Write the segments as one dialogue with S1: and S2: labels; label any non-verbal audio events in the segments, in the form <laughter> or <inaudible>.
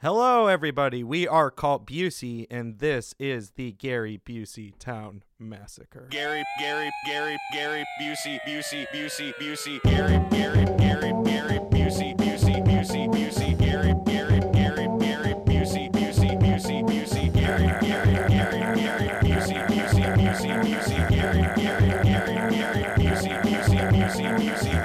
S1: Hello, everybody. We are Cult Busey, and this is the Gary Busey Town Massacre.
S2: Gary, Gary, Gary, Gary, Busey, Busey, Busey, Busey, Gary, Gary, Gary, Gary, Busey, Busey, Busey, Busey, Gary, Gary, Gary, Gary, Busey, Busey, Busey, Busey, Gary, Gary, Gary, Gary, Busey, Busey, Busey, Busey, Gary, Gary, Gary, Gary, Busey, Busey, Busey, Busey.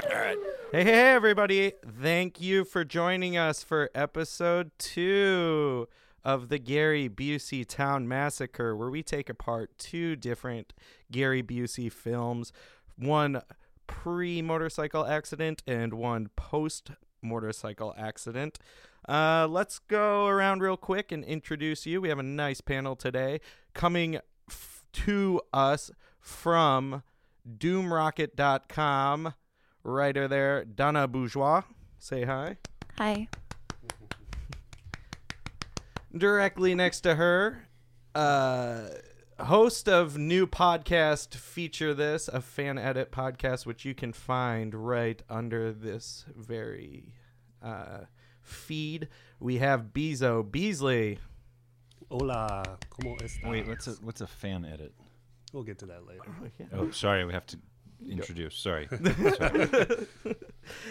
S1: Hey, hey, hey, everybody. Thank you for joining us for episode two of the Gary Busey Town Massacre, where we take apart two different Gary Busey films one pre motorcycle accident and one post motorcycle accident. Uh, let's go around real quick and introduce you. We have a nice panel today coming f- to us from doomrocket.com writer there, Donna Bourgeois. Say hi.
S3: Hi.
S1: Directly next to her, uh, host of new podcast Feature This, a fan edit podcast, which you can find right under this very uh, feed. We have Bezo Beasley.
S4: Hola, ¿cómo estás?
S5: Wait, what's a what's a fan edit?
S4: We'll get to that later.
S5: Oh, sorry, we have to introduce. Sorry.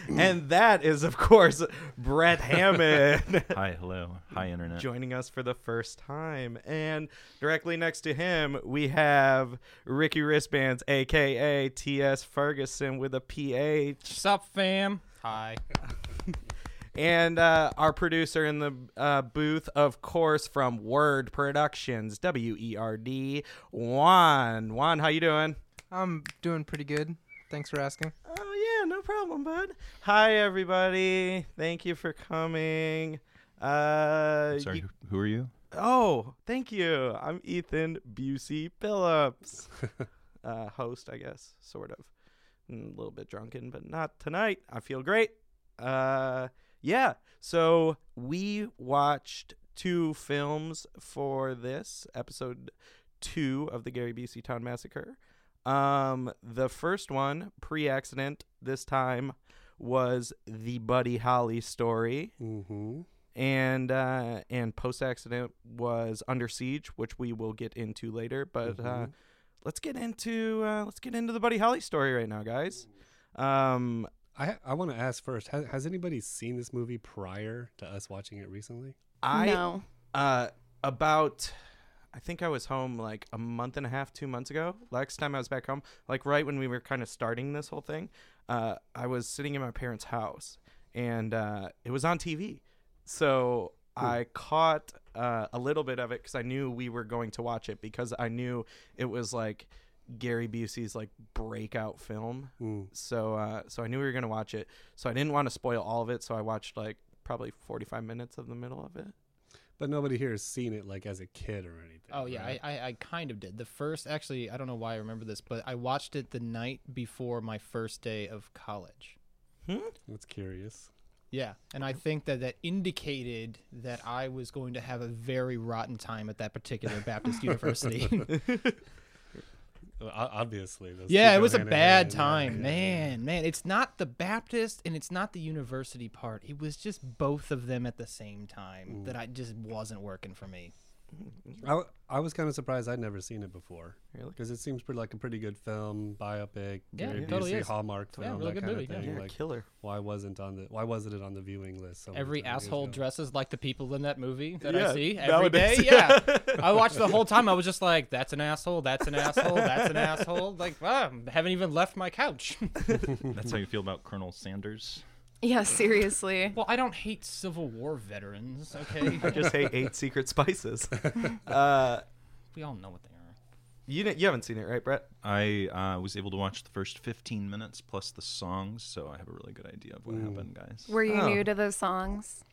S1: And that is, of course, Brett Hammond. <laughs>
S5: Hi, hello. Hi, internet.
S1: joining us for the first time. And directly next to him, we have Ricky Wristbands, aka T.S. Ferguson with a PH.
S6: Sup, fam? Hi.
S1: <laughs> And uh, our producer in the uh, booth, of course, from Word Productions, W E R D, Juan. Juan, how you doing?
S6: I'm doing pretty good. Thanks for asking.
S1: Oh yeah, no problem, bud. Hi everybody. Thank you for coming. Uh,
S5: Sorry,
S1: you-
S5: who- who are you?
S1: Oh, thank you. I'm Ethan Busey Phillips, uh, host, I guess, sort of. Mm, A little bit drunken, but not tonight. I feel great. Uh, yeah. So we watched two films for this episode two of the Gary Busey Town Massacre. Um, the first one, pre-accident, this time was the Buddy Holly story
S4: Mm-hmm.
S1: and uh, and post accident was under siege, which we will get into later. But uh, let's get into uh, let's get into the Buddy Holly story right now, guys. Um,
S4: I I want to ask first. Has, has anybody seen this movie prior to us watching it recently?
S1: I
S3: no.
S1: uh, about I think I was home like a month and a half, two months ago. Last time I was back home, like right when we were kind of starting this whole thing, uh, I was sitting in my parents' house and uh, it was on TV. So I caught uh, a little bit of it because I knew we were going to watch it because I knew it was like Gary Busey's like breakout film.
S4: Mm.
S1: So uh, so I knew we were gonna watch it. So I didn't want to spoil all of it. So I watched like probably forty five minutes of the middle of it.
S4: But nobody here has seen it like as a kid or anything.
S6: Oh yeah,
S4: right?
S6: I, I, I kind of did. The first, actually, I don't know why I remember this, but I watched it the night before my first day of college.
S4: that's curious.
S6: Yeah, and I think that that indicated that I was going to have a very rotten time at that particular
S4: <laughs>
S6: Baptist university.
S4: Well, o- obviously, those
S6: <laughs> yeah,
S4: two
S6: it
S4: go
S6: was a
S4: hand in
S6: bad
S4: hand, yeah,
S6: time,
S4: yeah,
S6: man. Man, it's not the Baptist and it's not the university part. It was just both of them at the same time that I just wasn't working for me.
S4: yeah. I, w- I was kind of surprised I'd never seen it before.
S1: Really?
S4: Because it seems pretty like a pretty good film, biopic,
S6: Yeah,
S4: Gary
S6: it totally
S4: Busey,
S6: is.
S4: Hallmark
S6: Yeah,
S4: film,
S6: really
S4: that
S6: good
S4: kind
S6: movie, yeah.
S4: of thing.
S1: You're a
S4: Like,
S1: killer.
S4: why wasn't it on the Why wasn't it on the viewing list? so many
S6: Every
S4: time years
S6: asshole
S4: ago?
S6: dresses like the people in that movie that
S1: Yeah,
S6: I see every day.
S1: nowadays.
S6: Yeah, <laughs> I watched the whole time. I was just like, "That's an asshole. That's an asshole. That's an asshole." Like, wow, haven't even left my couch. <laughs>
S5: That's how you feel about Colonel Sanders.
S3: Yeah, seriously.
S6: well, I don't hate Civil War veterans. Okay,
S1: I just hate eight secret spices. Uh,
S6: we all know what they are.
S1: you didn't, you haven't seen it, right, Brett?
S5: I uh, was able to watch the first 15 minutes plus the songs, so I have a really good idea of what happened, guys.
S3: Were you
S1: Oh.
S3: new to those songs?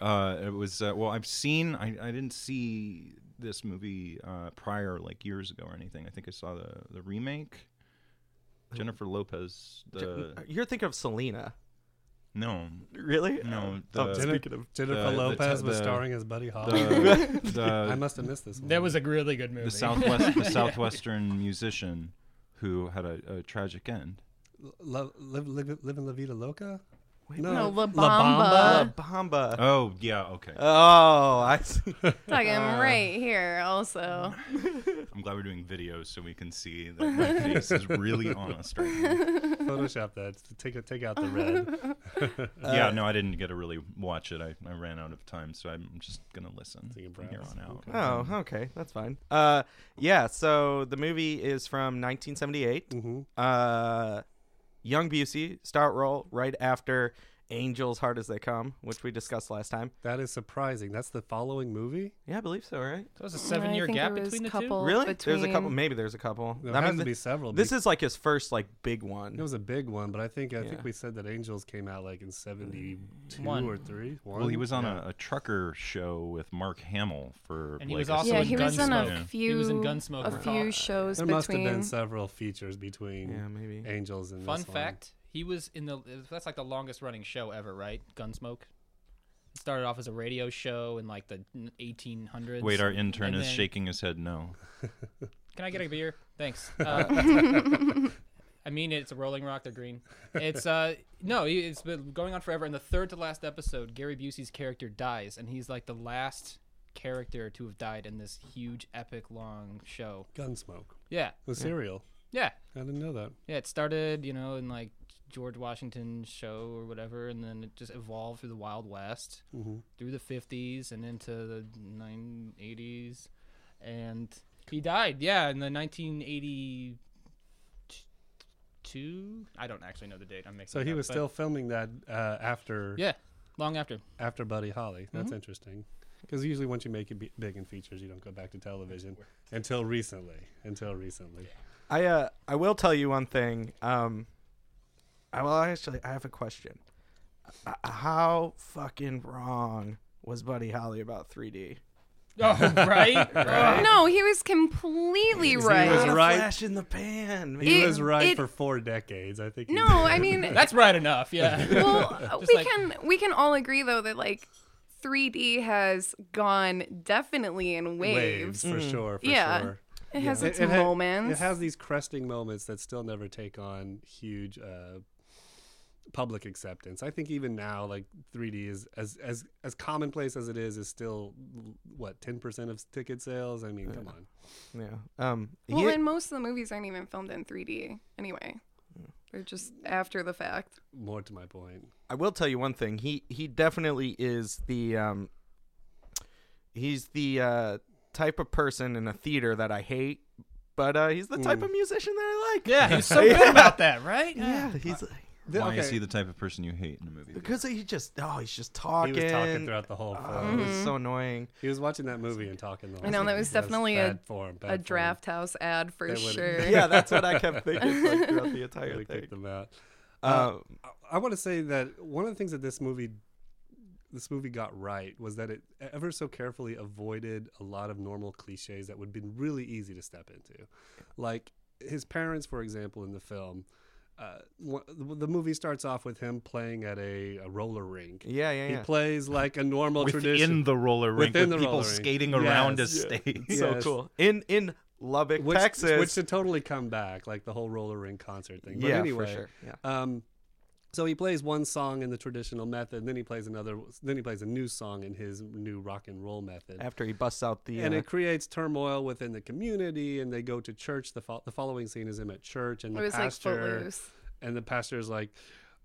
S5: Uh, it was uh, well, I've seen. I, I didn't see this movie uh, prior, like years ago or anything. I think I saw the the remake. Jennifer Lopez. The
S7: Uh,
S1: You're thinking of Selena,
S5: no,
S1: really?
S5: no.
S1: Oh,
S5: The,
S1: Jennifer-
S4: Jennifer,
S1: Speaking of-
S4: Jennifer
S5: the- the
S4: Lopez
S5: t-
S4: was
S5: the-
S4: starring as Buddy Holly.
S5: the, the
S4: <laughs> I must have missed this one.
S6: That was a really good movie.
S5: the southwest the southwestern musician who had a, a tragic end.
S4: Lo- live, live, live in La Vida Loca. No,
S3: No, La
S4: La
S1: La
S3: Bamba.
S1: Bamba.
S5: Oh yeah, okay.
S1: oh, I see. <laughs>
S3: Talking right here, also.
S5: I'm glad we're doing videos so we can see that my face is really honest right now.
S4: Photoshop that. Take it. Take out the red. <laughs>
S5: yeah, no, I didn't get to really watch it. I, I ran out of time, so I'm just gonna listen
S4: So you
S5: from here
S4: browse.
S5: on out.
S1: Oh, okay, that's fine. Uh, yeah. So the movie is from 1978.
S4: Mhm.
S1: Uh, Young Busey start role right after Angels Hard as They Come, which we discussed last time.
S4: That is surprising. That's the following movie.
S1: Yeah, I believe so. Right?
S6: <laughs> That was a seven year
S3: think
S6: gap
S3: there was
S6: between the
S3: couple-
S6: two.
S1: Really? There's a couple.
S3: between-
S1: Maybe there's a couple.
S4: There
S1: I
S4: has
S1: mean,
S4: to
S1: thi-
S4: be several.
S1: this
S4: be-
S1: is like his first like big
S4: It
S1: one.
S4: was a big one, but I think I
S1: Yeah.
S4: think we said that Angels came out like in seventy two
S6: One.
S4: or three.
S5: Well, he
S4: One?
S5: was on
S4: Yeah.
S5: a, a trucker show with Mark Hamill for.
S6: And he
S5: like
S6: was
S5: a
S6: also
S3: yeah,
S5: season.
S6: in
S3: he was in
S6: Gunsmoke.
S3: a
S5: Yeah.
S3: few.
S6: He was in Gunsmoke,
S3: A
S6: right?
S3: few shows
S4: There
S3: between.
S4: must have been several features between
S1: Yeah, maybe.
S4: Angels and
S6: Fun
S4: this one.
S6: fact: He was in the. That's like the longest running show ever, right? Gunsmoke. It started off as a radio show in like the 1800s.
S5: Wait, our intern
S6: And
S5: is
S6: then-
S5: shaking his head no.
S6: Can I get a beer? Thanks. Uh, I mean, it's a Rolling Rock. They're green. It's uh no, he- it's been going on forever. In the third to last episode, Gary Busey's character dies, and he's like the last character to have died in this huge, epic, long show.
S4: Gunsmoke.
S6: Yeah,
S4: The cereal.
S6: yeah,
S4: I didn't know that.
S6: yeah. It started, you know, in like George Washington's show or whatever, and then it just evolved through the Wild West,
S4: Mm-hmm.
S6: through the '50s, and into the 1980s, and he died. Yeah, in the 1980. Two? I don't actually know the date. I'm making.
S4: So
S6: it
S4: he
S6: up,
S4: was
S6: but-
S4: still filming that uh, after
S6: Yeah, long after. <laughs>
S4: after Buddy Holly. That's
S3: Mm-hmm.
S4: interesting. Because usually once you make it b- big in features, you don't go back to television until recently. Until recently.
S1: I uh, I will tell you one thing. Um, I will actually. I have a question. Uh, how fucking wrong was Buddy Holly about 3D?
S6: Oh,
S4: <laughs>
S6: right?
S3: No, he was completely right.
S4: was
S1: Not a
S4: right.
S1: flash in the pan. man.
S4: He
S3: It-
S4: was right
S3: it-
S4: for four decades. I think. he
S3: no,
S4: did. <laughs>
S3: I mean,
S6: That's right enough, yeah.
S3: well, uh,
S6: Just
S3: we
S6: like-
S3: can we can all agree though that like 3D has gone definitely in
S4: waves
S3: waves. Mm-hmm.
S4: for sure. For
S3: Yeah.
S4: sure.
S3: It has
S4: It-
S3: its
S4: it ha-
S3: moments.
S4: it has these cresting moments that still never take on huge uh, public acceptance. I think even now, like 3D is as as as commonplace as it is, is still what 10% of ticket sales. I mean, come on.
S1: Yeah. Um. he-
S3: well, and most of the movies aren't even filmed in 3D anyway. They're just after the fact.
S4: More to my point.
S1: I will tell you one thing. He he definitely is the um. He's the uh, type of person in a theater that I hate, but uh, he's the type of musician that I like. <laughs>
S6: yeah, he's so good about that, right?
S1: Yeah. He's like,
S5: Why is he the type of person you hate in a movie?
S1: because he just oh he's just talking.
S4: He was talking throughout the whole
S1: Oh,
S4: film.
S1: It
S3: Mm-hmm.
S1: was so
S4: <laughs>
S1: annoying.
S4: He was watching that movie and talking the whole
S3: I know, that
S4: time.
S3: was definitely a-
S4: bad form,
S3: A
S4: bad form.
S3: draft house ad for
S4: They would've-
S3: sure.
S1: Yeah, that's what I kept thinking like,
S4: <laughs>
S1: throughout the entire
S4: Really
S1: thing.
S4: kicked them Uh, out.
S1: Um,
S4: I want to say that one of the things that this movie this movie got right was that it ever so carefully avoided a lot of normal cliches that would have been really easy to step into. Like his parents, for example, in the film, uh, wha- the the movie starts off with him playing at a, a roller rink.
S1: yeah, yeah,
S4: He
S1: yeah.
S4: plays like a normal
S5: Within
S4: tradition.
S5: the roller rink,
S4: Within
S5: with
S4: the
S5: people
S4: roller rink.
S5: skating around
S4: Yes.
S5: a stage.
S4: Yeah.
S1: so
S4: Yes.
S1: cool. In in Lubbock,
S4: which,
S1: Texas.
S4: which should totally come back, like the whole roller rink concert thing. But
S1: yeah,
S4: anyway,
S1: for sure. Yeah.
S4: Um, so he plays one song in the traditional method, and then he plays another. Then he plays a new song in his new rock and roll method,
S1: After he busts out the
S4: and
S1: uh,
S4: it creates turmoil within the community. And they go to church. the fo- The following scene is him at church, and
S3: It
S4: the
S3: was like
S4: pastor
S3: Footloose.
S4: and the pastor is like,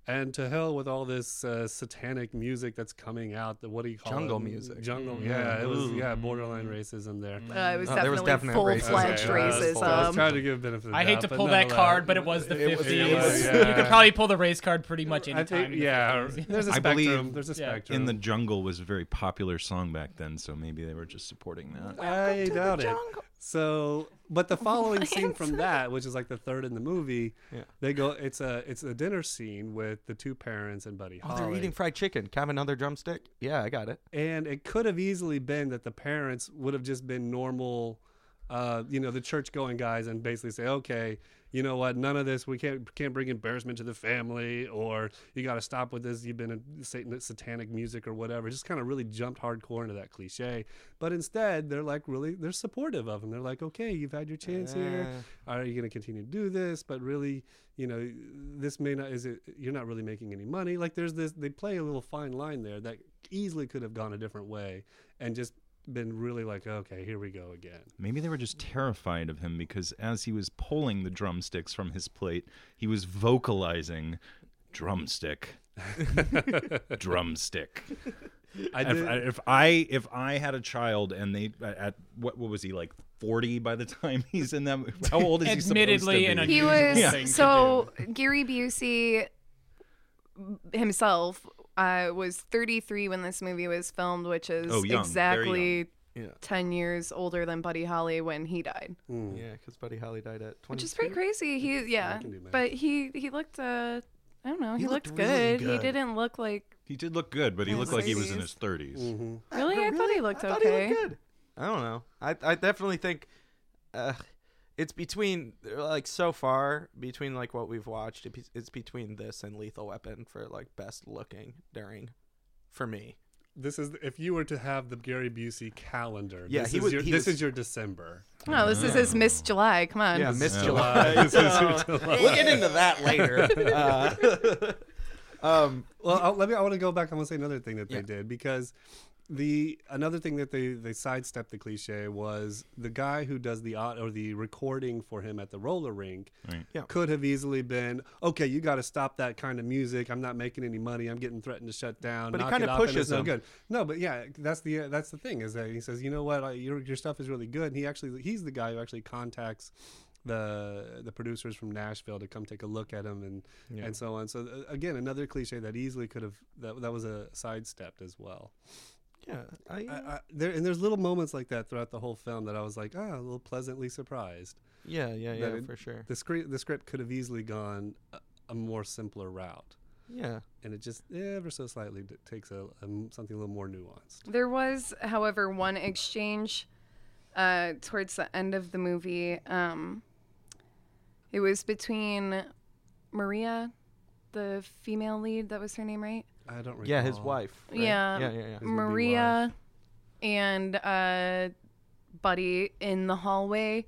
S4: "And to hell with all this uh, satanic music that's coming out. The, what do you call
S1: Jungle
S4: it?
S1: music. Mm-hmm.
S4: Jungle.
S3: Mm.
S4: Yeah, it was
S1: Ooh.
S4: yeah borderline racism there.
S3: Uh, it was
S1: Oh, there was definite
S3: definitely full-fledged
S1: racism. Okay,
S4: I
S1: that's
S4: was,
S3: racism. Um,
S1: full-
S4: I was trying to give benefit. of the
S6: I hate
S4: doubt,
S6: to
S4: but
S6: pull that
S4: nonetheless-
S6: card, but it was the
S1: It was-
S6: 50s.
S1: it was,
S6: You
S4: yeah.
S6: could probably pull the race card pretty much
S4: I
S6: any
S4: think-
S6: time. in the
S4: yeah,
S6: 50s.
S4: there's a
S5: I
S4: spectrum.
S5: believe-
S4: there's a
S6: Yeah. In
S4: spectrum.
S5: In the Jungle was a very popular song back then, so maybe they were just supporting that.
S4: I doubt it.
S3: jungle.
S4: So, but the <laughs> following scene from that, which is like the third in the movie,
S1: Yeah.
S4: they go. It's a it's a dinner scene with the two parents and Buddy
S1: Oh,
S4: Holly.
S1: they're eating fried chicken. Can I have another drumstick? Yeah, I got it.
S4: and it could have easily been that the parents would have just been normal, uh, you know, the church going guys, and basically say, okay, you know what? None of this. We can't can't bring embarrassment to the family, or you got to stop with this. You've been in satan- satanic music or whatever. Just kind of really jumped hardcore into that cliche. But instead, they're like really they're supportive of him. They're like, okay, you've had your chance here. Are you going to continue to do this? But really, you know, this may not is it. You're not really making any money. Like there's this. They play a little fine line there that easily could have gone a different way, and just been really like, okay, here we go again.
S5: Maybe they were just terrified of him because as he was pulling the drumsticks from his plate, he was vocalizing
S4: <laughs>
S5: drumstick. drumstick.
S4: I
S5: if,
S4: did.
S5: I, if I if I had a child and they at what what was he like 40 by the time <laughs> he's in that how old is he supposed to
S6: Admittedly,
S5: be?
S6: an
S3: He
S6: unusual
S3: was
S6: thing to
S3: so Gary Busey himself uh, was 33 when this movie was filmed, which is
S5: Oh, young, very young.
S3: exactly
S1: Yeah.
S3: 10 years older than Buddy Holly when he died,
S4: Mm.
S1: Yeah, because Buddy Holly died at 20.
S3: which is pretty crazy. He yeah,
S4: can do math.
S3: but he he looked uh I don't know, he,
S5: He
S3: looked,
S5: looked really
S3: good. He
S5: good.
S3: didn't look like
S5: He did look good, but he
S3: Yeah,
S5: looked like he was in
S3: 30s.
S5: his 30s.
S3: really. I thought he looked okay.
S1: good. I don't know. I I definitely think uh, it's between like so far between like what we've watched. it be- It's between this and Lethal Weapon for like best looking during for me.
S4: This is if you were to have the Gary Busey calendar.
S1: Yeah,
S4: this
S1: he
S4: is
S1: was-
S4: your,
S1: he
S4: this
S1: was-
S4: is your December.
S3: No, Oh, this is his Miss July. Come on.
S1: Mm. Yeah, Miss
S5: Yeah.
S1: July.
S4: <laughs> This is your
S1: So, we'll get into that <laughs> later. Uh, <laughs> um,
S4: well, i let me. I want to go back. I want to say another thing that they did because the another thing that they they sidestepped the cliche was the guy who does the au- or the recording for him at the roller rink
S5: Right.
S1: Yeah.
S4: could have easily been okay. You got to stop that kind of music. I'm not making any money. I'm getting threatened to shut down.
S1: But he
S4: Knock
S1: kinda
S4: it off, and it's
S1: pushes
S4: no
S1: him.
S4: good. No, but yeah, that's the uh, that's the thing is that he says, you know what, I, your your stuff is really good. And he actually he's the guy who actually contacts the the producers from Nashville to come take a look at him and and so on. So uh, again, another cliche that easily could have that that was a sidestepped as well.
S1: yeah, I,
S4: I, I, there and there's little moments like that throughout the whole film that I was like, ah, a little pleasantly surprised.
S1: yeah, yeah, yeah,
S4: that it-
S1: for sure.
S4: The script the script could have easily gone a, a more simpler route.
S1: Yeah,
S4: And it just ever so slightly d- takes a, a m- something a little more nuanced.
S3: There was, however, one exchange uh, towards the end of the movie. Um, it was between Maria, the female lead, that was her name, right?
S4: I don't recall.
S1: yeah, his wife. right?
S3: Yeah.
S1: yeah, yeah, yeah.
S4: would be
S3: Maria and uh, Buddy in the hallway.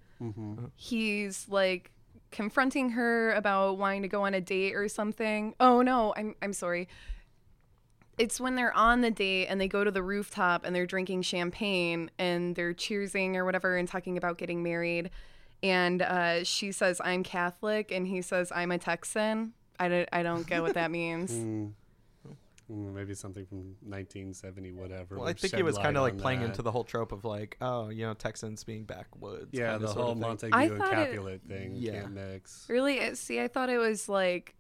S3: He's like confronting her about wanting to go on a date or something. Oh no, I'm I'm sorry. It's when they're on the date and they go to the rooftop and they're drinking champagne and they're cheersing or whatever and talking about getting married. And uh, she says, I'm Catholic. And he says, I'm a Texan. I don't, I don't get what that means.
S4: Mm, Maybe something from 1970, whatever.
S1: Well, I
S4: would
S1: think
S4: shed
S1: he was
S4: light
S1: kind of like
S4: on
S1: playing
S4: that.
S1: into the whole trope of like, oh, you know, Texans being backwoods.
S4: yeah
S1: kinda
S4: the
S1: sort
S4: whole
S1: of thing.
S4: Montague
S3: I
S4: and
S3: thought it-
S4: Capulet thing.
S1: Yeah.
S4: can't mix.
S3: Really? It- See, I thought it was like,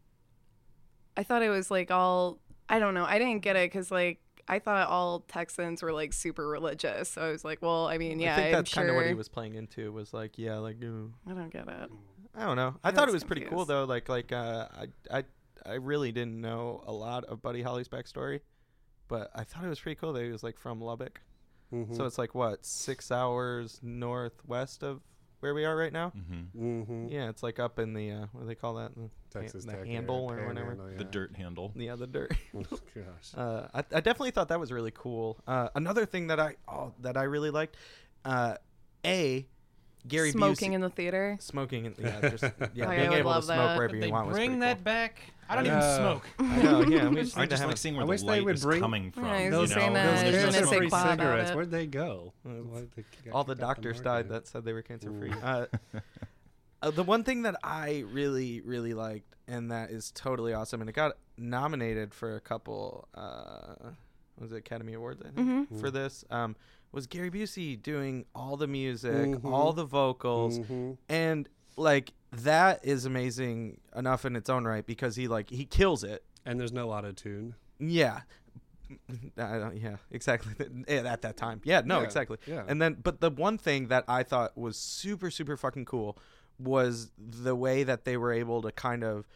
S3: I thought it was like all, I don't know. I didn't get it because like, I thought all Texans were like super religious. So I was like, well, I mean, yeah,
S1: I think
S3: am
S1: that's
S3: sure.
S1: kind of what he was playing into. Was like, yeah, like ooh,
S3: I don't get it.
S1: I don't know. I
S3: I
S1: thought it
S3: was
S1: was pretty cool
S3: confused.
S1: though. Like, like uh, I, I, I really didn't know a lot of Buddy Holly's backstory, but I thought it was pretty cool that he was like from Lubbock.
S4: Mm-hmm.
S1: So it's like what six hours northwest of where we are right now.
S4: Mm-hmm.
S1: Yeah, it's like up in the uh, what do they call that? The,
S4: Texas
S1: the
S4: Tech
S1: handle or
S4: area,
S1: whatever.
S4: Panhandle,
S5: The
S4: yeah.
S5: dirt handle.
S1: Yeah, the dirt. <laughs>
S4: <laughs> Oh, gosh.
S1: Uh, I, I definitely thought that was really cool. Uh, another thing that I oh, that I really liked, uh, a Gary
S3: Smoking
S1: Busey,
S3: in the theater.
S1: smoking and yeah, just, yeah
S3: Oh, I
S1: being
S3: would
S1: able to
S3: love
S1: smoke
S3: that.
S1: wherever
S6: do.
S1: you
S6: If They
S1: want was
S6: bring
S1: pretty
S6: that back. I don't even
S4: know.
S6: smoke.
S1: cool. <laughs> I know, yeah, we just
S5: I
S1: need to
S5: just
S1: have
S5: like
S1: a-
S5: seeing
S4: I
S5: where
S4: wish
S5: the
S4: they
S5: light
S4: would
S5: is
S4: bring-
S5: coming from.
S3: I was
S5: you
S3: saying
S5: know?
S3: that.
S4: Those
S3: I was
S4: kids
S3: gonna
S4: are
S3: say
S4: free
S3: quad about
S4: cigarettes.
S3: it.
S4: Where'd they go? Why'd they get
S1: all the
S4: kicked off
S1: doctors
S4: market?
S1: died that said they were cancer free. Uh, uh, the one thing that I really really liked and that is totally awesome, and it got nominated for a couple. Uh, was it Academy Awards? I think
S3: Mm-hmm.
S1: for this um, was Gary Busey doing all the music, all the vocals,
S4: Mm-hmm.
S1: and like that is amazing enough in its own right because he like he kills it.
S4: And there's no auto tune.
S1: Yeah. <laughs> I don't, yeah, exactly. <laughs> Yeah, At that time. Yeah, no,
S4: Yeah,
S1: exactly.
S4: yeah.
S1: And then, but the one thing that I thought was super, super fucking cool was the way that they were able to kind of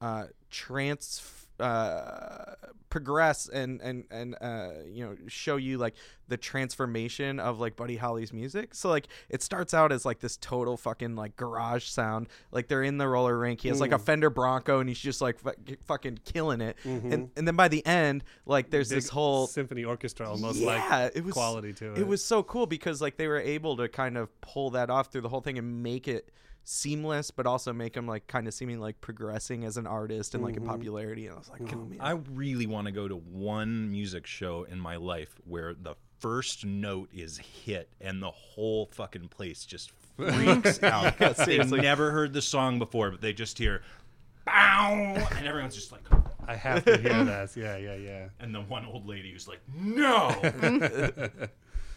S1: uh, trans uh, progress and and and uh, you know show you like the transformation of like Buddy Holly's music. So like it starts out as like this total fucking like garage sound. Like they're in the roller rink. He has
S4: Mm.
S1: like a Fender Bronco and he's just like fu- fucking killing it. And and then by the end, like there's this
S4: Mm-hmm. Big
S1: whole
S4: symphony orchestra almost
S1: yeah,
S4: like
S1: it was
S4: quality to it.
S1: It was so cool because like they were able to kind of pull that off through the whole thing and make it seamless, but also make him like kind of seeming like progressing as an artist and like
S4: Mm-hmm.
S1: in popularity. And I was like, oh man,
S7: I really want to go to one music show in my life where the first note is hit and the whole fucking place just
S5: <laughs>
S7: freaks out. They've
S1: seriously.
S7: never heard the song before, but they just hear bow and everyone's just like
S4: I have to hear that. Yeah, yeah, yeah.
S7: and the one old lady who's like,
S5: <laughs>
S7: No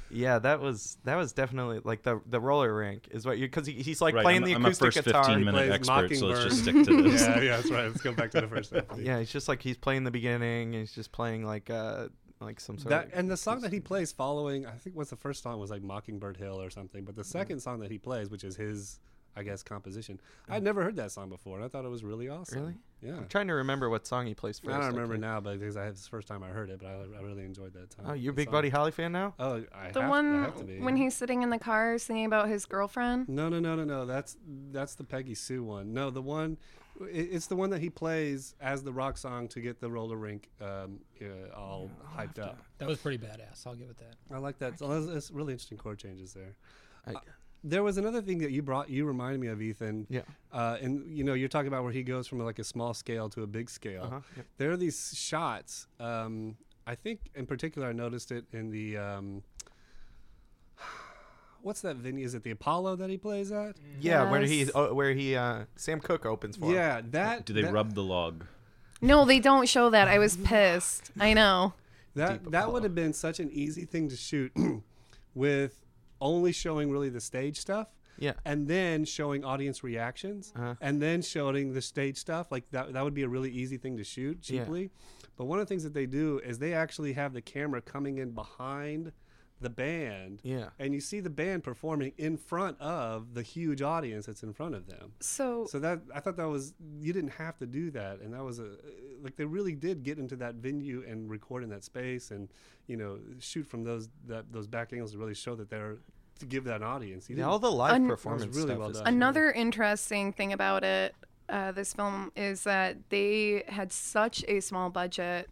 S1: yeah, that was that was definitely like the the roller rink is what you because he, he's like
S7: Right,
S1: playing
S7: I'm,
S1: the
S7: I'm a
S1: acoustic
S7: first
S1: guitar.
S7: 15 minute
S4: plays
S7: expert, so let's just stick
S4: Mockingbird.
S7: to
S4: <laughs>
S7: this.
S4: Yeah, yeah, that's right. Let's go back to the first symphony.
S1: <laughs> Yeah, it's just like he's playing the beginning. He's just playing like uh like some sort
S4: That
S1: of
S4: and the song that he plays following, I think was the first song was like Mockingbird Hill or something, but the second song that he plays, which is his, I guess, composition. I'd never heard that song before, and I thought it was really awesome.
S1: Really?
S4: Yeah.
S1: I'm trying to remember what song he plays first.
S4: I don't remember
S1: can't-
S4: now, but because I it's the first time I heard it, but I, I really enjoyed that time.
S1: Oh, you're a
S4: the
S1: big
S4: song.
S1: Buddy Holly fan now?
S4: Oh, I
S3: The
S4: have,
S3: one
S4: I have to be.
S3: when
S4: yeah.
S3: he's sitting in the car singing about his girlfriend.
S4: No, no, no, no, no. That's that's the Peggy Sue one. No, the one, i- it's the one that he plays as the rock song to get the roller rink um, uh, all hyped up.
S6: That was pretty badass. I'll give it that.
S4: I like that. It's, it's really interesting chord changes there. Uh,
S1: I-
S4: There was another thing that you brought. You reminded me of Ethan.
S1: Yeah.
S4: Uh, and you know, you're talking about where he goes from like a small scale to a big scale.
S7: Uh-huh,
S4: There are these shots. Um, I think, in particular, I noticed it in the. Um, <sighs> what's that venue? Is it the Apollo that he plays at?
S7: Mm.
S1: yeah, where he
S3: Yes.
S1: oh, where he uh Sam Cooke opens for. him.
S4: Yeah, that.
S7: Do they
S4: that,
S7: rub the log?
S3: No, they don't show that. I was pissed. I know.
S4: That that would have been such an easy thing to shoot <clears throat> with only showing really the stage stuff.
S1: Yeah.
S4: And then showing audience reactions
S1: Uh-huh.
S4: and then showing the stage stuff. Like that that would be a really easy thing to shoot
S1: Yeah.
S4: cheaply. But one of the things that they do is they actually have the camera coming in behind the band.
S1: Yeah.
S4: And you see the band performing in front of the huge audience that's in front of them.
S3: So,
S4: So that I thought that was you didn't have to do that, and that was a like they really did get into that venue and record in that space, and you know shoot from those that those back angles to really show that they're to give that audience. You
S1: Yeah,
S4: didn't-
S1: all the live
S3: Un-
S1: performance
S4: really
S1: stuff
S4: well
S1: is <laughs>
S4: done.
S3: another interesting thing about it, uh, this film is that they had such a small budget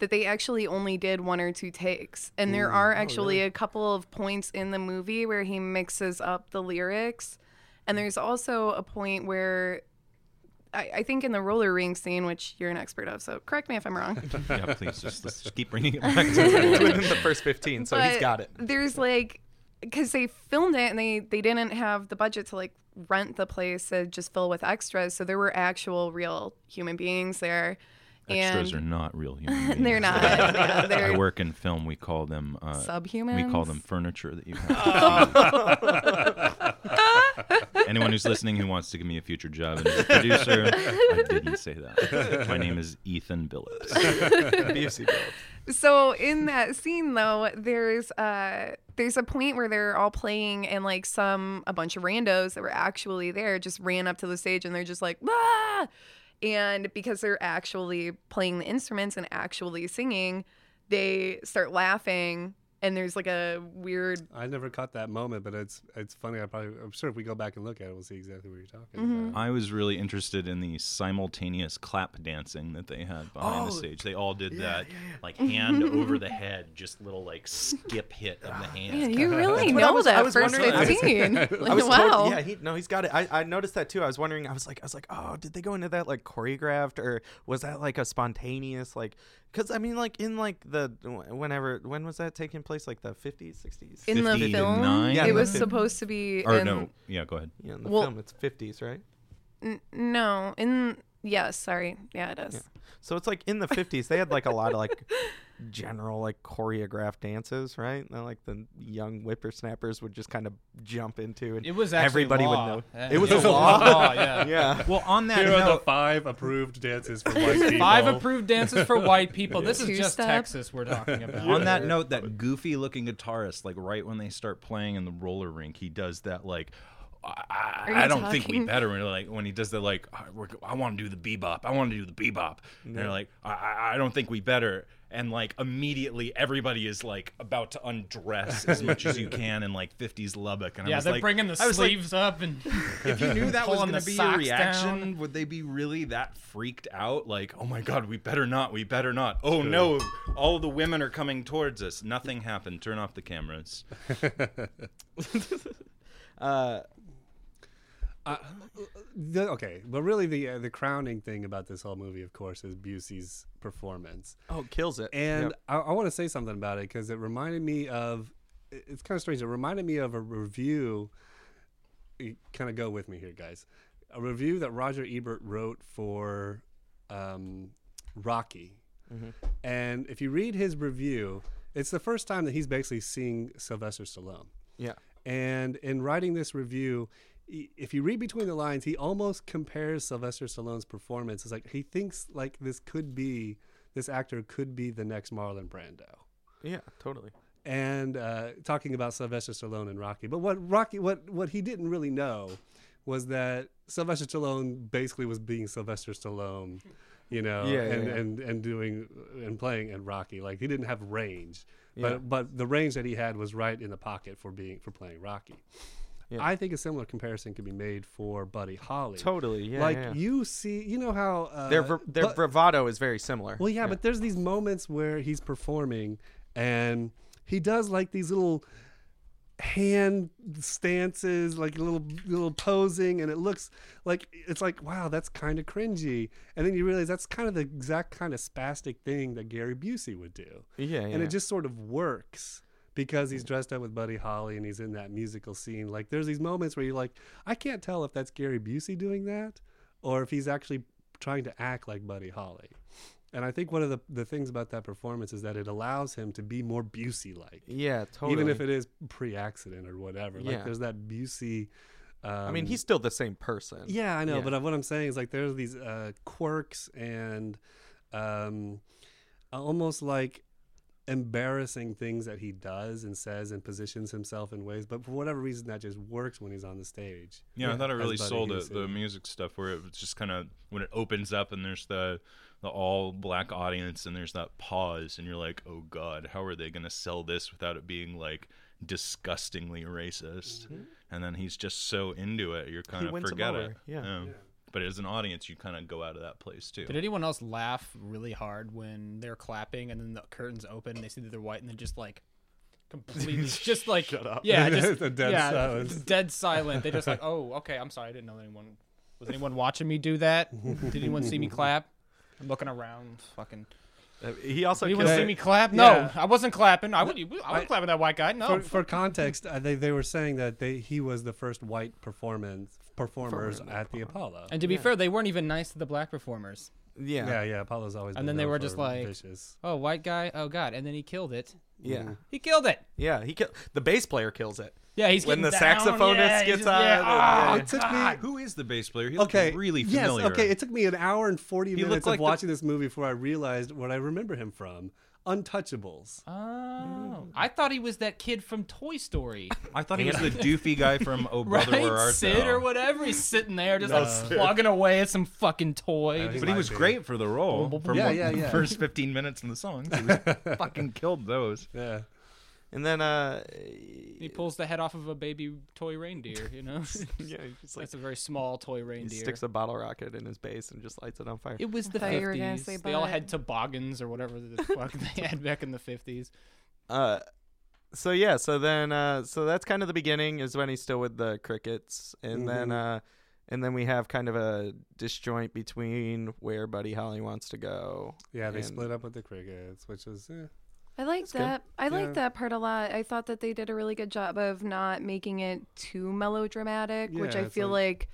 S3: that they actually only did one or two takes, and there are actually a couple of points in the movie where he mixes up the lyrics, and there's also a point where. I I think in the roller rink scene, which you're an expert of, so correct me if I'm wrong.
S7: Yeah, please just let's just keep bringing it back.
S5: <laughs>
S7: To
S3: <laughs>
S1: within the first 15, so he's
S3: But <laughs>
S1: got it.
S3: There's like, because they filmed it and they they didn't have the budget to like rent the place to just fill with extras, so there were actual real human beings there.
S7: Extras are
S3: and
S7: not real human beings.
S3: <laughs> they're not. yeah,
S7: I
S3: they're
S7: work in film. We call them uh,
S3: subhumans.
S7: We call them furniture that you have. <laughs> Anyone who's listening who wants to give me a future job and a producer, I didn't say that. My name is Ethan Billups.
S1: BFC build.
S3: So in that scene though, there's uh there's a point where they're all playing and like some a bunch of randos that were actually there just ran up to the stage and they're just like ah! and because they're actually playing the instruments and actually singing, they start laughing and there's like a weird
S4: I never caught that moment, but it's it's funny. I probably I'm sure if we go back and look at it, we'll see exactly what you're talking about.
S7: I was really interested in the simultaneous clap dancing that they had behind the stage. They all did that, like hand over the head, just little like skip hit of the hand.
S3: Man,
S1: <laughs>
S3: you really
S1: what I
S3: know
S1: was- I
S3: that
S1: was
S3: first
S1: wondering- I was- <laughs>
S3: 15. <laughs>
S1: I was
S3: wow.
S1: told, yeah, he no, he's got it. I, I noticed that too. I was wondering. I was like, I was like, oh, did they go into that like choreographed or was that like a spontaneous like? Because I mean, like in like the whenever when was that taking place? Like the fifties, sixties.
S3: in the
S7: 59?
S3: film,
S1: Yeah,
S3: it
S1: in
S3: was
S1: the-
S3: supposed to be
S7: Or
S3: in,
S7: no, yeah, go ahead.
S1: Yeah, in the
S3: Well-
S1: film it's fifties, right?
S3: no, in yes, sorry. Yeah, it is.
S1: So it's like in the fifties they had like a lot of like general like choreographed dances, right? And like the young whippersnappers would just kind of jump into and
S6: It was actually
S1: everybody
S6: law.
S1: would know.
S6: Uh,
S1: It was
S6: it
S1: a
S6: was
S1: law.
S6: law,
S1: <laughs>
S6: yeah.
S1: yeah.
S7: Well, on that
S4: Here are the
S7: note,
S4: five approved dances
S6: <laughs>
S4: for white people.
S6: Five approved dances for white people. This is just
S3: Two-step.
S6: Texas we're talking <laughs> about.
S7: on that note, that goofy looking guitarist, like right when they start playing in the roller rink, he does that like I,
S3: you
S7: I don't think we
S3: talking-
S7: better. And like when he does the like, "Ah, we're, I want to do the bebop. I want to do the bebop. And they're like, I- I, I don't think we better. And like immediately, everybody is like about to undress as much
S6: <laughs>
S7: as you can in like 50s Lubbock. And I
S6: Yeah,
S7: was
S6: they're
S7: like,
S6: bringing the
S7: I was like,
S6: sleeves up and
S7: if you knew
S6: <laughs>
S7: that was
S6: pulling
S7: going to
S6: the
S7: be your
S6: socks
S7: reaction,
S6: down.
S7: would they be really that freaked out? Like, oh my God, we better not, we better not. Oh no, all the women are coming towards us. Nothing happened. Turn off the cameras.
S1: Uh,
S4: The- okay, but really the uh, the crowning thing about this whole movie, of course, is Busey's performance.
S1: oh, kills it.
S4: And
S1: Yep.
S4: I, I want to say something about it because it reminded me of. it- It's kind of strange. It reminded me of a review. Kind of go with me here, guys. A review that Roger Ebert wrote for um, Rocky.
S1: Mm-hmm.
S4: And if you read his review, it's the first time that he's basically seeing Sylvester Stallone.
S1: yeah.
S4: And in writing this review, i- if you read between the lines, he almost compares Sylvester Stallone's performance. It's like he thinks like this could be this actor could be the next Marlon Brando.
S1: Yeah, totally.
S4: And uh, talking about Sylvester Stallone and Rocky, but what Rocky, what what he didn't really know was that Sylvester Stallone basically was being Sylvester Stallone, you know,
S1: Yeah, yeah,
S4: and,
S1: yeah.
S4: and and doing and playing in Rocky. Like he didn't have range,
S1: Yeah.
S4: but but the range that he had was right in the pocket for being for playing Rocky.
S1: Yeah.
S4: I think a similar comparison could be made for Buddy Holly.
S1: Totally. Yeah.
S4: like
S1: yeah.
S4: you see, you know how uh,
S1: their ver- their
S4: Bu-
S1: bravado is very similar.
S4: well, yeah, but there's these moments where he's performing and he does like these little hand stances, like little little posing, and it looks like it's like wow, that's kind of cringy. And then you realize that's kind of the exact kind of spastic thing that Gary Busey would do,
S1: yeah, yeah.
S4: and it just sort of works. Because he's dressed up with Buddy Holly and he's in that musical scene. Like, there's these moments where you're like, I can't tell if that's Gary Busey doing that or if he's actually trying to act like Buddy Holly. And I think one of the, the things about that performance is that it allows him to be more Busey like,
S1: yeah, totally.
S4: even if it is pre accident or whatever.
S1: Yeah.
S4: Like there's that Busey. Um,
S1: I mean, he's still the same person.
S4: Yeah, I know.
S1: yeah.
S4: But uh, what I'm saying is like there's these uh, quirks and um, almost like embarrassing things that he does and says and positions himself in ways. But for whatever reason, that just works when he's on the stage.
S7: Yeah, I thought it
S4: As
S7: really
S4: Buddy
S7: sold it.
S4: Hughes
S7: The
S4: is.
S7: music stuff where it was just kind of when it opens up and there's the the all black audience and there's that pause and you're like, oh god, how are they gonna sell this without it being like disgustingly racist?
S4: Mm-hmm.
S7: And then he's just so into it, you're kind of
S1: wins 'em
S7: forget it.
S1: over, yeah.
S7: But as an audience, you kind of go out of that place too.
S6: Did anyone else laugh really hard when they're clapping and then the curtains open and they see that they're white and then just like completely just like shut up? Yeah, just
S4: A dead
S6: yeah,
S4: silence.
S6: <laughs> Dead silent. They just like, oh, okay, I'm sorry, I didn't know anyone was anyone watching me do that. Did anyone see me clap? I'm looking around, fucking.
S1: Uh, He also
S6: Anyone
S1: kills
S6: see
S1: it.
S6: me clap? No,
S4: Yeah.
S6: I wasn't clapping. I would. I wasn't clapping that white guy. No,
S7: Oh,
S4: for, for context, uh, they, they were saying that they he was the first white performance performers at the Apollo.
S6: And to be fair, they weren't even nice to the black performers.
S1: Yeah.
S4: yeah, yeah, Apollo's always.
S6: And
S4: been
S6: then they
S4: known
S6: were just
S4: for
S6: like-
S4: vicious.
S6: Oh, white guy. Oh God. And then he killed it.
S1: Yeah.
S4: Mm-hmm.
S6: He killed it.
S1: Yeah, he kill- the bass player kills it.
S6: Yeah, he's
S1: When
S6: getting
S1: the
S6: down.
S1: saxophonist
S6: yeah, he's
S1: gets
S6: just- yeah,
S1: on
S6: ah.
S1: and-
S4: It took
S7: <laughs>
S4: me.
S7: Who is the bass player? He looked
S4: Okay.
S7: really
S4: yes,
S7: familiar.
S4: okay. It took me an hour and forty
S7: looked
S4: minutes
S7: like
S4: of
S7: the-
S4: watching this movie before I realized what I remember him from: Untouchables.
S1: Mm.
S6: Oh, I thought he was that kid from
S1: <laughs>
S6: Toy Story,
S7: I thought he was the doofy
S4: <laughs>
S7: guy from Oh Brother Where
S6: right?
S7: Art
S6: Sid
S7: Thou.
S6: or whatever. He's sitting there just like plugging away at some fucking toy.
S4: think
S7: But he
S4: Might
S7: was
S4: be.
S7: great for the role. For
S4: Yeah,
S7: one-
S4: yeah,
S7: <laughs> the
S4: yeah.
S7: First 15 minutes in the songs, he was
S4: <laughs>
S7: fucking killed those.
S4: Yeah.
S1: And then uh <laughs>
S6: He pulls the head off of a baby toy reindeer. You know,
S1: yeah, he just like
S6: <laughs> that's a very small toy
S1: he
S6: reindeer.
S1: sticks a bottle rocket in his bass and just lights it on fire.
S6: It was the
S3: thought you were gonna
S6: 50s.
S3: say
S6: They all
S3: butt.
S6: had toboggans or
S3: <laughs>
S6: whatever the fuck they had back in the 50s.
S1: Uh so yeah, so then uh so that's kind of the beginning is when he's still with the crickets and then uh and then we have kind of a disjoint between where Buddy Holly wants to go.
S4: Yeah, they
S1: and-
S4: split up with the crickets, which was eh.
S3: I liked
S1: good.
S3: that. I liked
S4: Yeah.
S3: that part a lot. I thought that they did a really good job of not making it too melodramatic, which
S4: Yeah,
S3: I
S4: it's
S3: feel like,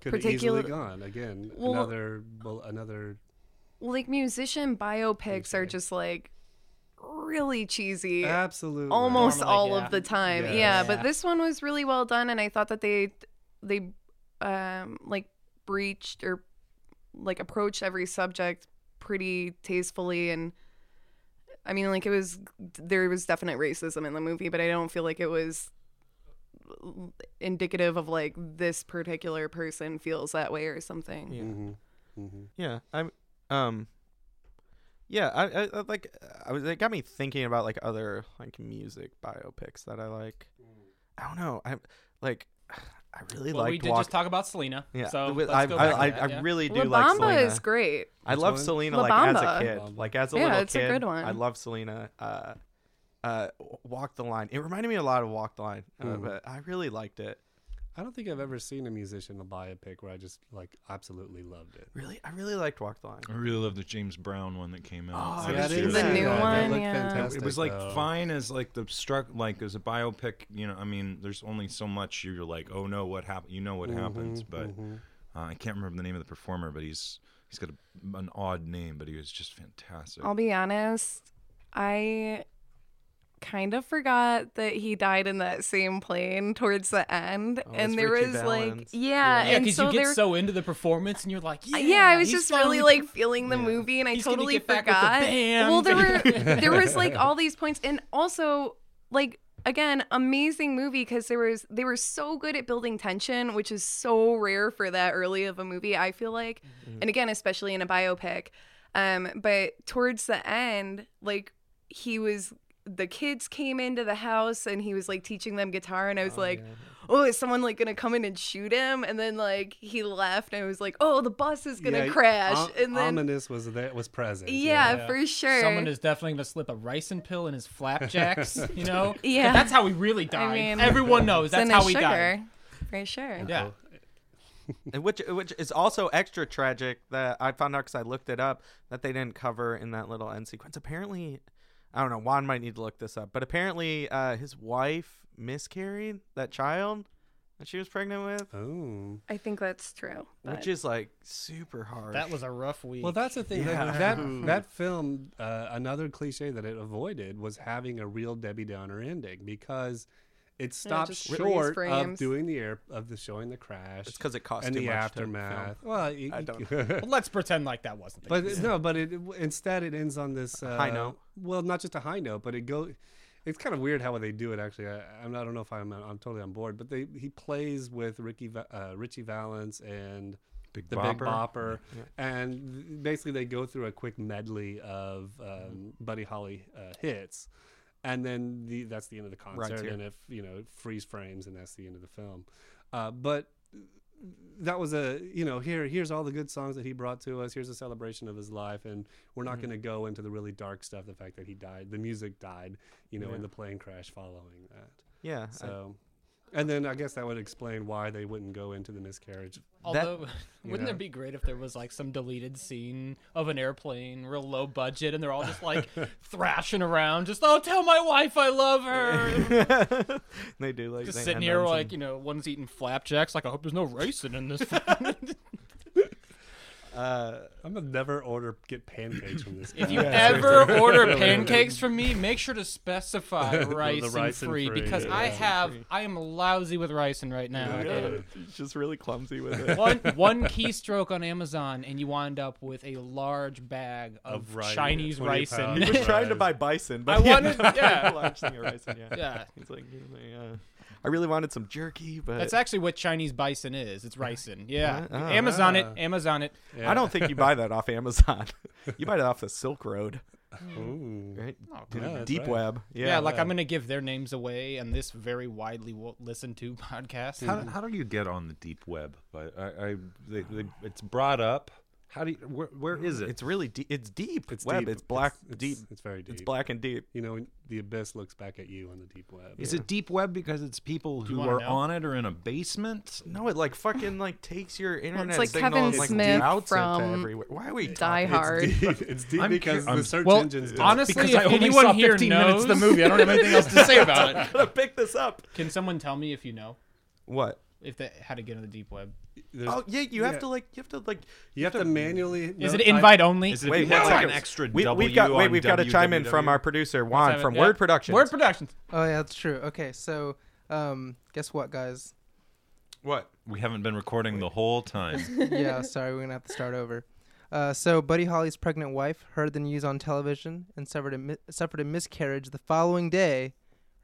S4: could
S3: Particular-
S4: have easily gone again.
S3: Well-
S4: another, well, another.
S3: like musician biopics are just like really cheesy.
S4: Ah, Absolutely.
S3: almost
S6: Normally,
S3: all
S6: yeah.
S3: of the time.
S4: Yeah.
S3: Yeah.
S6: Yeah.
S3: but this one was really well done, and I thought that they they um like breached or like approached every subject pretty tastefully and. I mean, like it was, there was definite racism in the movie, but I don't feel like it was l- indicative of like this particular person feels that way or something.
S1: Yeah.
S4: Mm-hmm. Mm-hmm.
S1: Yeah, I'm. Um. Yeah, I, I, I like. I was. It got me thinking about like other like music biopics that I like. I don't know. I like. <sighs> I really
S6: Well,
S1: liked
S6: we did
S1: Walk-
S6: just talk about Selena.
S1: yeah,
S6: So
S1: with-
S6: let's
S1: I,
S6: go
S1: I,
S6: back to
S1: I,
S6: that,
S1: I
S6: yeah.
S1: really do
S3: La
S1: like
S3: Bamba
S1: Selena.
S3: is great.
S1: I
S4: Which
S1: love
S4: one?
S1: Selena
S3: La
S1: like as
S3: Bamba.
S1: a kid,
S4: Bamba.
S1: like as a
S3: Yeah,
S1: little
S3: it's a
S1: kid.
S3: good one.
S1: I love Selena. Uh, uh, Walk the Line. It reminded me a lot of Walk the Line, uh,
S4: Mm.
S1: but I really liked it.
S4: I don't think I've ever seen a musician a biopic where I just like absolutely loved it.
S1: Really, I really liked Walk the Line.
S5: I really love the James Brown one that came
S1: Oh,
S5: out.
S1: I
S5: last
S1: Yeah, haven't
S5: year.
S1: seen The that. new
S4: They
S3: one,
S4: look
S3: yeah. It was
S5: it
S4: fantastic,
S5: was like
S4: though.
S5: fine as like the struck like as a biopic you know i mean there's only so much you're like oh no what happened you know what happens but uh, i can't remember the name of the performer but he's he's got a, an odd name but he was just fantastic
S3: I'll be honest, I kind of forgot that he died in that same plane towards the end,
S1: Oh, it's
S3: and there
S1: Richie
S3: was like,
S1: Valens.
S3: yeah,
S6: Yeah,
S3: and
S6: because
S3: so
S6: you get
S3: there,
S6: so into the performance and you're like, yeah,
S3: Uh, yeah, I was
S6: he's
S3: just really
S6: finally
S3: like <laughs> feeling the movie, and I
S6: He's gonna
S3: totally
S6: get back with the
S3: forgot.
S6: band.
S3: Well, there were
S6: <laughs>
S3: there was like all these points, and also like again, amazing movie because there was they were so good at building tension, which is so rare for that early of a movie. I feel like,
S6: Mm-hmm.
S3: and again, especially in a biopic. Um, but towards the end, like he was. The kids came into the house and he was like teaching them guitar, and I was like, oh, is someone like gonna come in and shoot him? And then like he left, and I was like, oh, the bus is gonna
S4: Yeah,
S3: crash.
S4: Om-
S3: and then
S4: ominous was there was present.
S3: yeah,
S6: yeah.
S3: for sure.
S6: Someone is definitely going to slip a ricin pill in
S3: <laughs>
S6: his flapjacks, you know?
S3: Yeah.
S6: That's how we really die.
S3: mean,
S6: Everyone knows that's
S3: Then
S6: how
S3: a
S6: we die.
S3: sugar, for sure.
S6: Yeah.
S1: And which which is also extra tragic that I found out because I looked it up that they didn't cover in that little end sequence. Apparently, I don't know. Juan might need to look this up, but apparently, uh, his wife miscarried that child that she was pregnant with,
S4: Oh.
S3: I think that's true.
S1: which is like super hard.
S6: That was a rough week.
S4: Well, that's the thing. like,
S1: Yeah. <laughs>
S4: that that film, uh, another cliche that it avoided was having a real Debbie Downer ending because it stopped
S3: just freeze
S4: short of
S3: frames.
S4: doing the air of the showing the crash
S1: it's because it cost
S4: and
S1: too
S4: the
S1: much
S4: aftermath.
S1: To film.
S4: Well, you-
S1: I
S4: <laughs>
S1: don't
S6: Let's pretend like that wasn't the
S4: But
S6: case.
S4: no, but it instead it ends on this uh,
S1: high note.
S4: Well, not just a high note, but it go. It's kind of weird how they do it. Actually, I, I'm I don't know if I'm I'm totally on board. But they he plays with Ricky Va- uh, Richie Valens and
S5: Big
S4: the Big
S5: Bopper.
S4: Bopper, and th- basically they go through a quick medley of um, Buddy Holly uh, hits, and then the, that's the end of the concert.
S1: here.
S4: and if you know freeze frames, and that's the end of the film. Uh, but that was a you know here here's all the good songs that he brought to us here's a celebration of his life and we're
S1: Mm-hmm.
S4: not going to go into the really dark stuff the fact that he died the music died you know in the plane crash following that
S1: Yeah, I-
S4: so and then i guess that would explain why they wouldn't go into the miscarriage
S6: Although, <laughs> wouldn't
S4: know.
S6: it be great if there was like some deleted scene of an airplane, real low budget, and they're all just like thrashing around, just, oh, tell my wife I
S1: <laughs>
S6: love her.
S1: <laughs> they do like
S6: just
S1: they
S6: sitting
S1: end
S6: here,
S1: on some-
S6: like, you know, one's eating flapjacks, like, I hope there's no ricin in this.
S1: uh,
S4: i'm gonna never order get pancakes from this <laughs>
S6: If
S4: guy.
S6: you ever
S4: <laughs>
S6: order pancakes from me, make sure to specify rice, and
S4: rice and
S6: free,
S4: free,
S6: because I
S4: yeah.
S6: have I am lousy with rice and right now.
S1: yeah,
S6: okay?
S1: he's just really clumsy with
S6: <laughs>
S1: it.
S6: One one keystroke on Amazon and you wind up with a large bag of,
S4: Of rice,
S6: Chinese
S4: 20
S6: rice
S4: pounds.
S1: He
S6: and
S1: was trying to
S4: Surprise.
S1: buy bison, but
S6: I
S1: he
S6: wanted-
S1: ended up <laughs>
S6: yeah.
S1: launching a ricin, yeah.
S6: <laughs> yeah.
S1: He's like, yeah. I really wanted some jerky, but
S6: That's actually what Chinese bison is. It's ricin. Yeah.
S1: Ah, ah.
S6: Amazon it. Amazon it.
S1: I don't think you buy that off Amazon. <laughs> you buy it off the Silk Road,
S4: Ooh.
S1: right?
S4: yeah, that's
S1: Deep
S4: right.
S1: web. Yeah.
S6: Yeah, like I'm going to give their names away on this very widely wo- listened to podcast.
S5: how, how do you get on the deep web but i, I they, they, it's brought up how do you where, where is it
S1: it's really deep. It's deep.
S4: it's
S1: web.
S4: deep.
S1: It's black.
S4: it's,
S1: deep.
S4: it's, very deep
S1: It's black and deep.
S4: you know the abyss looks back at you on the deep web
S5: is it deep web because it's people who
S6: wanna
S5: are
S6: know?
S5: on it or in a basement
S1: No, it like fucking like takes your internet
S3: like
S1: signal
S3: Kevin
S1: and like
S3: Smith
S1: routes it
S3: from
S1: to everywhere. Why are we
S3: Die
S1: talking- <laughs>
S3: Hard.
S4: it's deep, <laughs> it's deep
S5: I'm
S4: because
S5: cur- I'm-
S4: the search
S6: Well,
S4: engines don't-
S6: honestly,
S5: Because
S6: if
S5: I only
S6: anyone
S5: saw
S6: here
S5: 15 minutes
S6: knows
S5: of the
S6: <laughs>
S5: movie. I don't have anything else to say about it.
S1: I'm gonna pick this up.
S6: Can someone tell me if you know
S1: What?
S6: if that how to get on the deep web?
S4: there's-
S1: Oh yeah, you have
S4: yeah.
S1: to like. You have to like.
S4: you have to manually
S6: Is it
S4: note- I-
S6: invite only?
S5: Is it
S1: Wait,
S5: if you
S1: one
S5: hit, like
S1: second.
S5: an extra
S1: We,
S5: W
S1: we've got. Wait,
S5: on
S1: we've got a chime in from
S5: WWW?
S1: our producer Juan from
S6: Yeah.
S1: Word Productions.
S6: Word Productions.
S8: Oh yeah, that's true. Okay, so um, guess what, guys?
S1: What?
S5: We haven't been recording the whole time.
S8: yeah, sorry, we're gonna have to start over. Uh, so Buddy Holly's pregnant wife heard the news on television and suffered a mi- suffered a miscarriage the following day,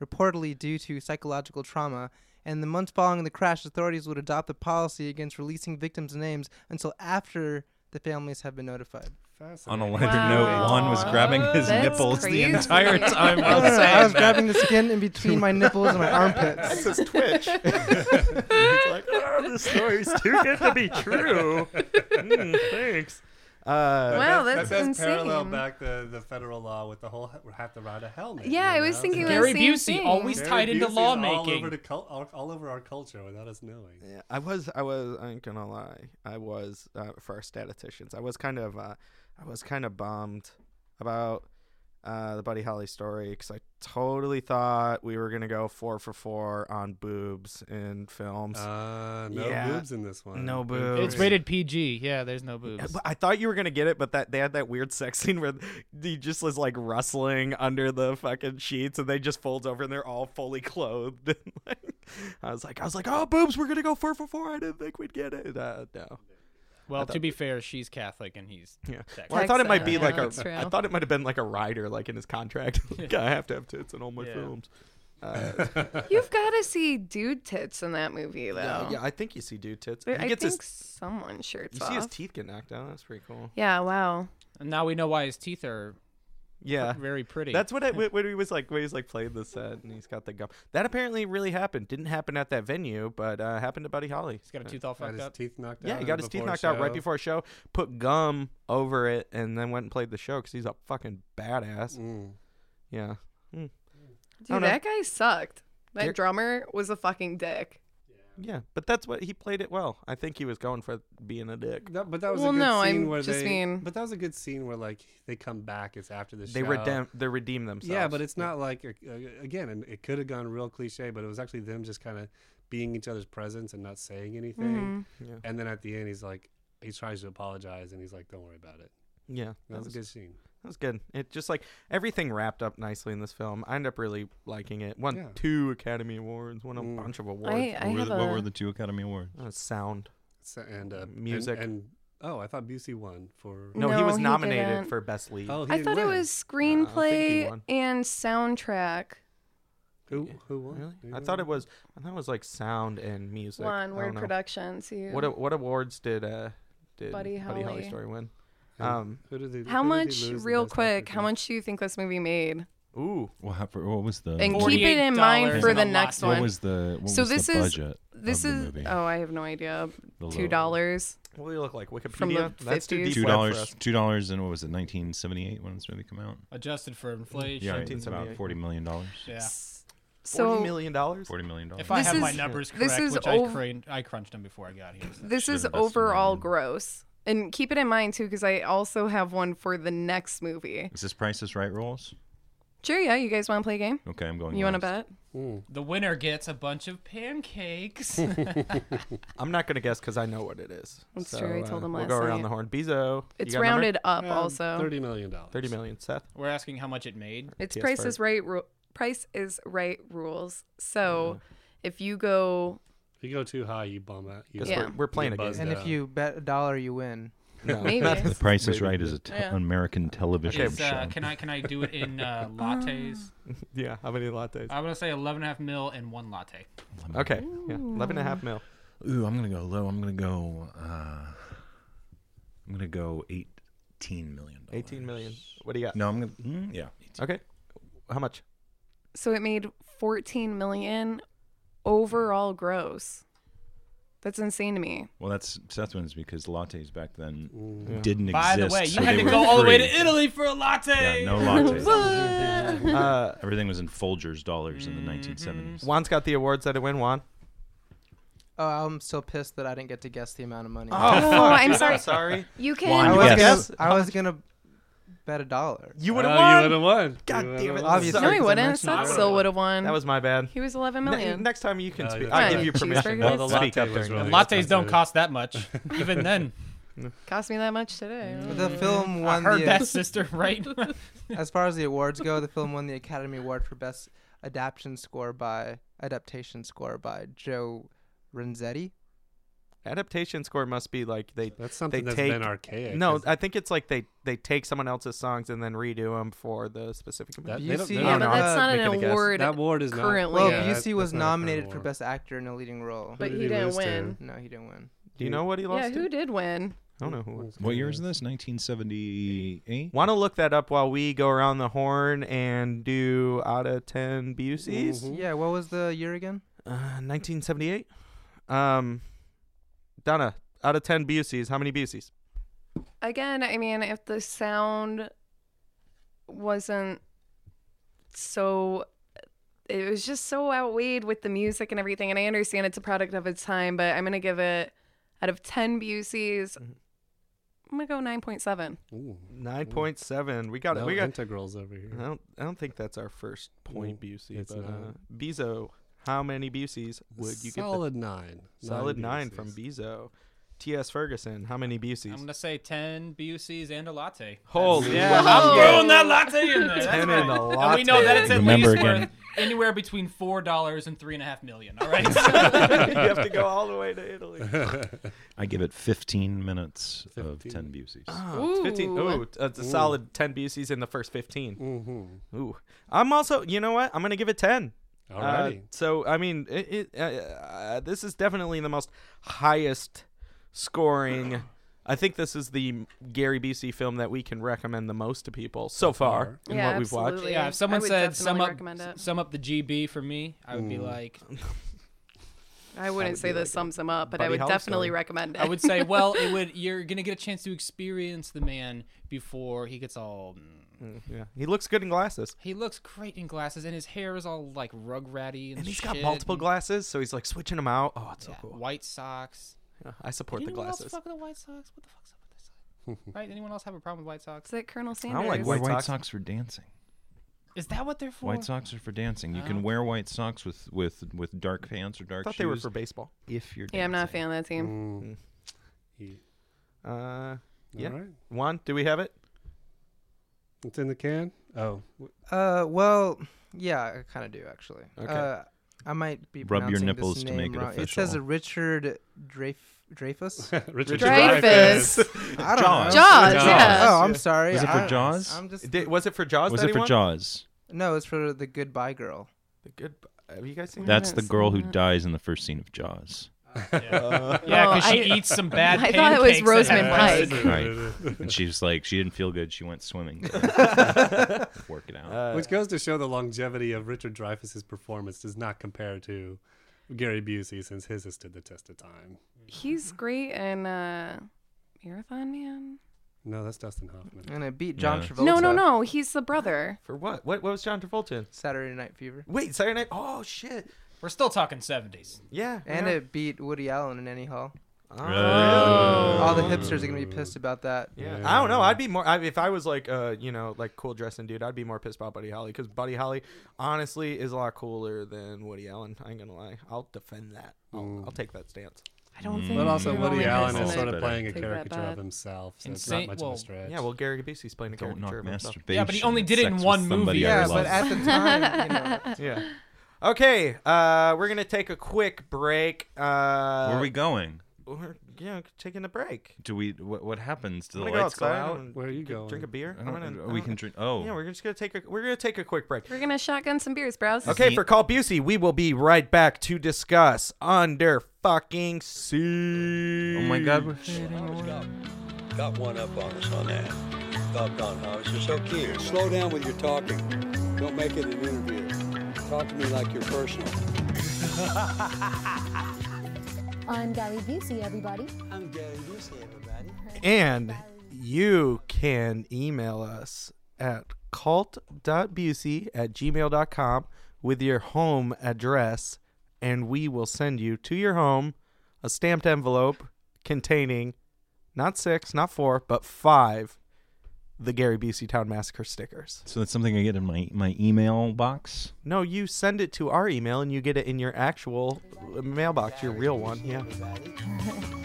S8: reportedly due to psychological trauma and the months following the crash, authorities would adopt a policy against releasing victims' names until after the families have been notified.
S5: On
S4: Fascinating.
S5: a lighter
S3: Wow.
S5: note, Juan was grabbing his
S3: That's
S5: nipples
S3: crazy.
S5: the entire
S3: <laughs>
S5: time.
S8: I,
S5: while
S8: don't know, I
S5: saying
S8: was
S5: that.
S8: grabbing the skin in between my nipples and my
S1: That's
S8: armpits.
S1: his <laughs> twitch. He's like, oh, this story's
S5: <laughs>
S1: too good to
S4: <laughs>
S1: be true. Mm, thanks. Uh,
S3: Wow,
S4: That-
S3: Oh, that's
S4: that does parallel
S3: insane.
S4: back the, the federal law with the whole h- have to ride a helmet.
S3: Yeah,
S4: you
S3: I was
S4: know?
S3: thinking
S6: Gary
S3: the same
S6: Busey
S3: thing.
S6: always-
S4: Gary
S6: tied into
S4: Busey's all
S6: lawmaking.
S4: over, the cul- all, all over our culture without us knowing.
S1: Yeah, I was, I was, I ain't gonna lie. I was, uh, for our statisticians, I was kind of, uh, I was kind of bummed about uh, the Buddy Holly story because I totally thought we were gonna go four for four on boobs in films.
S4: Uh, no
S1: Yeah.
S4: boobs in this one.
S1: No
S4: Good
S1: boobs.
S4: for
S6: It's
S4: you.
S6: rated PG. Yeah, there's no boobs.
S1: But I thought you were gonna get it, but that they had that weird sex scene where he just was like rustling under the fucking sheets, and they just folds over, and they're all fully clothed. <laughs> And like, I was like, I was like, oh, boobs, we're gonna go four for four. I didn't think we'd get it. Uh, no,
S6: Well,
S1: thought-
S6: to be fair, she's Catholic and he's
S1: yeah.
S6: Sex.
S1: Well, I thought it might be
S3: Yeah,
S1: like a.
S3: that's true.
S1: I thought it might have been like a rider, like in his contract. <laughs> like, I have to have tits in all my
S6: Yeah.
S1: films. Uh,
S3: You've got to see dude tits in that movie, though.
S1: yeah, yeah, I think you see dude tits. He
S3: Oh. But I
S1: gets
S3: think
S1: his.
S3: someone shirts
S1: You see his
S3: off.
S1: teeth get knocked out. That's pretty cool.
S3: yeah, wow.
S6: And now we know why his teeth are
S1: Yeah.
S6: very pretty.
S1: That's what I when when he was like when he was like playing the set and he's got the gum. That apparently really happened. Didn't happen at that venue, but uh, happened to Buddy Holly.
S6: he's got a tooth all
S4: Got
S6: fucked
S4: his
S6: up.
S4: teeth knocked out.
S1: Yeah, he got his teeth knocked out right
S4: show.
S1: before a show. Put gum over it and then went and played the show because he's a fucking badass.
S4: Mm.
S1: Yeah, don't
S3: Dude,
S1: know.
S3: that guy sucked. That
S1: Gar-
S3: drummer was a fucking dick.
S1: yeah, but that's what he played it well. I think he was going for being a dick.
S4: That, but that was
S3: Well,
S4: a good
S3: no,
S4: scene
S3: I'm
S4: where
S3: just
S4: they.
S3: mean-
S4: But that was a good scene where like they come back. It's after the show.
S1: They redeem they redeem themselves.
S4: Yeah, but it's not like a- a- again, and it could have gone real cliche, but it was actually them just kind of being each other's presence and not saying
S3: Mm-hmm.
S4: anything.
S1: Yeah.
S4: And then at the end, he's like, he tries to apologize, and he's like, "Don't worry about it."
S1: yeah.
S4: That
S1: That
S4: was a
S1: was,
S4: good scene.
S1: that was good. It just like everything wrapped up nicely in this film. I end up really liking it. Won
S4: Yeah.
S1: two Academy Awards. Won a
S4: Mm.
S1: bunch of awards.
S3: I, I
S5: what, were
S3: have
S5: the, what were
S3: a.
S5: the two Academy Awards?
S1: Uh, sound.
S4: So, and uh, and-
S1: Music. Mm.
S4: and, oh, I thought Busey won for.
S1: No, he
S3: No,
S1: was
S3: he
S1: nominated
S3: didn't.
S1: for best lead.
S4: Oh, he
S3: I
S4: didn't
S3: thought it
S4: win.
S3: was
S1: think he
S3: screenplay
S1: won.
S3: and soundtrack.
S4: who who won?
S1: really?
S4: Did he
S1: I
S4: win?
S1: thought it was. I thought it was like sound and music.
S3: One
S1: I
S3: word
S1: don't know.
S3: productions. You.
S1: What a- what awards did uh did
S3: Buddy
S1: Buddy Holly,
S3: Holly.
S1: story win?
S4: Who-
S1: Um,
S4: who did they,
S3: how
S4: who did they
S3: much,
S4: lose the
S3: real
S4: Best
S3: quick?
S4: Actor
S3: How
S4: to?
S3: much do you think this movie made?
S1: ooh,
S5: What happened? What was the?
S3: And
S5: what
S3: keep it in
S6: $48
S3: mind for
S6: and
S3: the
S6: a lot.
S3: next
S6: What
S3: one.
S5: was the? What
S3: So
S5: was
S3: this
S5: the
S3: is-
S5: budget?
S3: This
S5: of the
S3: is.
S5: movie?
S3: Oh, I have no idea.
S5: The
S3: Two
S5: low-
S3: dollars.
S1: what do you look like?
S3: the
S1: Wikipedia. That's too
S3: 50s.
S1: deep
S5: Two
S1: web for
S5: dollars.
S1: us.
S5: Two dollars. And what was it? Nineteen seventy-eight. When this movie come out?
S6: Adjusted for inflation.
S5: Yeah, right, it's about
S1: 1978.
S5: forty million dollars.
S6: Yeah.
S1: Forty
S3: So
S1: million dollars.
S5: Forty million dollars.
S6: If I
S3: This
S6: have my
S3: is-
S6: numbers correct,
S3: this is
S6: which
S3: ov-
S6: I, cran- I crunched them before I got here. so-
S3: this
S5: Should've
S3: is
S5: invested more
S3: overall
S5: in-
S3: gross. And keep it in mind too, because I also have one for the next movie.
S5: Is this Price is Right rules?
S3: Sure, yeah. You guys want to play a game?
S5: Okay, I'm going.
S3: You want to
S5: last.
S3: bet?
S6: The winner gets a bunch of <laughs> pancakes.
S1: I'm not gonna guess because I know what it is.
S3: That's
S1: So,
S3: true, I
S1: uh,
S3: told him
S1: we'll
S3: last
S1: go around
S3: night.
S1: the horn. Bezo. you
S3: It's
S1: got a number?
S3: rounded up.
S4: Um,
S3: also,
S4: thirty million dollars.
S1: Thirty million. Seth.
S6: We're asking how much it made.
S3: it's
S1: PS5.
S3: Price is Right. Ru- Price is Right rules.
S1: Uh,
S3: So, if you go,
S4: If you go too high, you bum out. You
S1: Guess
S3: Yeah.
S1: we're, we're playing a
S4: You're
S1: game.
S4: buzzed.
S8: And
S4: Yeah.
S8: if you bet a dollar, you win.
S1: No,
S3: <laughs> Maybe.
S1: not- <laughs>
S5: The Price is
S1: Maybe.
S5: Right is an te-
S3: Yeah.
S5: American television
S6: Is,
S5: show.
S6: uh, can I can I do it
S3: <laughs>
S6: in uh,
S3: Um,
S6: lattes?
S1: yeah. How many lattes?
S6: I'm gonna say 11 and a half mil and one latte.
S1: Okay. Yeah. Eleven and a half mil.
S5: Ooh, I'm gonna go low. I'm gonna go. Uh, I'm gonna go eighteen million. dollars.
S1: Eighteen million. What do you got?
S5: No, I'm gonna. Mm, yeah. 18.
S1: Okay. How much?
S3: so it made 14 million overall gross. That's insane to me.
S5: Well, that's Seth wins because lattes back then didn't
S6: By
S5: exist.
S6: the way, you
S5: so
S6: had
S5: they
S6: to
S5: were
S6: go all the way
S5: free.
S6: to Italy for a latte.
S5: Yeah, no
S6: <laughs>
S5: lattes.
S1: Uh,
S5: Everything was in Folgers dollars in the 1970s.
S1: Juan's got the awards that it win. Juan.
S8: Oh, I'm still pissed that I didn't get to guess the amount of money.
S3: Oh, I'm
S1: <laughs>
S3: sorry.
S1: Sorry.
S3: You can.
S5: One
S8: I
S5: You
S8: was,
S1: guessed.
S8: gonna, I was gonna bet a dollar.
S1: You
S4: Oh,
S1: would
S4: you
S1: have won.
S4: would have won.
S1: God
S4: You
S1: damn
S4: would've
S1: it.
S4: won.
S8: Obviously.
S3: no,
S8: Sorry,
S3: he
S8: 'cause I
S3: wouldn't.
S8: mentioned
S3: Seth
S8: it.
S3: still would have won.
S1: That was my bad.
S3: he was 11
S1: Ne-
S3: million.
S1: next time you can
S4: No,
S1: speak.
S4: that's
S1: I
S3: fine.
S1: give you
S3: Cheeseburgers?
S1: permission.
S3: The
S1: I'll
S4: latte
S1: speak up
S4: was
S1: during
S4: really-
S1: this.
S6: Lattes don't cost that <laughs> much,
S3: <laughs>
S6: even then.
S3: Cost me that much today.
S8: But the film
S6: I
S8: won
S6: heard
S8: the
S6: that, sister. Right?
S3: <laughs>
S8: as far as the awards go, the film won the Academy Award for best adaptation score by adaptation score by Joe Renzetti.
S1: Adaptation score must be like they
S4: That's something
S1: they
S4: that's
S1: take
S4: been archaic.
S1: no.
S4: 'cause
S1: I think it's like they they take someone else's songs and then redo them for the specific movie.
S4: That-
S8: You
S4: they don't-
S8: see-
S4: they
S8: Yeah,
S3: Yeah,
S4: don't
S3: but
S1: know.
S4: know.
S1: Uh,
S3: that's not an
S1: making a guess.
S3: award.
S4: That award is not-
S3: currently.
S8: Well,
S4: Yeah,
S3: but,
S4: that's-
S8: Busey was
S4: that's not a fair
S8: nominated for
S4: award. Mm-hmm.
S8: Best Actor in a Leading Role.
S4: Who did
S3: he
S4: he
S3: didn't
S4: lose to?
S3: win.
S8: No, he didn't win.
S1: Do you know what he
S3: Yeah,
S1: lost?
S3: who
S1: to?
S3: did win?
S1: I don't know who. Won.
S5: What year is this? 1978.
S1: Want to look that up while we go around the horn and do out of ten Buseys?
S4: Mhm.
S8: Yeah, what was the year again?
S1: Uh, 1978. Um, Donna, out of 10 Buseys, how many Buseys?
S3: Again, I mean, if the sound wasn't so. It was just so outweighed with the music and everything. And I understand it's a product of its time, but I'm going to give it out of 10 Buseys.
S1: Mm-hmm.
S3: I'm gonna go nine point seven.
S4: Ooh.
S1: 9.7. We got it.
S4: No
S1: We got.
S4: integrals over here.
S1: I don't, I don't think that's our first point Busey,
S4: it's
S1: but
S4: not.
S1: uh, Bezo, how many Buseys would you
S4: solid nine.
S1: get? The, solid nine
S4: Buseys.
S1: from Bezo. T.S. Ferguson, how many
S6: I'm
S1: Buseys?
S6: gonna say ten BUCs and a latte.
S1: Holy yeah,
S6: I'm throwing that latte in there.
S1: <laughs>
S6: That's
S1: Ten
S6: right.
S1: and a
S6: And we know that
S1: latte.
S6: it's at
S5: Remember
S6: least
S5: again.
S6: worth anywhere between four dollars and three and a half million.
S3: <laughs>
S6: All
S1: <laughs>
S6: right. <laughs>
S1: you have to go all the way to Italy.
S4: <laughs>
S5: I give it 15 minutes of
S4: 15.
S5: 10 Buseys.
S1: Oh, it's 15.
S3: Ooh.
S1: Ooh, t- it's a solid 10 Buseys in the first 15.
S4: Mhm.
S1: Ooh. I'm also, you know what? I'm going to give it 10. Uh,
S4: Alrighty.
S1: so I mean, it, it, uh, uh, this is definitely the most highest scoring. I think this is the Gary Busey film that we can recommend the most to people so far in
S3: Yeah,
S1: what we've watched.
S3: absolutely.
S6: yeah. If
S3: I
S6: someone
S3: would
S6: said sum
S3: definitely
S6: up
S3: recommend it. Mm.
S6: sum up the GB for me, I would
S3: <laughs>
S6: be like,
S3: I wouldn't say this sums them up, but I
S1: Buddy
S3: would
S1: Holly
S3: definitely
S1: story.
S3: recommend it.
S6: I
S3: <laughs>
S6: would say, well, it would. You're gonna get a chance to experience the man before he gets all. mm.
S1: Yeah, he looks good in glasses,
S6: He looks great in glasses, and his hair is all like rug ratty and,
S1: and he's
S6: shit,
S1: got multiple
S6: and-
S1: glasses, so he's like switching them out. Oh, it's so
S6: yeah,
S1: cool.
S6: White socks.
S1: Yeah, I support the
S6: Anyone else
S1: glasses.
S6: fuck with the White Sox? What the fuck's up
S1: <laughs>
S6: with this? right? Anyone else have a problem with White Sox?
S3: Is it Colonel Sanders?
S1: don't like
S5: Wear
S1: White
S5: white
S1: Sox.
S5: socks for dancing.
S6: Is that what they're for?
S5: White socks are for dancing. You can wear white socks with with with dark pants or
S1: I
S5: dark
S1: thought
S5: shoes
S1: they were for baseball.
S5: if you're.
S3: Yeah, I'm not a
S5: dancing.
S3: fan of that team.
S4: Mm. He-
S1: Uh, Yeah.
S4: Alright.
S1: Juan, do we have it?
S4: It's in the can. Oh, <laughs> w-
S8: Uh, well, yeah, I kind of do actually.
S1: Okay.
S8: Uh, I might be
S5: Rub your
S8: pronouncing this
S5: nipples to
S8: name
S5: make it
S8: wrong. It says
S5: official.
S8: Richard Dreyf-
S4: <laughs>
S8: Dreyfus.
S4: Richard
S3: Dreyfus.
S8: I don't
S5: Jaws.
S8: know.
S3: Jaws,
S4: Jaws.
S3: yeah.
S8: Oh, I'm sorry.
S5: Was it for
S8: I-
S5: Jaws?
S8: I'm just
S1: Did, was it for Jaws?
S5: Was
S1: that
S5: it
S1: he
S5: for
S1: won?
S5: Jaws?
S8: no. It's for the Goodbye Girl.
S1: The good. Have you guys seen
S5: That's the
S3: haven't
S5: girl who
S3: seen that.
S5: dies in the first scene of Jaws,
S9: Uh,
S6: <laughs> Yeah, because
S3: Oh,
S6: she
S3: I-
S6: eats some bad.
S3: <laughs> I thought it was
S6: pancakes that
S3: Rosamund
S6: have
S3: Pike.
S5: right?
S4: <laughs>
S6: acid.
S5: and she was like, she didn't feel good. She went
S1: <laughs>
S5: swimming. <laughs> Work it out.
S4: Which goes to show the longevity of Richard Dreyfuss's performance does not compare to Gary Busey since his has stood the test of time.
S3: He's great in uh, Marathon Man.
S4: No, that's Dustin Hoffman.
S3: Mm.
S8: And it beat John
S5: Yeah.
S8: Travolta.
S3: No, no, no. He's the brother.
S1: for what? What? What was John Travolta in?
S8: Saturday Night Fever.
S1: Wait, Saturday Night. Oh shit!
S6: We're still talking 70s.
S1: Yeah, we
S8: And
S1: are.
S8: it beat Woody Allen in Annie Hall.
S5: Oh.
S8: All the hipsters are gonna be pissed about that.
S1: Yeah. I don't know. I'd be more I, if I was like, uh, you know, like cool dressing dude. I'd be more pissed about Buddy Holly because Buddy Holly, honestly, is a lot cooler than Woody Allen. I ain't gonna lie. I'll defend that. I'll, I'll take that stance.
S3: I don't think.
S4: But also,
S3: you're the
S4: Woody
S3: only
S4: Allen
S3: person
S4: is
S3: that-
S4: sort of
S5: Better.
S4: playing a
S3: Take that
S4: caricature
S3: back.
S4: of himself, so
S6: Insane-
S4: it's not much
S6: well,
S4: of a stretch.
S1: Yeah. Well, Gary Busey's playing a
S5: Don't
S1: caricature
S5: knock
S1: of himself.
S5: masturbation.
S6: Yeah, but he only
S5: and
S6: did it
S5: sex
S6: in
S5: with
S6: one
S5: somebody
S6: movie.
S5: I
S8: Yeah,
S5: love.
S8: but at the time, you
S1: <laughs>
S8: know,
S1: Yeah. Okay. Uh, we're gonna take a quick break. Uh,
S5: Where are we going?
S1: We're you know taking a break.
S5: Do we? What, what happens? Do
S1: I'm
S5: the
S1: gonna go
S5: lights go
S1: outside.
S5: out?
S1: and
S4: Where are you going?
S1: Drink a beer.
S5: I
S1: I'm
S5: don't,
S1: gonna-
S5: we
S1: I'm
S5: can
S1: gonna-
S5: drink. Oh,
S1: Yeah, we're just gonna take a we're gonna take a quick break.
S3: We're gonna shotgun some beers, bros.
S1: Okay,
S5: Zeke.
S1: for Call Busey, we will be right back to discuss Under Fucking Sea.
S5: oh my God, we're fading away.
S9: Got one up on us on that. Thought Don Hobbs, you're so cute. Slow down with your talking. Don't make it an interview. Talk to me like you're personal.
S10: I'm Gary Busey, everybody.
S9: I'm Gary Busey, everybody.
S1: And you can email us at cult.busey at gmail.com with your home address, and we will send you to your home a stamped envelope containing not six, not four, but five the Gary Busey Town Massacre stickers.
S5: So that's something I get in my my email box.
S1: No, you send it to our email and you get it in your actual mailbox, your real one. Yeah.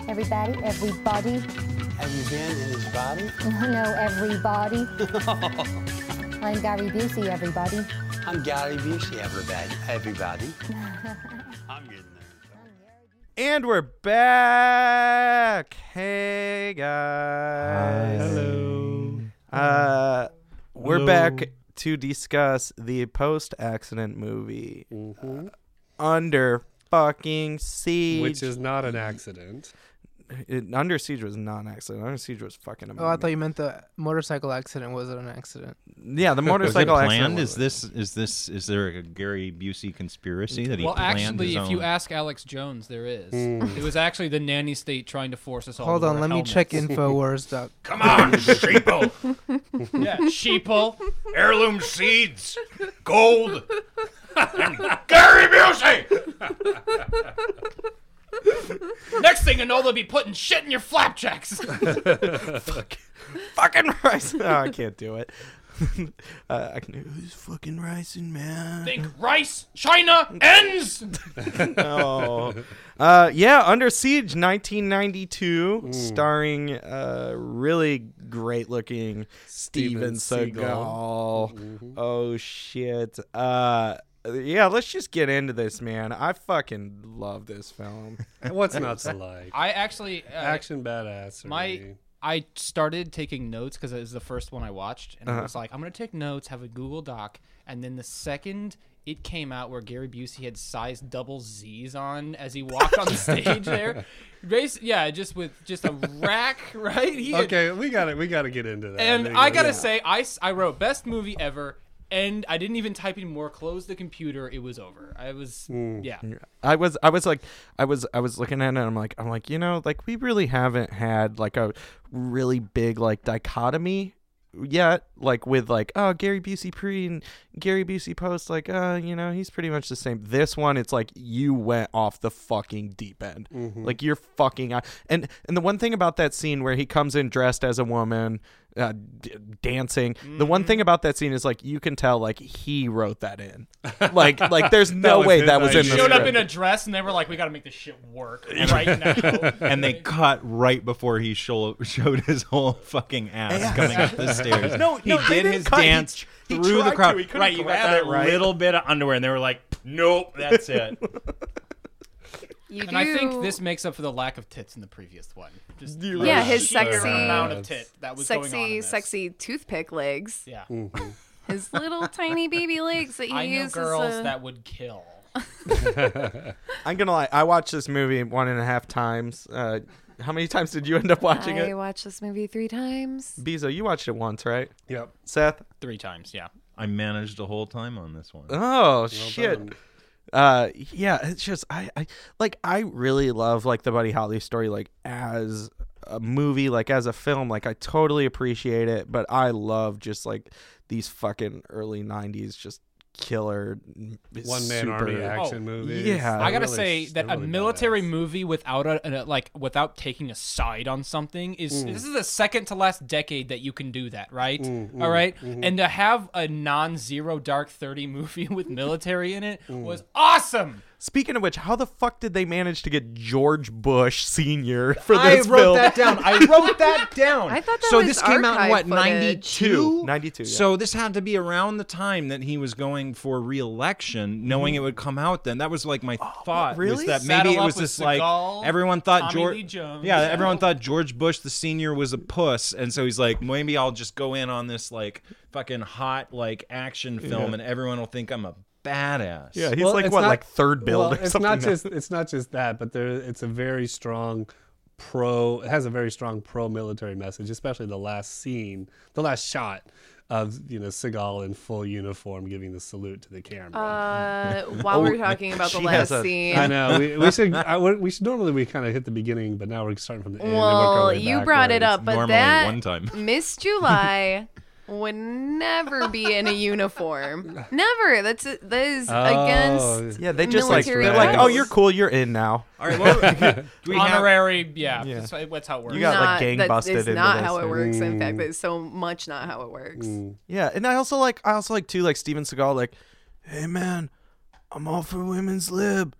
S9: Everybody.
S10: Everybody, everybody.
S9: Have you been in his body?
S10: No, everybody. I'm Gary Busey, everybody.
S9: I'm Gary Busey, everybody. Everybody. I'm getting there.
S10: I'm Gary Busey.
S1: And we're back. Hey guys.
S4: Hello.
S1: Uh, we're
S4: Hello.
S1: back to discuss the post accident movie uh, Under Fucking Siege.
S4: Which is not an accident.
S1: It- Under Siege was non accident. Under Siege was fucking amazing.
S8: Oh, I thought you meant the motorcycle accident was an accident.
S1: yeah, the
S5: Was it
S1: motorcycle
S5: planned?
S1: accident.
S5: Is
S1: Was,
S5: this is this is there a Gary Busey conspiracy that he
S6: well,
S5: planned
S6: actually,
S5: his
S6: if
S5: own?
S6: you ask Alex Jones, there is.
S1: Mm.
S6: It was actually the nanny state trying to force us all.
S8: Hold
S6: to
S8: on,
S6: wear
S8: let me
S6: helmets.
S8: check Infowars. Doc.
S5: Come
S6: <laughs>
S5: on, sheeple,
S1: <laughs>
S6: Yeah, sheeple.
S5: heirloom seeds, gold, and Gary Busey.
S6: Next thing you know, they'll be putting shit in your flapjacks.
S1: fucking rice. <laughs> Oh, I can't do it. uh, I can do who's fucking ricing, man.
S6: Think rice, China
S1: <laughs>
S6: ends.
S1: oh. Uh, yeah, Under Siege 1992, starring uh, really great looking Steven
S4: Steven
S1: Seagal. Oh, shit. Uh, yeah, let's just get into this, man. I fucking love this film.
S4: What's
S3: <laughs>
S4: not to like?
S6: I actually uh,
S4: Action badass.
S6: my I started taking notes because it was the first one I watched, and
S4: Uh-huh.
S6: I was like, I'm gonna take notes, have a Google Doc, and then the second it came out where Gary Busey had sized double Z's on as he walked
S4: <laughs>
S6: on the stage there, base yeah, just with just a rack, <laughs> right? He had-
S4: Okay, we got to We got to get into that.
S6: and
S4: There you
S6: I
S4: go.
S6: gotta
S4: Yeah.
S6: say, I s- I wrote best movie ever. And I didn't even type anymore. Close the computer. It was over. I was,
S4: Hmm.
S6: yeah.
S5: Mm.
S1: I was I was like I was I was looking at it and I'm like I'm like you know like we really haven't had like a really big like dichotomy yet like with like oh Gary Busey pre and Gary Busey post like uh you know he's pretty much the same this one it's like you went off the fucking deep end like you're fucking out. and and the one thing about that scene where he comes in dressed as a woman uh, d- dancing the one thing about that scene is like you can tell like he wrote that in like like there's no
S4: was
S1: way
S4: his
S1: that was in
S4: idea.
S1: the
S6: Showed up
S1: script.
S6: in a dress, and they were like, "We got to make this shit
S4: <laughs>
S6: work right now."
S5: And
S6: <laughs>
S5: they cut right before he sho- showed his whole fucking ass coming up
S1: <laughs>
S5: the stairs.
S1: No,
S5: he
S1: no,
S5: did
S1: they didn't
S5: his
S1: cut. He
S5: dance
S1: tr- he
S5: through
S1: tried
S5: the
S1: to.
S5: crowd.
S1: He couldn't
S5: right, you
S1: cut
S5: had
S1: that
S5: that
S1: right.
S5: little bit of underwear, and they were like, "Nope, that's it."
S3: You
S6: And I think
S3: do-
S6: this makes up for the lack of tits in the previous one. Just
S1: You're
S3: Yeah,
S6: the
S3: his
S6: sheer
S3: sexy-
S6: amount of tit that was going on in
S3: sexy,
S6: this.
S3: sexy toothpick legs.
S6: Yeah,
S4: Mm-hmm.
S3: His little tiny baby legs that he
S6: I know
S3: uses.
S6: girls
S3: uh,
S6: that
S3: <laughs>
S6: would kill.
S1: I'm gonna lie. I watched this movie one and a half times. Uh, how many times did you end up watching
S3: I
S1: it?
S3: watched this movie three times.
S1: <laughs> Bezo, you watched it once, right?
S4: Yep.
S1: Seth?
S6: Three times, yeah.
S5: I managed the whole time on this one.
S1: Oh shit. Uh, yeah. It's just I, I like I really love like the Buddy Holly story like as a movie like as a film like I totally appreciate it, but I love just like these fucking early '90s just killer
S4: One man
S1: super-
S4: army action movies.
S1: yeah.
S4: They're
S1: I
S6: I gotta
S4: really-
S6: say
S4: they're
S6: that a
S4: really
S6: military
S4: badass.
S6: movie without a, a like without taking a side on something is this is the second to last decade that you can do that, right? All right? and to have a non-zero dark thirty
S3: <laughs>
S6: movie <laughs> with military in it was awesome.
S1: Speaking of which, how the fuck did they manage to get George Bush Senior for
S11: I
S1: this
S11: wrote
S1: film?
S11: that down. I wrote that down.
S3: <laughs> I thought that
S5: so
S3: was
S5: this came out in
S3: archive
S5: what
S3: footage.
S5: 92
S1: 92, yeah.
S5: so this had to be around the time that he was going for reelection knowing
S6: Mm-hmm.
S5: it would come out then that was like my thought
S1: really?
S5: was that
S6: Oh, Saddle
S5: maybe it
S6: up
S5: was
S6: with
S5: this
S6: Seagal,
S5: like everyone thought
S6: Tommy
S5: george
S6: Lee Jones.
S5: yeah everyone thought george bush the senior was a puss and so he's like maybe i'll just go in on this like fucking hot like action film and everyone will think i'm a badass
S1: Yeah, he's
S4: Well,
S1: like
S4: it's
S1: what,
S4: not-
S1: like third build
S4: well,
S1: or
S4: it's
S1: something.
S4: Not just, it's not just that, but there it's a very strong pro. It has a very strong pro-military message, especially the last scene, the last shot of you know Seagal in full uniform giving the salute to the camera.
S3: Uh, while we're talking about the
S1: she has
S3: last
S1: a-
S3: scene,
S4: I know we, we should I, would- we should normally we kind of hit the beginning, but now we're starting from the end. and work our
S3: Well,
S4: way
S3: you brought it
S4: backwards.
S3: up, but
S5: normally
S3: that
S5: one time.
S3: Miss July <laughs> would never be in a uniform. Never. That's that is against.
S1: yeah, they just like
S3: military
S1: they're like, oh,
S3: rules.
S1: you're cool, you're in now.
S5: all right well, <laughs> do we have
S6: Honorary, yeah, That's, why- that's how it works.
S1: You got, like,
S3: not-
S1: gang
S3: that
S1: busted
S3: is
S1: into
S3: not
S1: this.
S3: how it works. In
S4: Mm.
S3: fact, that is so much not how it works.
S1: Yeah, and I also like I also like too like Steven Seagal like, hey man, I'm all for women's lib,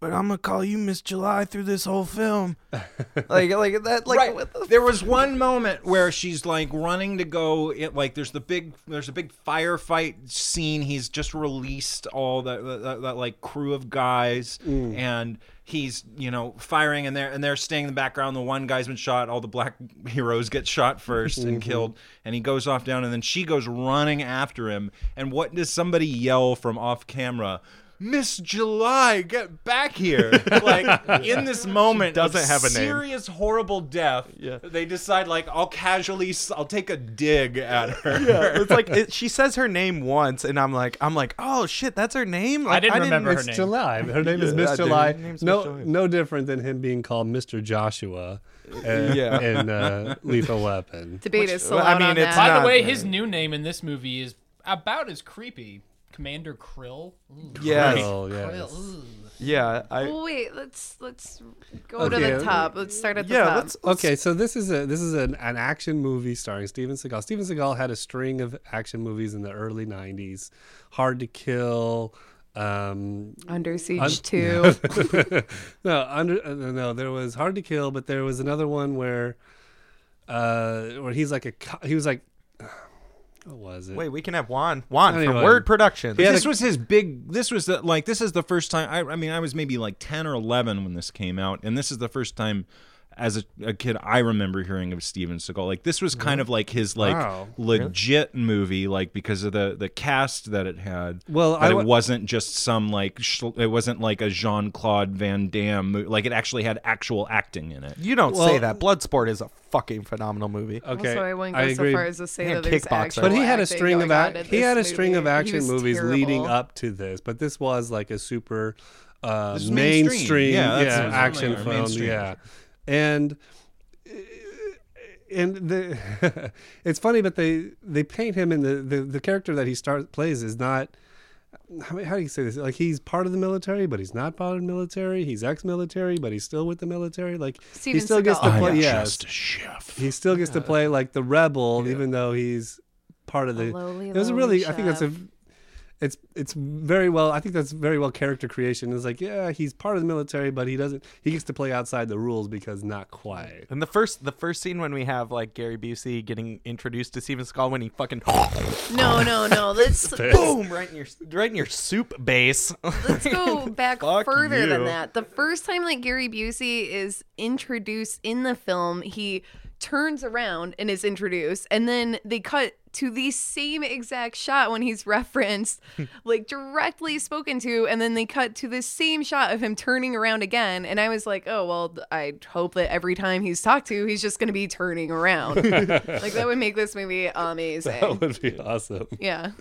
S1: but I'm gonna call you Miss July through this whole film. like like that like
S7: right.
S1: what the
S7: there was one moment where she's like running to go. It like there's the big there's a big firefight scene. He's just released all that that, that like crew of guys, and he's you know firing, and they're and they're staying in the background. The one guy's been shot. All the black <laughs> heroes get shot 1st and killed, and he goes off down, and then she goes running after him. And what does somebody yell from off camera? Miss July, get back
S1: <laughs>
S7: here! Like in this moment,
S1: doesn't
S7: of
S1: have a name.
S7: Serious, horrible death.
S1: Yeah.
S7: They decide like I'll casually, s- I'll take a dig at her.
S1: it's like it, she says her name once, and I'm like, I'm like, oh shit, that's her name. Like,
S6: didn't remember her
S4: It's
S6: name.
S4: July. Her name is
S1: Yeah,
S4: Miss
S1: dude.
S4: July.
S1: Her name's Miss
S4: No,
S1: July.
S4: no different than him being called Mr. Joshua uh,
S1: Yeah.
S4: in uh, Lethal Weapon.
S1: <laughs>
S3: Debate is so
S1: well, I
S3: loud
S1: mean,
S3: on
S1: it's
S6: By
S3: that.
S1: not-
S6: the way,
S1: uh,
S6: his new name in this movie is about as creepy. Commander Krill. Hmm. Ooh,
S1: Yes.
S4: Oh, yes.
S6: Krill. ooh.
S1: Yeah, I
S3: <laughs> Well, wait, let's let's go to
S4: Okay.
S3: the top. Let's start at the
S1: yeah.
S3: top.
S1: Let's, let's
S4: Okay, so this is a this is an, an action movie starring Steven Seagal. Steven Seagal had a string of action movies in the early '90s, Hard to Kill. Um,
S3: Under Siege
S4: Un- <laughs>
S3: 2.
S4: no, under uh, no, there was Hard to Kill, but there was another one where, uh, where he's like a co- he was like, <sighs> what was it?
S1: wait. We can have Juan. Juan
S4: Anyway.
S1: from Word Productions.
S4: Yeah,
S7: this
S4: the-
S7: was his big. This was the like. This is the first time. I, I mean, I was maybe like ten or eleven when this came out, and this is the first time. As a, a kid, I remember hearing of Steven Seagal. Like this was kind of like his like
S4: Wow.
S7: legit movie, like because of the the cast that it had.
S4: Well,
S7: that
S4: I
S7: it
S4: wa-
S7: wasn't just some like sh- it wasn't like a Jean Claude Van Damme. Mo- like it actually had actual acting in it.
S1: You don't say
S4: Well-
S1: that. Bloodsport is a fucking phenomenal movie.
S4: Okay,
S3: Also, I wouldn't go so far as to say
S1: Yeah,
S3: that there's
S1: kickboxer.
S3: actual
S4: But he had a
S3: acting
S4: string of
S3: going on
S4: ac-
S3: in
S4: he
S3: this
S4: had a string of
S3: movie. He
S4: action
S3: was
S4: movies
S3: terrible.
S4: leading up to this, but this was like a super uh,
S7: This is
S4: mainstream,
S7: mainstream.
S4: yeah,
S7: Yeah, that's-
S6: that's
S4: action
S6: mainstream.
S4: film,
S7: Mainstream.
S4: yeah, and and the <laughs> it's funny, but they they paint him in the the, the character that he start plays is not. I mean, how do you say this? Like he's part of the military, but he's not part of the military. He's ex-military, but he's still with the military. Like he
S3: Steven
S4: still gets to
S3: Seagal.
S4: play.
S7: am
S4: Yes,
S7: just a chef.
S4: he still gets to play like the rebel, even though he's part of the.
S3: lowly,
S4: it was a
S3: lowly
S4: really. I think that's a.
S3: chef.
S4: It's it's very well. I think that's very well character creation. It's like yeah, he's part of the military, but he doesn't. He gets to play outside the rules because not quite.
S1: And the first, the first scene when we have like Gary Busey getting introduced to Steven Seagal when he <laughs> fucking
S4: <laughs>
S3: No, no, no. Let's
S1: boom right in your right in your soup base. <laughs>
S3: let's go back
S1: Fuck
S3: further than
S1: you.
S3: that. The first time that Gary Busey is introduced in the film, he turns around and is introduced, and then they cut to the same exact shot when he's <laughs> referenced, like directly spoken to, and then they cut to the same shot of him turning around again. And I was like, oh well, I hope that every time he's talked to, he's just gonna be turning around. like that would make this movie
S4: <laughs> That <laughs>
S3: amazing.
S4: would be awesome.
S3: Yeah.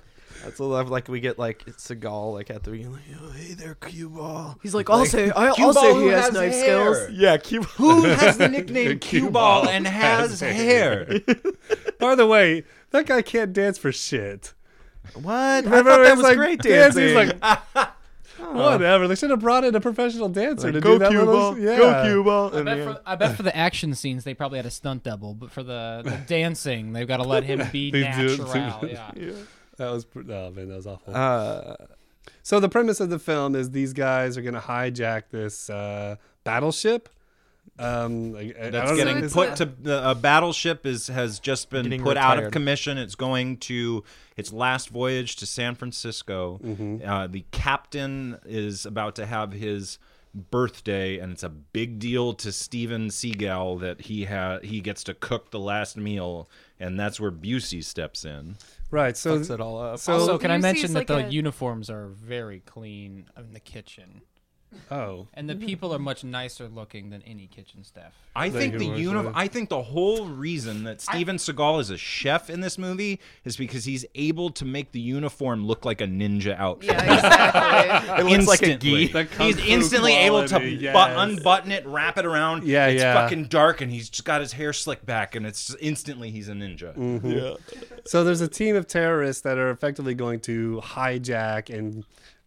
S1: That's a love. Like we get like Seagal like at the beginning, like oh hey there, cue ball.
S3: He's like, I'll say, I-
S7: Cue
S3: I'll say
S7: ball
S3: he
S7: who
S3: has
S7: has
S3: knife
S7: hair.
S3: skills.
S1: Yeah, cue ball.
S7: Who has
S4: <laughs>
S7: the
S4: Cue
S7: nickname Cue Ball
S4: Ball <laughs>
S7: and has hair?
S4: By the way, that guy can't dance for shit.
S1: What? I
S4: Remember,
S1: thought that
S4: it's
S1: was
S4: like,
S1: great
S4: dance,
S1: dancing.
S4: he's like, whatever. They should have brought in a professional dancer to
S1: go
S4: do that.
S1: cue
S4: little-
S1: ball.
S4: yeah.
S1: Go cue ball.
S6: I
S1: And
S6: bet,
S1: yeah.
S6: for, I bet for the action scenes they probably had a stunt double, but for the,
S4: <laughs>
S6: the dancing they've got to let him be
S4: They do it
S6: natural.
S4: too. <laughs>
S6: Yeah.
S4: That was pr- oh man, that was awful.
S1: uh,
S4: So the premise of the film is these guys are going to hijack this uh, battleship. Um, I- I- I don't
S7: That's
S4: know.
S7: getting
S3: it's
S7: put
S3: a-
S7: to the, a battleship is has just been
S1: Getting
S7: put out of
S1: retired.
S7: commission. It's going to its last voyage to San Francisco. Uh, the captain is about to have his birthday, and it's a big deal to Steven Seagal that he ha- he gets to cook the last meal, and that's where Busey steps in.
S4: right. So
S1: fucks it all up.
S4: so
S6: Also, can I
S3: Lucy's
S6: mention
S3: like
S6: that the
S3: a-
S6: uniforms are very clean in the kitchen,
S4: oh
S6: and the people are much nicer looking than any kitchen staff.
S7: I think
S4: you,
S7: the
S4: Marcia.
S7: uni- I think the whole reason that Steven Seagal is a chef in this movie is because he's able to make the uniform look like a ninja outfit.
S3: Yeah, exactly.
S1: it looks like a
S7: instantly.
S1: gi.
S4: kung
S7: He's
S4: fu
S7: instantly able to
S4: quality,
S7: bu-
S4: yes.
S7: unbutton it, wrap it around.
S4: Yeah,
S7: it's
S4: yeah.
S7: fucking dark, and he's just got his hair slicked back, and it's instantly he's a ninja.
S4: so there's a team of terrorists that are effectively going to hijack and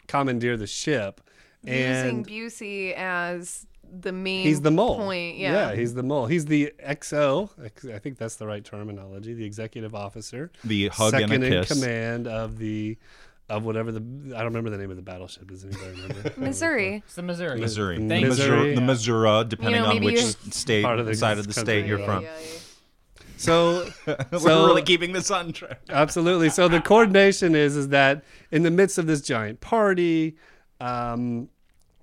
S4: commandeer the ship,
S3: using
S4: and
S3: Busey as the main
S4: he's the mole.
S3: point. Yeah.
S4: he's the mole. He's the XO. ex- I think that's the right terminology. The executive officer.
S7: The hug and
S4: second
S7: a
S4: in
S7: kiss.
S4: command of the of whatever the I don't remember the name of the battleship. Does anybody remember?
S3: Missouri.
S6: It's the Missouri.
S5: Missouri.
S4: Thank
S5: The
S4: you.
S5: Missouri, the Missouri depending
S3: know,
S5: on
S3: maybe
S5: which
S3: you-
S7: <laughs>
S5: s- state
S4: Part of the
S5: side of the
S4: country,
S5: state you're
S4: yeah.
S5: from.
S7: <laughs>
S4: So,
S5: We're
S4: so-
S5: really keeping this on track.
S4: Absolutely. So the coordination is is that in the midst of this giant party, um,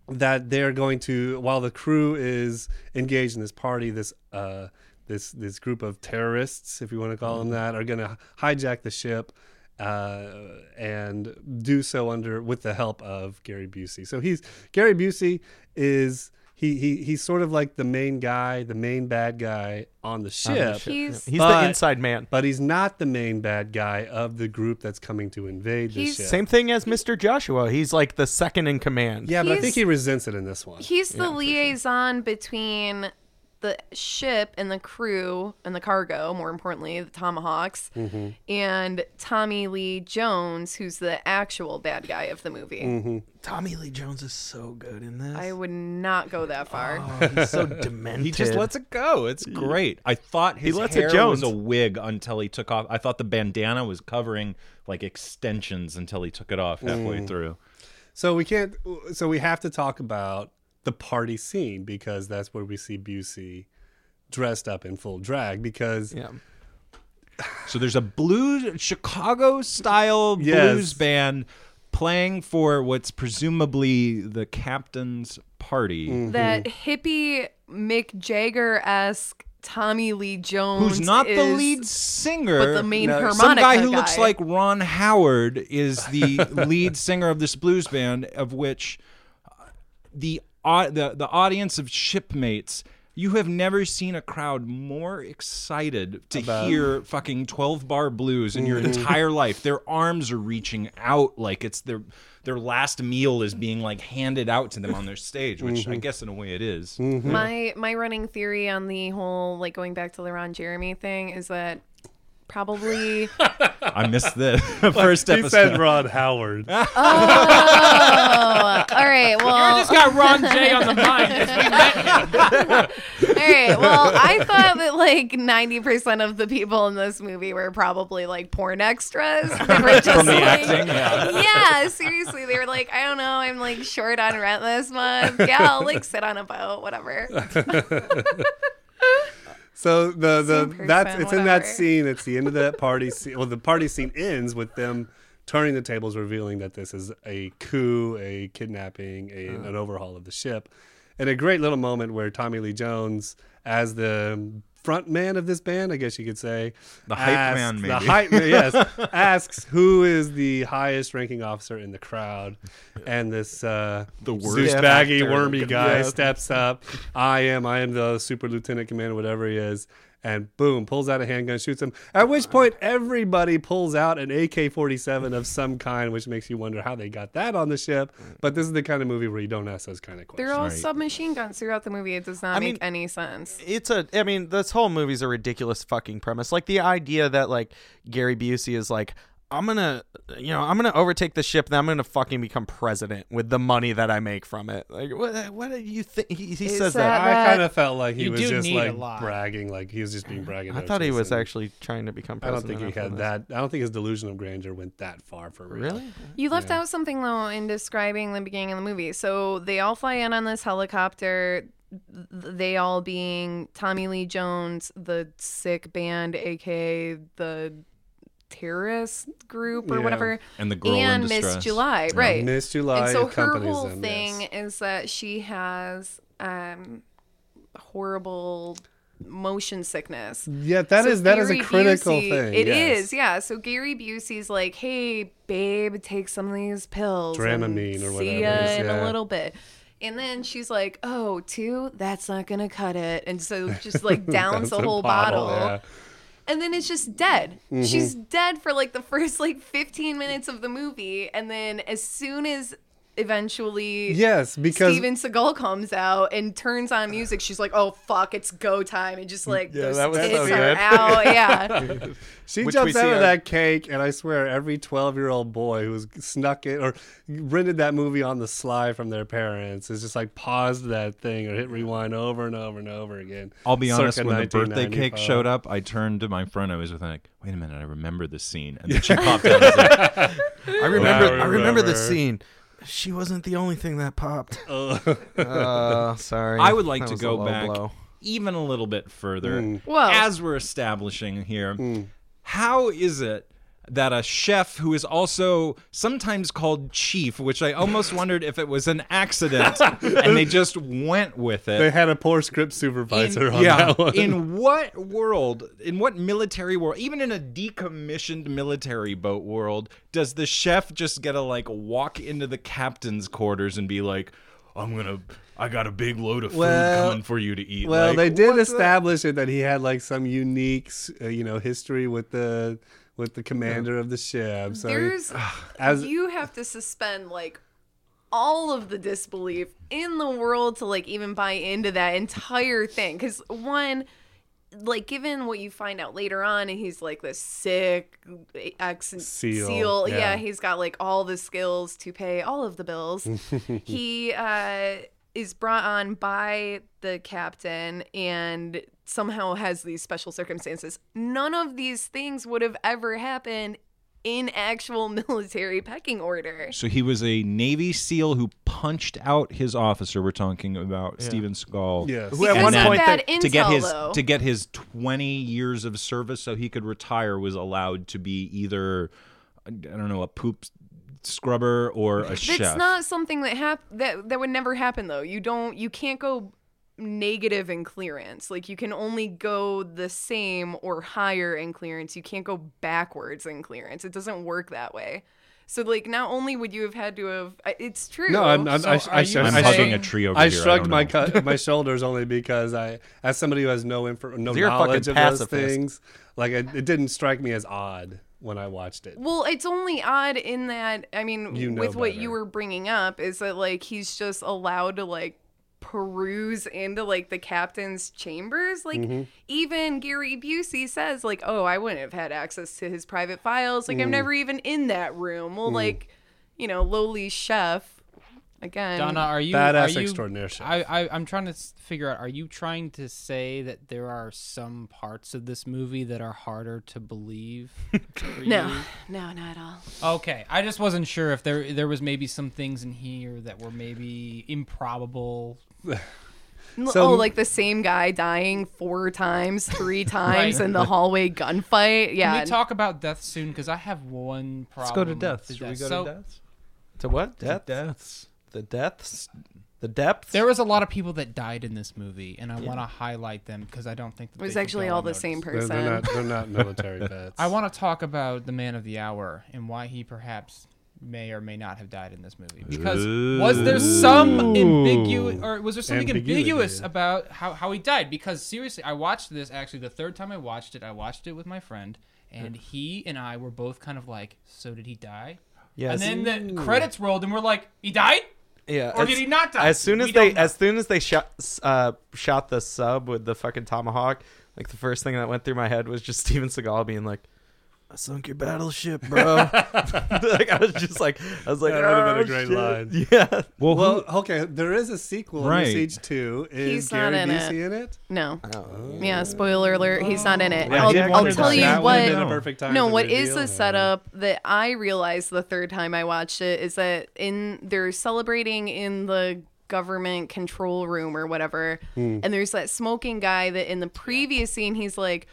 S4: that they're going to while the crew is engaged in this party, this uh, this this group of terrorists, if you want to call them that, are going to hijack the ship uh, and do so under with the help of Gary Busey. So he's Gary Busey is. He, he, he's sort of like the main guy, the main bad guy on the
S1: On
S4: ship.
S1: the ship, yeah. He's the
S4: but-
S1: inside man.
S4: but he's not the main bad guy of the group that's coming to invade the
S3: He's-
S4: ship.
S1: Same thing as Mr. Joshua. He's like the second in command.
S4: yeah, but I
S3: He's-
S4: think he resents it in this one.
S3: He's the liaison between the ship and the crew and the cargo, more importantly, the Tomahawks,
S4: Mhm.
S3: and Tommy Lee Jones, who's the actual bad guy of the movie.
S4: Mhm.
S1: Tommy Lee Jones is so good in this.
S3: I would not go that far.
S1: Oh, he's so demented.
S7: He just lets it go. It's great. I thought
S1: He
S7: his
S1: lets it
S7: hair
S1: Jones.
S7: was a wig until he took off. I thought the bandana was covering like extensions until he took it off halfway
S4: Mm.
S7: through.
S4: So we can't. So we have to talk about the party scene because that's where we see Busey dressed up in full drag because
S1: Yeah.
S7: So there's a blues Chicago style
S4: Yes.
S7: blues band playing for what's presumably the captain's party.
S3: That hippie Mick Jagger esque Tommy Lee Jones.
S7: Who's not the
S3: is-
S7: lead singer,
S3: but the main
S7: Some guy
S3: harmonica
S7: who looks
S3: guy.
S7: like Ron Howard is
S3: <laughs>
S7: the lead singer of this blues band, of which uh, the au- the the audience of shipmates. You have never seen a crowd more excited to
S4: About- Mm.
S7: hear fucking twelve bar blues in your
S4: <laughs>
S7: entire life. Their arms are reaching out like it's their their last meal is being like handed out to them on their stage, which
S4: Mm-hmm.
S7: I guess in a way it is.
S4: Mm.
S6: Hmm.
S3: My my running theory on the whole like going back to the Ron Jeremy thing is that
S6: <laughs>
S3: probably oh,
S7: I
S4: <laughs>
S7: missed the <laughs> first
S4: he said
S7: episode.
S4: Rod
S1: <laughs>
S4: Howard.
S3: Oh, all right. Well,
S6: just got Ron J on
S3: <laughs>
S6: the mind.
S3: all right. Well, I thought that like ninety percent of the people in this movie were probably like porn extras. They
S6: <laughs>
S3: were just
S7: From the
S3: like,
S7: acting,
S3: yeah. seriously, they were like, I don't know, I'm like short on rent this month. Yeah, I'll like sit on a boat, whatever.
S4: So the the
S3: Same
S4: that's
S3: person,
S4: it's in that
S3: whatever.
S4: scene. It's the end of
S3: <laughs>
S4: that party scene. Well, the party scene ends with them turning the tables, revealing that this is a coup, a kidnapping, a,
S3: Uh.
S4: an overhaul of the ship, and a great little moment where Tommy Lee Jones, as the front man of this band, I guess you could say,
S7: The hype
S4: asks-
S7: man,
S4: the
S7: maybe.
S4: hype man, yes,
S7: <laughs>
S4: asks who is the highest ranking officer in the crowd, and this uh,
S7: The worst
S4: douchebaggy,
S7: actor.
S4: wormy guy
S7: Yeah.
S4: steps up. I am, I am the super lieutenant commander, whatever he is. And boom, pulls out a handgun, shoots him. At which point, everybody pulls out an AK 47 of some kind, which makes you wonder how they got that on the ship.
S1: Mm.
S4: But this is the kind of movie where you don't ask those kind of
S3: They're
S4: questions.
S3: all submachine guns throughout the movie. It does not
S1: I
S3: make
S1: mean-
S3: any sense.
S1: it's a i mean this whole movie's a ridiculous fucking premise like the idea that like gary busey is like i'm gonna you know i'm gonna overtake the ship then i'm gonna fucking become president with the money that i make from it like what, what do you think he, he
S3: Is
S1: says
S3: that
S1: that,
S4: I
S3: That-
S4: kind of felt like he
S6: You
S4: was
S6: do
S4: just
S6: need a
S4: like
S6: lot.
S4: bragging, like he was just being bragging.
S1: I, thought he was actually trying to become
S4: I don't
S1: president
S4: think he
S1: after
S4: had
S1: this.
S4: that. I don't think his delusion of grandeur went that far for real.
S1: really
S3: You left out something though in describing the beginning of the movie. So they all fly in on this helicopter. th- They all being Tommy Lee Jones, the sick band, aka the terrorist group or
S4: Yeah.
S3: whatever,
S7: And the girl
S3: and
S7: in
S3: Miss
S7: distress.
S3: July, right?
S4: Miss July
S3: and so her
S4: accompanies
S3: whole
S4: them, yes.
S3: thing is that she has um, horrible motion sickness.
S4: Yeah, that is that is a
S3: Gary
S4: critical
S3: Busey-
S4: thing.
S3: It is,
S4: yes.
S3: yeah. So Gary Busey's like, "Hey, babe, take some of these pills, and
S4: Dramamine or
S3: See
S4: whatever
S3: ya
S4: it is,
S3: in
S4: yeah.
S3: a little bit." And then she's like, "Oh, two? That's not gonna cut it." And so just
S4: <laughs>
S3: like downs
S4: That's
S3: the
S4: a
S3: whole
S4: bottle,
S3: bottle,
S4: yeah. Mm-hmm.
S3: and then it's just dead. <laughs> She's dead for like the first like 15 minutes of the movie, and then as soon as eventually
S4: Yes, because-
S3: Steven Seagal comes out and turns on music. She's like, "Oh fuck, it's go time!" And
S4: Mm.
S3: just like
S1: Yeah,
S3: those
S1: that was
S3: tits
S1: so
S3: are
S1: good.
S3: out. Yeah,
S1: <laughs>
S4: She
S1: Which we
S4: jumps
S1: see
S4: out of
S1: on-
S4: that cake, and I swear every 12 year old boy who's snuck it or rented that movie on the sly from their parents is just like paused that thing or hit rewind over and over and over again.
S7: I'll be honest.
S4: Circa
S7: When the birthday cake
S4: 1995.
S7: showed up, I turned to my friend. I was with like, "Wait a minute, I remember this scene." And then she popped out. I,
S1: <laughs>
S7: was like,
S1: I remember.
S7: "Wow,
S1: I remember this
S7: remember."
S1: scene. She wasn't the only thing that
S4: <laughs>
S1: popped.
S4: Oh. <laughs>
S1: Uh, sorry.
S7: I would like
S1: That
S7: to
S1: was a
S7: go
S1: low
S7: back
S1: blow.
S7: even a little bit further.
S1: Mm.
S3: Well-
S7: as we're establishing here, how is it that a chef who is also sometimes called chief, which I almost wondered if it was an
S1: <laughs>
S7: accident and they just went with it?
S4: They had a poor script supervisor
S7: in,
S4: on
S7: yeah,
S4: that one. <laughs>
S7: in what world, in what military world, even in a decommissioned military boat world, does the chef just get to like walk into the captain's quarters and be like, I'm gonna, I got a big load of food
S4: Well-
S7: coming for you to eat?
S4: Well,
S7: Like,
S4: they did
S7: what's that?
S4: establish it that he had like some unique, s- uh, you know, history with the with the commander of the ship. So he-
S3: there's
S4: <sighs> as
S3: you have to suspend like all of the disbelief in the world to like even buy into that entire thing because one like given what you find out later on and he's like this sick ex
S4: Seal,
S3: yeah.
S4: yeah.
S3: he's got like all the skills to pay all of the bills he uh is brought on by the captain and somehow has these special circumstances none of these things would have ever happened in actual <laughs> military pecking order
S7: So he was a Navy SEAL who punched out his officer. We're talking about Steven Seagal.
S4: Yes.
S1: Who at Because one of point
S3: that they-
S7: to get
S3: intel,
S7: his
S3: though.
S7: to get his twenty years of service so he could retire was allowed to be either I don't know a poop scrubber or a
S3: That's
S7: chef.
S3: not something that hap- that that would never happen though. You don't you can't go negative in clearance. Like you can only go the same or higher in clearance. You can't go backwards in clearance. It doesn't work that way. So like not only would you have had to have I- it's true.
S4: No, I'm, I'm, I, I,
S7: you I'm hugging saying- a tree over
S4: I
S7: here, I
S4: shrugged
S7: don't
S4: my
S7: know.
S4: cu- my shoulders only because I, as somebody who has no info, no
S1: So you're a fucking
S4: knowledge of those
S1: pacifist.
S4: things, like it, it didn't strike me as odd when I watched it.
S3: Well, it's only odd in that I mean,
S4: You know
S3: with what you
S4: better.
S3: were bringing up, is that like he's just allowed to like peruse into like the captain's chambers. Like
S4: Mhm.
S3: even Gary Busey says, like, oh, I wouldn't have had access to his private files. Like I'm
S4: Mm.
S3: never even in that room. Well,
S4: Mm.
S3: like, you know, lowly chef. Again,
S6: Donna, are you
S4: Badass
S6: are you-
S4: extraordinaire chef.
S6: I, I I'm trying to s- figure out. Are you trying to say that there are some parts of this movie that are harder to believe? for
S3: No,
S6: you?
S3: no, not at all.
S6: Okay, I just wasn't sure if there there was maybe some things in here that were maybe improbable.
S4: So-
S3: oh, like the same guy dying four times, three times
S6: <laughs> Right.
S3: in
S4: <laughs>
S3: the hallway gunfight. Yeah,
S6: Can we talk about death soon? Because I have one problem.
S7: Let's go to
S6: with
S7: death.
S6: the
S7: Should we go
S6: So,
S7: to death?
S1: To what? Death.
S7: Deaths.
S1: The depths. The depths.
S6: There was a lot of people that died in this movie, and I want to highlight them because I don't think that
S3: It was
S6: they could
S3: actually
S6: go
S3: all the
S6: unnoticed.
S3: same
S4: They're,
S3: person.
S4: they're not they're not military vets.
S6: I want to talk about the man of the hour and why he perhaps may or may not have died in this movie. Because was there some ambiguous, or was there something
S4: Ambiguity.
S6: ambiguous about how, how he died? Because seriously, I watched this actually the third time I watched it. I watched it with my friend, and he and I were both kind of like, "So did he die?"
S1: Yes.
S6: And then the credits rolled, and we're like, "He died."
S1: Yeah.
S6: Or did
S1: as-
S6: he not die?
S1: As soon as
S6: We
S1: they
S6: don't know.
S1: as soon as they shot uh, shot the sub with the fucking tomahawk, like the first thing that went through my head was just <laughs> Steven Seagal being like, "I sunk your battleship,
S6: <laughs>
S1: bro." like I was just like, I was like,
S4: That would've been a
S1: "Oh,
S4: great
S1: shit."
S4: line.
S1: <laughs> Yeah.
S7: Well, who-
S4: Well, okay, there is a sequel,
S7: Right.
S4: right. Siege Two. Is
S3: He's not
S4: Gary
S3: in
S4: Busey
S3: it.
S4: in it?
S3: No. Yeah, spoiler alert, he's not in it.
S1: Yeah, I
S3: I'll,
S1: did
S3: I'll
S1: wonder
S3: tell
S1: that.
S3: you
S1: That
S4: would've been a
S3: what.
S4: perfect time
S3: no,
S4: to
S3: what is
S4: reveal
S3: the
S4: him.
S3: setup that I realized the third time I watched it is that in they're celebrating in the government control room or whatever, and there's that smoking guy that in the previous scene he's like,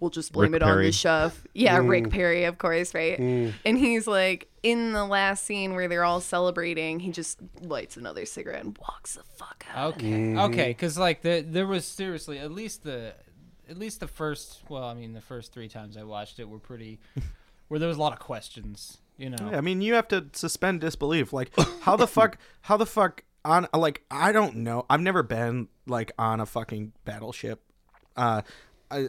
S3: "We'll just blame it
S7: Rick
S3: on
S7: Perry.
S3: the chef." Yeah, Rick Perry, of course, right? And he's like, in the last scene where they're all celebrating, he just lights another cigarette and walks the fuck out.
S6: Okay. Okay, because like the, there was seriously at least the at least the first well I mean the first three times I watched it
S4: <laughs>
S6: were pretty where there was a lot of questions you know
S1: Yeah, I mean, you have to suspend disbelief.
S6: <laughs>
S1: Like, how the fuck? How the fuck? On like, I don't know. I've never been like on a fucking battleship. Uh, I, uh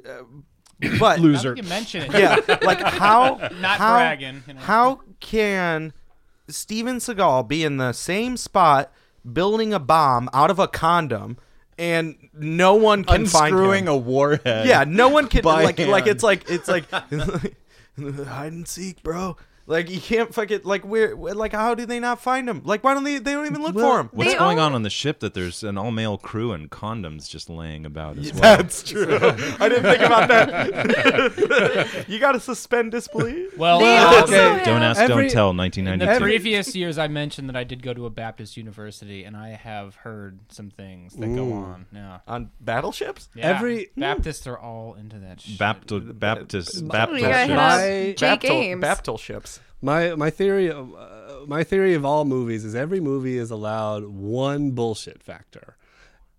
S1: but
S6: <clears throat> Now
S1: <laughs>
S6: that
S7: Loser.
S6: you mention it
S1: yeah, like how?
S6: <laughs> Not
S1: how,
S6: bragging, you know.
S1: How can Steven Seagal be in the same spot building a bomb out of a condom and no one can find
S12: Unscrewing
S1: him.
S12: a warhead
S1: Yeah, no one can
S12: by
S1: like
S12: hand.
S1: like it's like it's like <laughs> hide and seek, bro. Like you can't fucking like where like how do they not find him? Like why don't they they don't even look for him?
S5: What's going on on the ship that there's an all male crew and condoms just laying about as well?
S1: That's true. <laughs> I didn't think about that. <laughs> you got to suspend disbelief.
S6: Well,
S5: uh,
S7: <laughs>
S6: Oh,
S5: okay. Don't ask, don't tell,
S6: In the
S5: 1992.
S6: previous years, I mentioned that I did go to a Baptist university, and I have heard some things that go
S5: Ooh.
S6: on. Yeah.
S1: On battleships?
S6: Yeah.
S5: Every-
S4: Mm.
S6: Baptists are all into that shit.
S5: Baptist, Baptist, Baptist.
S1: ships.
S4: My my theory of uh, my theory of all movies is every movie is allowed one bullshit factor,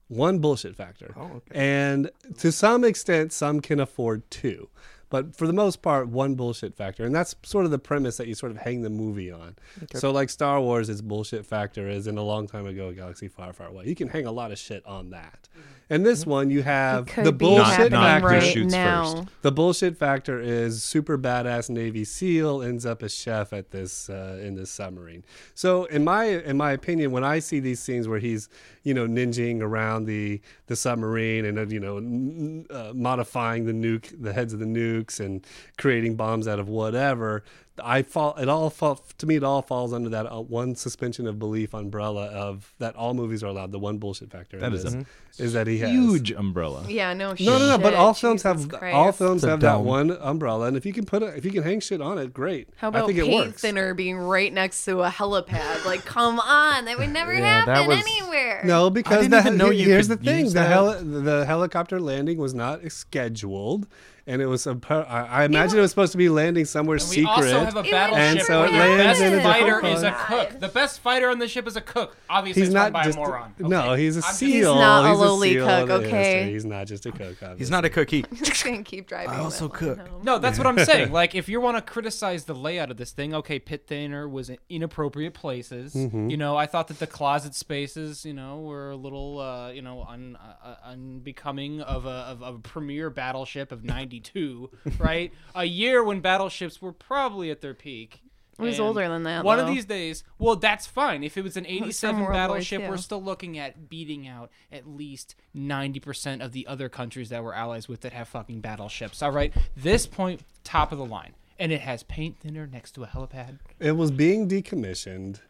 S4: one bullshit factor, and to some extent, some can afford two, but for the most part, one bullshit factor, and that's sort of the premise that you sort of hang the movie on.
S1: Okay.
S4: So like Star Wars, its bullshit factor is in a long time ago, Galaxy Far Far Away. You can hang a lot of shit on that. And this one, you have
S12: could
S4: the
S12: be happening
S4: bullshit
S12: Not-
S4: factor.
S12: not who right shoots now. first.
S4: The bullshit factor is super badass Navy SEAL ends up a chef at this uh, in this submarine. So in my in my opinion, when I see these scenes where he's you know ninjing around the the submarine and uh, you know n- n- uh, modifying the nuke, the heads of the nukes, and creating bombs out of whatever, I fall. It all fall, to me. It all falls under that uh, one suspension of belief umbrella of that all movies are allowed. The one bullshit factor.
S5: That
S4: in
S5: is
S4: this
S5: a
S4: is that he has
S5: huge umbrella.
S3: Yeah, no
S4: No, no, no. But
S3: shit.
S4: all films have
S3: Jesus
S4: all
S3: Christ.
S4: films
S5: It's a
S4: have that
S5: dome.
S4: one umbrella, and if you can put it, if you can hang shit on it, great.
S3: How about
S4: I think
S3: paint
S4: it works.
S3: thinner being right next to a helipad? Like, come on, <laughs> that would never happen anywhere.
S4: No, because
S3: didn't
S4: the
S3: even know
S4: he-
S3: you
S4: here's the
S3: could
S4: thing:
S3: use
S4: the
S3: that.
S4: heli- the helicopter landing was not scheduled, and it was a per- I I imagine it was supposed to be landing somewhere
S6: And we
S4: secret.
S6: also have a battleship.
S4: and so it
S6: where the
S4: lands
S6: best
S4: in a
S6: fighter
S4: different
S6: is a
S4: place.
S6: cook. The best fighter on the ship is a cook. Obviously,
S4: He's
S6: it's
S4: not
S6: run by
S4: just
S6: a moron.
S4: no. He's a seal.
S3: not a
S4: He's
S3: lowly
S4: seal
S3: cook,
S4: of the industry.
S3: okay?
S4: He's not just a cook.
S1: He's not a cookie.
S3: I'm just gonna keep driving.
S1: I also cook.
S6: No, that's what I'm saying. Like, if you want to criticize the layout of this thing, okay, pit thinner was in inappropriate places.
S12: Mhm.
S6: You know, I thought that the closet spaces, you know, were a little, uh, you know, un, uh, unbecoming of a, of a premier battleship of '92, right? A year when battleships were probably at their peak.
S3: It was older than that,
S6: One of
S3: though.
S6: these days, well, that's fine. If it was an
S3: Some
S6: '87
S3: World War
S6: battleship,
S3: II.
S6: we're still looking at beating out at least 90% of the other countries that we're allies with that have fucking battleships. All right. This point, top of the line. And it has paint thinner next to a helipad.
S4: It was being decommissioned,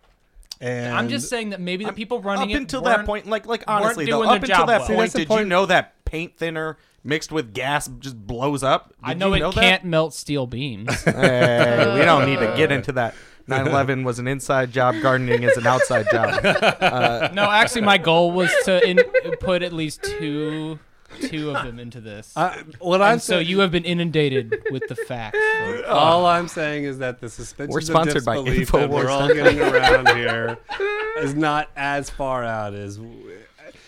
S4: and
S6: I'm just saying that maybe the people running
S1: up
S6: it
S1: until
S6: weren't-
S1: that point, like like
S6: weren't
S1: honestly though,
S6: doing
S1: up
S6: their
S1: until
S6: job
S1: that
S6: well.
S1: point, did you know that paint thinner mixed with gas just blows up? Did
S6: I know
S1: you
S6: it
S1: that?
S6: can't melt steel beams. <laughs>
S1: Hey,
S3: <laughs>
S1: we don't need to get into that. 9/11 was an inside job. Gardening is an outside
S6: <laughs>
S1: job. Uh,
S6: no, actually, my goal was to in, put at least two, two of them into this.
S4: I- what
S6: And
S4: I'm
S6: so
S4: saying-
S6: you have been inundated with
S1: <laughs>
S6: the fact.
S4: <laughs> All I'm saying is that the suspension
S6: We're sponsored
S4: of
S6: by
S4: disbelief that we're all
S6: Infowars.com.
S4: getting around here is not as far out as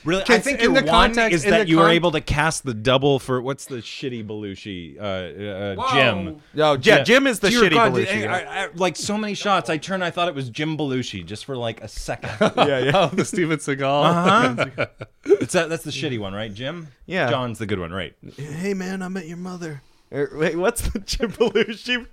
S7: Really, I
S4: Cons-
S7: think
S4: in
S7: your
S4: the
S7: one
S4: context-
S7: is
S4: in
S7: that
S4: the
S7: you were
S4: con-
S7: able to cast the double for what's the shitty Belushi, uh, uh,
S5: Whoa.
S7: Jim.
S1: No, yeah, Jim is the
S7: Dear
S1: shitty
S7: God,
S1: Belushi,
S7: I-
S1: yeah.
S7: I- I- like so many shots, I turned, I thought it was Jim Belushi just for like
S1: <laughs>
S7: a second.
S4: Yeah, yeah.
S6: <laughs>
S4: Oh, the Steven Seagal.
S7: Uh-huh. it's that, that's the shitty one, right, Jim?
S1: Yeah.
S7: John's the good one, right?
S1: hey man, I met your mother. Er, Wait, what's the Jim Belushi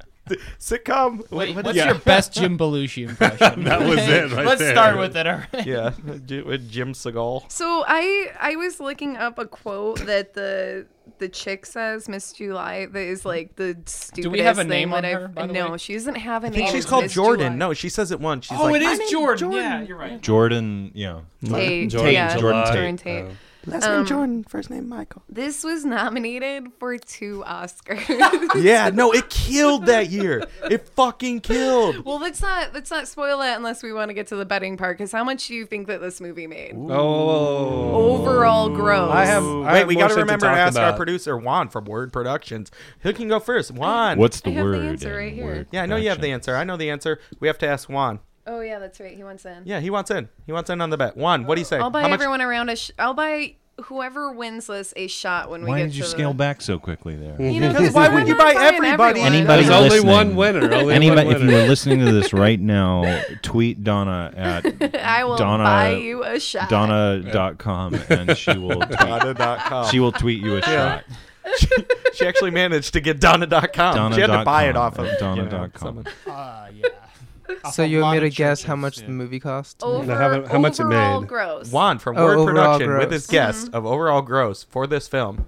S1: sitcom? Wait, what
S6: What's
S1: is-
S6: your best Jim Belushi
S1: <laughs>
S6: impression? <laughs>
S7: <laughs>
S6: Let's start with it. All right.
S1: Yeah, J- with Jim Seagal.
S3: So I I was looking up a quote that the the chick says Miss July that is like the stupidest
S6: we have a
S3: thing
S6: name
S3: that
S6: on
S3: I've
S6: her, by the
S3: no
S6: way?
S3: she doesn't have a
S1: I
S3: name.
S1: think she's
S3: It's
S1: called
S3: Miss
S1: Jordan.
S3: July.
S1: No, she says it once. She's
S6: oh,
S1: like,
S6: it is
S1: "My name's
S6: Jordan. Yeah, you're right.
S7: Jordan, yeah.
S3: Tate,
S7: Jordan,
S3: yeah,
S7: Jordan Tate.
S3: Jordan Tate. Um,
S1: Last name Jordan, first name Michael.
S3: This was nominated for two Oscars.
S1: yeah, no, it killed that year. It fucking killed.
S3: well, let's not let's not spoil it unless we want to get to the betting part. Because how much do you think that this movie made?
S4: Oh,
S3: Overall gross.
S4: I have. I
S1: Wait,
S4: have
S1: we
S4: more
S1: got to
S4: shit
S1: remember to
S4: talk
S1: ask our
S4: about.
S1: producer Juan from Word Productions. Who can go first? Juan.
S5: What's the
S3: I have the
S5: word?
S3: answer right here.
S1: Yeah, I know you have the answer. I know the answer. We have to ask Juan.
S3: Oh yeah, that's right. He wants in.
S1: Yeah, he wants in. He wants in on the bet. Juan, what do you say?
S3: I'll buy
S1: How much-
S3: everyone around a. Sh- I'll buy whoever wins this a shot when we
S5: Why
S3: get
S5: did you
S3: to
S5: scale
S3: the-
S5: back so quickly there?
S3: You know, 'cause
S1: why
S3: we're
S1: would you
S3: not
S1: buy
S3: buying
S1: everybody?
S3: everyone.
S5: Anybody
S4: There's only
S5: listening-
S4: one winner,
S5: <laughs>
S4: only
S5: anybody,
S4: one
S5: if you
S4: winner.
S5: were listening to this right now, tweet Donna
S7: <laughs>
S5: at
S3: I will
S5: Donna,
S3: buy you a shot.
S5: Donna.com and she
S1: <laughs>
S5: will tweet,
S1: Donna.com.
S5: she will tweet you a
S1: Yeah.
S5: shot.
S1: she, <laughs> she actually managed to get Donna.com. She had to buy it
S5: Donna.com
S1: off of
S5: at
S1: you know,
S5: Donna.com.
S1: someone.
S6: Ah, yeah.
S8: So you want me to guess how much the movie cost?
S3: Over, how, much it made? Gross.
S1: Juan from
S8: Oh,
S1: Word
S8: overall
S1: Production with
S8: gross.
S1: his guess of overall gross for this film.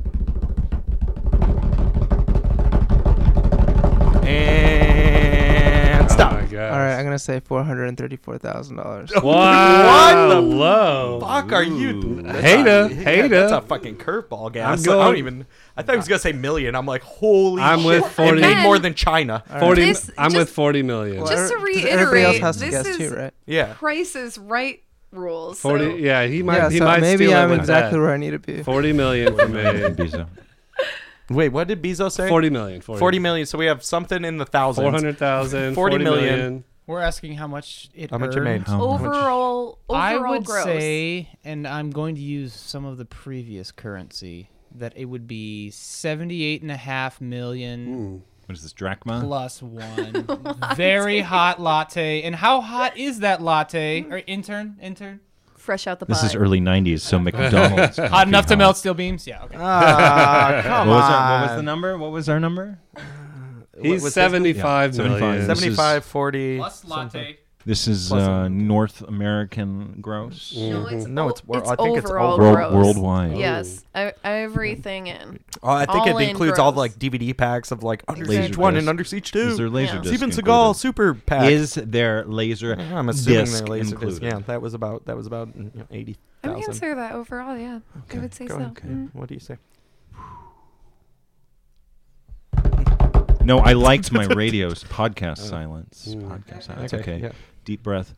S4: Oh
S1: And stop.
S8: All right, I'm gonna say four hundred and thirty-four thousand
S4: <laughs>
S8: dollars.
S1: What the
S4: Wow.
S1: fuck are you? that's
S4: Hater,
S1: a-
S4: hater.
S1: That's a fucking curveball, guy.
S4: I'm
S1: I'm I don't
S4: going-
S1: even. I thought he was gonna say million. I'm like, holy.
S4: I'm
S1: shit.
S4: with
S1: It
S4: 40.
S1: made more than China.
S4: Forty.
S3: This-
S4: I'm with
S3: just-
S4: forty million.
S3: Just to
S8: Does everybody else
S3: reiterate,
S8: has to
S3: this
S8: guess
S3: is
S8: too, right?
S1: Yeah.
S3: Price is Right rules.
S4: Forty.
S3: so-
S4: Yeah, he might.
S8: Yeah,
S4: he
S8: so
S4: might
S8: maybe
S4: steal it
S8: I'm
S4: with
S8: exactly
S4: that.
S8: where I need to be.
S4: Forty million for
S7: <laughs>
S4: me.
S7: Bezos.
S1: Wait, what did Bezos say?
S4: 40 million, 40.
S1: 40 million. So we have something in the thousands.
S4: 400,000,
S1: 40
S4: 40
S1: million.
S4: million.
S6: We're asking how much it
S1: How much it
S6: earned.
S1: made?
S7: How much?
S3: Overall, overall
S6: I would
S3: gross.
S6: say, and I'm going to use some of the previous currency, that it would be seventy-eight and a half million
S7: What is this drachma?
S1: <laughs>
S6: plus one. Very hot latte. And how hot is that latte? Or intern, intern?
S3: fresh out the
S7: This
S3: pot.
S7: is early
S1: <laughs>
S7: '90s, so McDonald's.
S6: Hot enough to melt steel beams? Yeah. Okay.
S1: Ah,
S7: What
S1: come
S7: was,
S1: on.
S7: our, what was the number? What was our number?
S4: He's
S1: was this?
S4: 75
S7: Yeah,
S4: million.
S7: 75. This is-
S1: 75, 40.
S6: Plus latte.
S7: This is uh, North American gross.
S3: no, it's,
S1: Mm-hmm. No,
S3: o-
S1: it's wor- I think it's
S3: overall
S7: overall.
S3: gross.
S7: World- worldwide.
S3: Yes, e- everything in.
S1: Oh, I think
S3: all
S1: it
S3: in
S1: includes all the,
S3: gross.
S1: like DVD packs of like Under
S3: Laser
S1: Siege 1
S7: disc.
S1: and Under Siege 2.
S7: Is there
S3: Yeah.
S7: laser disc
S1: Steven
S7: included?
S1: Seagal Super Pack.
S7: Is there laser?
S1: I'm assuming
S7: disc
S1: they're laser disc.
S7: included?
S1: Yeah, that was about that was about you know, eighty
S3: I would
S1: thousand.
S3: consider that overall. Yeah, I would say
S1: Go
S3: so.
S1: ahead. What do you say?
S7: No, I
S1: <laughs>
S7: liked my radio's podcast silence. Podcast silence.
S1: Okay,
S7: Okay.
S1: yeah.
S7: Deep breath.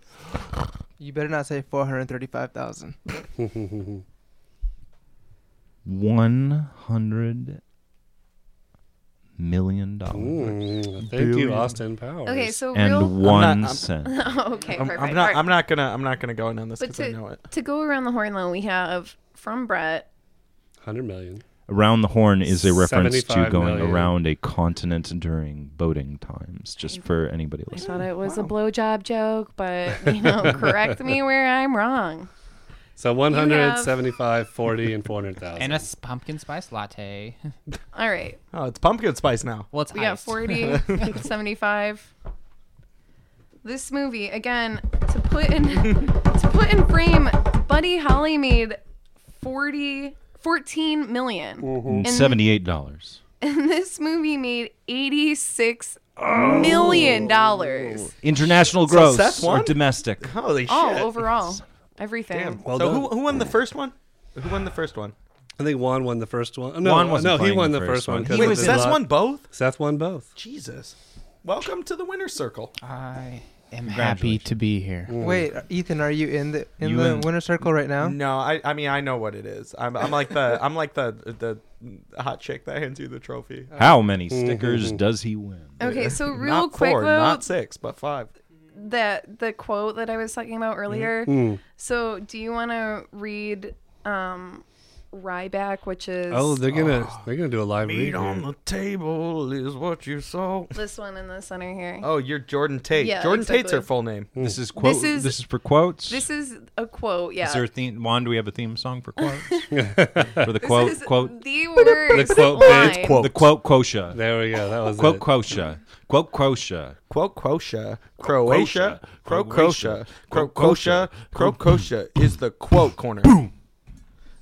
S8: You better not say four hundred thirty-five thousand.
S7: One hundred million dollars
S4: Mm, thank
S7: Billion.
S4: you, Austin Powers.
S3: Okay, so <laughs> real. oh,
S7: and one
S1: I'm-
S3: <laughs>
S7: cent.
S3: okay,
S1: I'm,
S3: perfect.
S1: I'm
S3: All
S1: not.
S3: right.
S1: I'm not gonna. I'm not gonna go in on this
S3: But
S1: because I know it.
S3: to go around the horn, though, we have from Brett.
S4: 100 million.
S7: Around the horn is a reference to
S4: 75
S7: going
S4: million.
S7: around a continent during boating times. Just for anybody
S3: I
S7: listening.
S3: thought it was a blowjob joke, but
S1: <laughs>
S3: you know, correct me where I'm wrong.
S4: So 100, 75, 40, and 400,000.
S6: And uh, a s- pumpkin spice latte. <laughs>
S3: All right,
S1: Oh, it's pumpkin spice now.
S6: Well, it's
S3: we got
S6: iced.
S3: 40,
S1: <laughs>
S3: 75. This movie again to put in <laughs> to put in frame. Buddy Holly made 40, 14 million.
S7: And Seventy-eight dollars.
S3: And this movie made eighty-six million dollars.
S7: International
S1: So
S7: gross
S1: Seth
S7: or
S1: won?
S7: domestic?
S1: Holy shit!
S3: Oh, overall, everything.
S4: Well
S1: so
S4: done.
S1: who, who won the first one? Who won the first one?
S4: I think Juan won the first one. No,
S7: Juan wasn't
S4: no, he
S7: playing
S4: won
S7: the
S4: the
S7: first
S4: first one.
S7: one.
S4: 'cause
S7: Wait,
S1: Wait,
S4: of
S1: was
S4: the
S1: Seth
S4: lot-
S1: won both?
S4: Seth won both.
S1: Jesus! Welcome to the winner's circle.
S6: I am happy to be here.
S8: Wait, Ethan, are you in the in
S7: You
S8: the
S7: in-
S8: winner circle right now?
S1: No, I, I mean I know what it is. I'm, I'm like the I'm like the the hot chick that hands you the trophy.
S7: How many stickers does he win?
S3: Okay, so real
S1: not
S3: quick
S1: four,
S3: though,
S1: not six, but five.
S3: that the quote that I was talking about earlier. So, do you want to read um, Ryback, which is
S4: Oh, they're gonna they're gonna do a live read. here.
S1: table is what you saw.
S3: this one in the center here?
S1: Oh, you're Jordan Tate.
S3: Yeah,
S1: Jordan Tate's her
S3: exactly.
S1: full name.
S7: This is quote. This
S3: is-
S7: is, for quotes.
S3: This is a quote. Yeah,
S7: Is there a theme? Juan, do we have a theme song for quotes? for the quote,
S3: This is
S7: quote,
S3: the worst
S4: quote bit.
S3: line.
S4: It's quote.
S7: the quote, quosha,
S4: There we go. That was
S7: quote,
S4: it.
S7: quosha, quote, quosha.
S1: Quote Croatia, Croatia, Croatia,
S7: Croatia,
S1: Croatia, Croatia is the quote corner. Boom.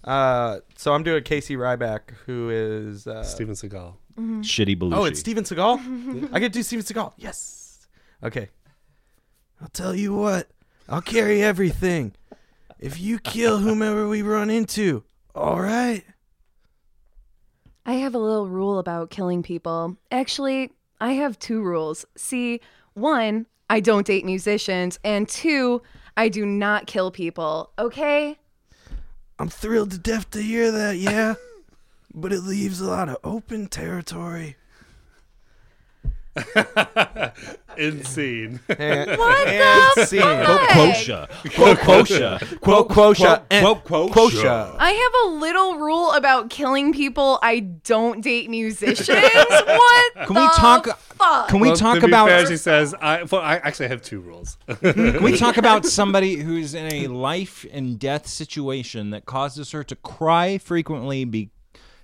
S1: Uh, so I'm doing Casey Ryback, who is uh,
S4: Steven Seagal.
S7: Shitty Belushi.
S1: Oh, it's Steven Seagal. I get to do Steven Seagal. Yes. Okay. I'll tell you what. I'll carry everything. If you kill whomever we run into, all right.
S3: I have a little rule about killing people. Actually, I have two rules. See, one, I don't date musicians, and two, I do not kill people. Okay?
S1: I'm thrilled to death to hear that. Yeah. But it leaves a lot of open territory.
S4: Insane.
S3: What the
S1: scene.
S3: fuck?
S7: Quosha,
S4: <laughs>
S7: quote, quosha,
S1: Quote, quotia, and-
S7: quote, quosha.
S1: Quotia.
S3: I have a little rule about killing people. I don't date <laughs> musicians. what?
S7: Can
S3: the
S7: we talk?
S3: Fuck?
S7: Can we
S4: Well,
S7: talk
S4: to be
S7: about?
S4: Fair, she says, I, well, I actually have two rules.
S7: Can we
S4: <laughs>
S7: talk about somebody who's in a life and death situation that causes her to cry frequently be,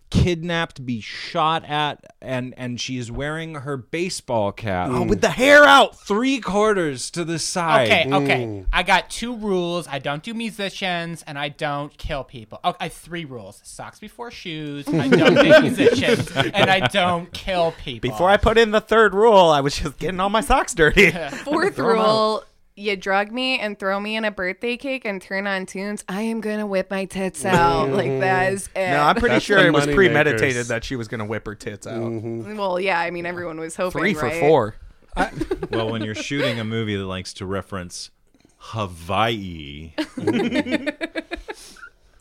S7: kidnapped, be shot at, and and she is wearing her baseball cap
S6: Mm.
S7: with the hair out three quarters to the side.
S6: Okay,
S4: Mm.
S6: okay. I got two rules. I don't do musicians, and I don't kill people. Oh, I have three rules: socks before shoes.
S4: <laughs>
S6: I don't do musicians, and I don't kill people.
S1: Before I put in the third rule, I was just getting all my socks dirty.
S3: Fourth
S1: Throw 'em out.
S3: rule. You drug me and throw me in a birthday cake and turn on tunes. I am gonna whip my tits out like that is
S1: <laughs>
S3: it.
S1: No,
S3: <laughs>
S1: I'm pretty
S3: That's
S1: sure
S3: the
S1: it was
S3: moneymakers. Mm-hmm.
S1: premeditated that she was going to whip her tits out.
S3: Well, yeah, I mean everyone was hoping
S1: Three for
S3: right?
S1: four.
S5: well, when you're shooting a movie that likes to reference Hawaii,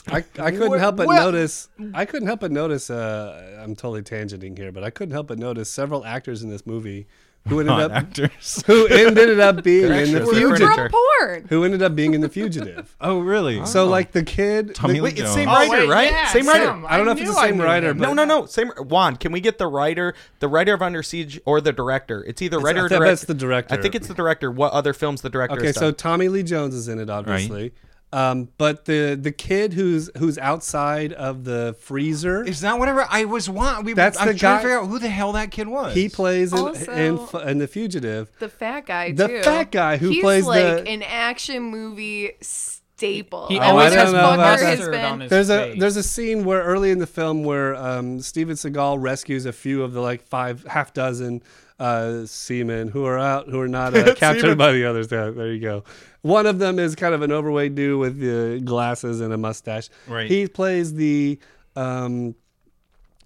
S4: I, I couldn't
S5: Wh-
S4: help but
S5: well-
S4: notice. <laughs> I couldn't help but notice. Uh, I'm totally tangenting here, but I couldn't help but notice several actors in this movie who ended
S5: Not
S4: up
S5: actors.
S4: who ended up being
S5: They're
S4: in the
S5: extras, they're
S4: fugitive.
S5: furniture. From
S3: porn.
S4: Who ended up being in the
S7: <laughs>
S4: fugitive?
S7: oh, really?
S4: So
S1: Oh.
S4: like the kid.
S1: Tommy
S4: the,
S1: Lee Wait, it's Jones. same writer, right? same writer.
S4: I don't know if it's the same writer, but
S1: no, no, no. Same Juan. Can we get the writer, the writer of Under Siege, or the director? It's either
S4: It's-
S1: writer
S4: I
S1: or
S4: think
S1: director.
S4: that's the director.
S1: I think it's the director. What other films the director?
S4: Okay,
S1: has
S4: so
S1: done.
S4: Tommy Lee Jones is in it, obviously. Um, but the the kid who's who's outside of the freezer
S7: is that whatever I was want. We,
S4: That's
S7: I'm
S4: the guy-
S7: trying to figure out who the hell that kid was.
S4: he plays in,
S3: Also-
S4: in F- in the fugitive.
S3: The fat guy
S4: The
S3: too.
S4: fat guy who
S3: He's
S4: plays the-
S3: like an action movie staple.
S4: Oh,
S3: I
S4: I
S3: always
S4: don't
S3: has
S4: know about
S3: fucker
S4: that.
S3: has been
S4: There's a there's a scene where early in the film where um, Steven Seagal rescues a few of the like five half dozen uh, seamen who are out who are not uh, captured
S7: Seamen.
S4: by the others. Yeah, there you go. One of them is kind of an overweight dude with the glasses and a mustache.
S7: Right.
S4: He plays the. Um,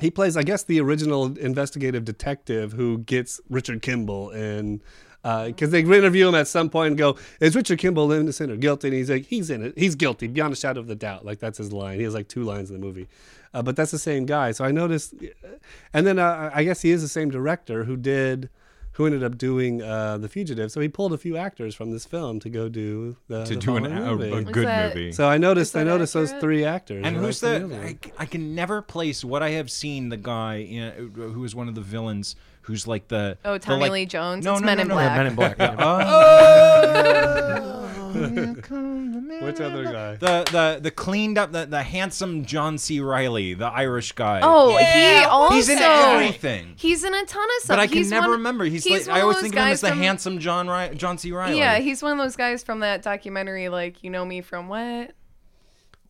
S4: he plays, I guess, the original investigative detective who gets Richard Kimball in. Because they interview him at some point and go, "Is Richard Kimball innocent or guilty?" And he's like, "He's in it. He's guilty beyond a shadow of the doubt." Like that's his line. He has like two lines in the movie, uh, but that's the same guy. So I noticed, and then uh, I guess he is the same director who did, who ended up doing uh, the Fugitive. So he pulled a few actors from this film to go do the
S7: To
S4: the
S7: do an-
S4: following
S7: a- a
S4: movie.
S7: Was good that- movie.
S4: So I noticed,
S7: is
S4: I
S7: that
S4: noticed those
S7: accurate?
S4: three actors.
S7: And
S4: were
S7: who's
S4: from
S7: the?
S4: movie.
S7: I, I can never place what I have seen. The guy in, uh, who is one of the villains, who's like the
S3: Oh,
S7: the,
S3: Tommy
S7: like-
S3: Lee Jones?
S7: No,
S3: It's
S7: no,
S3: Men
S7: no,
S3: in
S7: no. <laughs>
S3: Black.
S1: <laughs>
S4: Which other guy?
S7: The, the the cleaned up the, the handsome John C. Riley, the Irish guy.
S3: Oh, he also
S7: he's in everything.
S3: He's in a ton of stuff.
S7: But I can
S3: He's
S7: never
S3: one-
S7: remember. He's, like
S3: one
S7: I always
S3: those
S7: think of him
S3: guys
S7: as the
S3: from-
S7: handsome John Ri- John C. Riley.
S3: Yeah, he's one of those guys from that documentary, like you know me from what?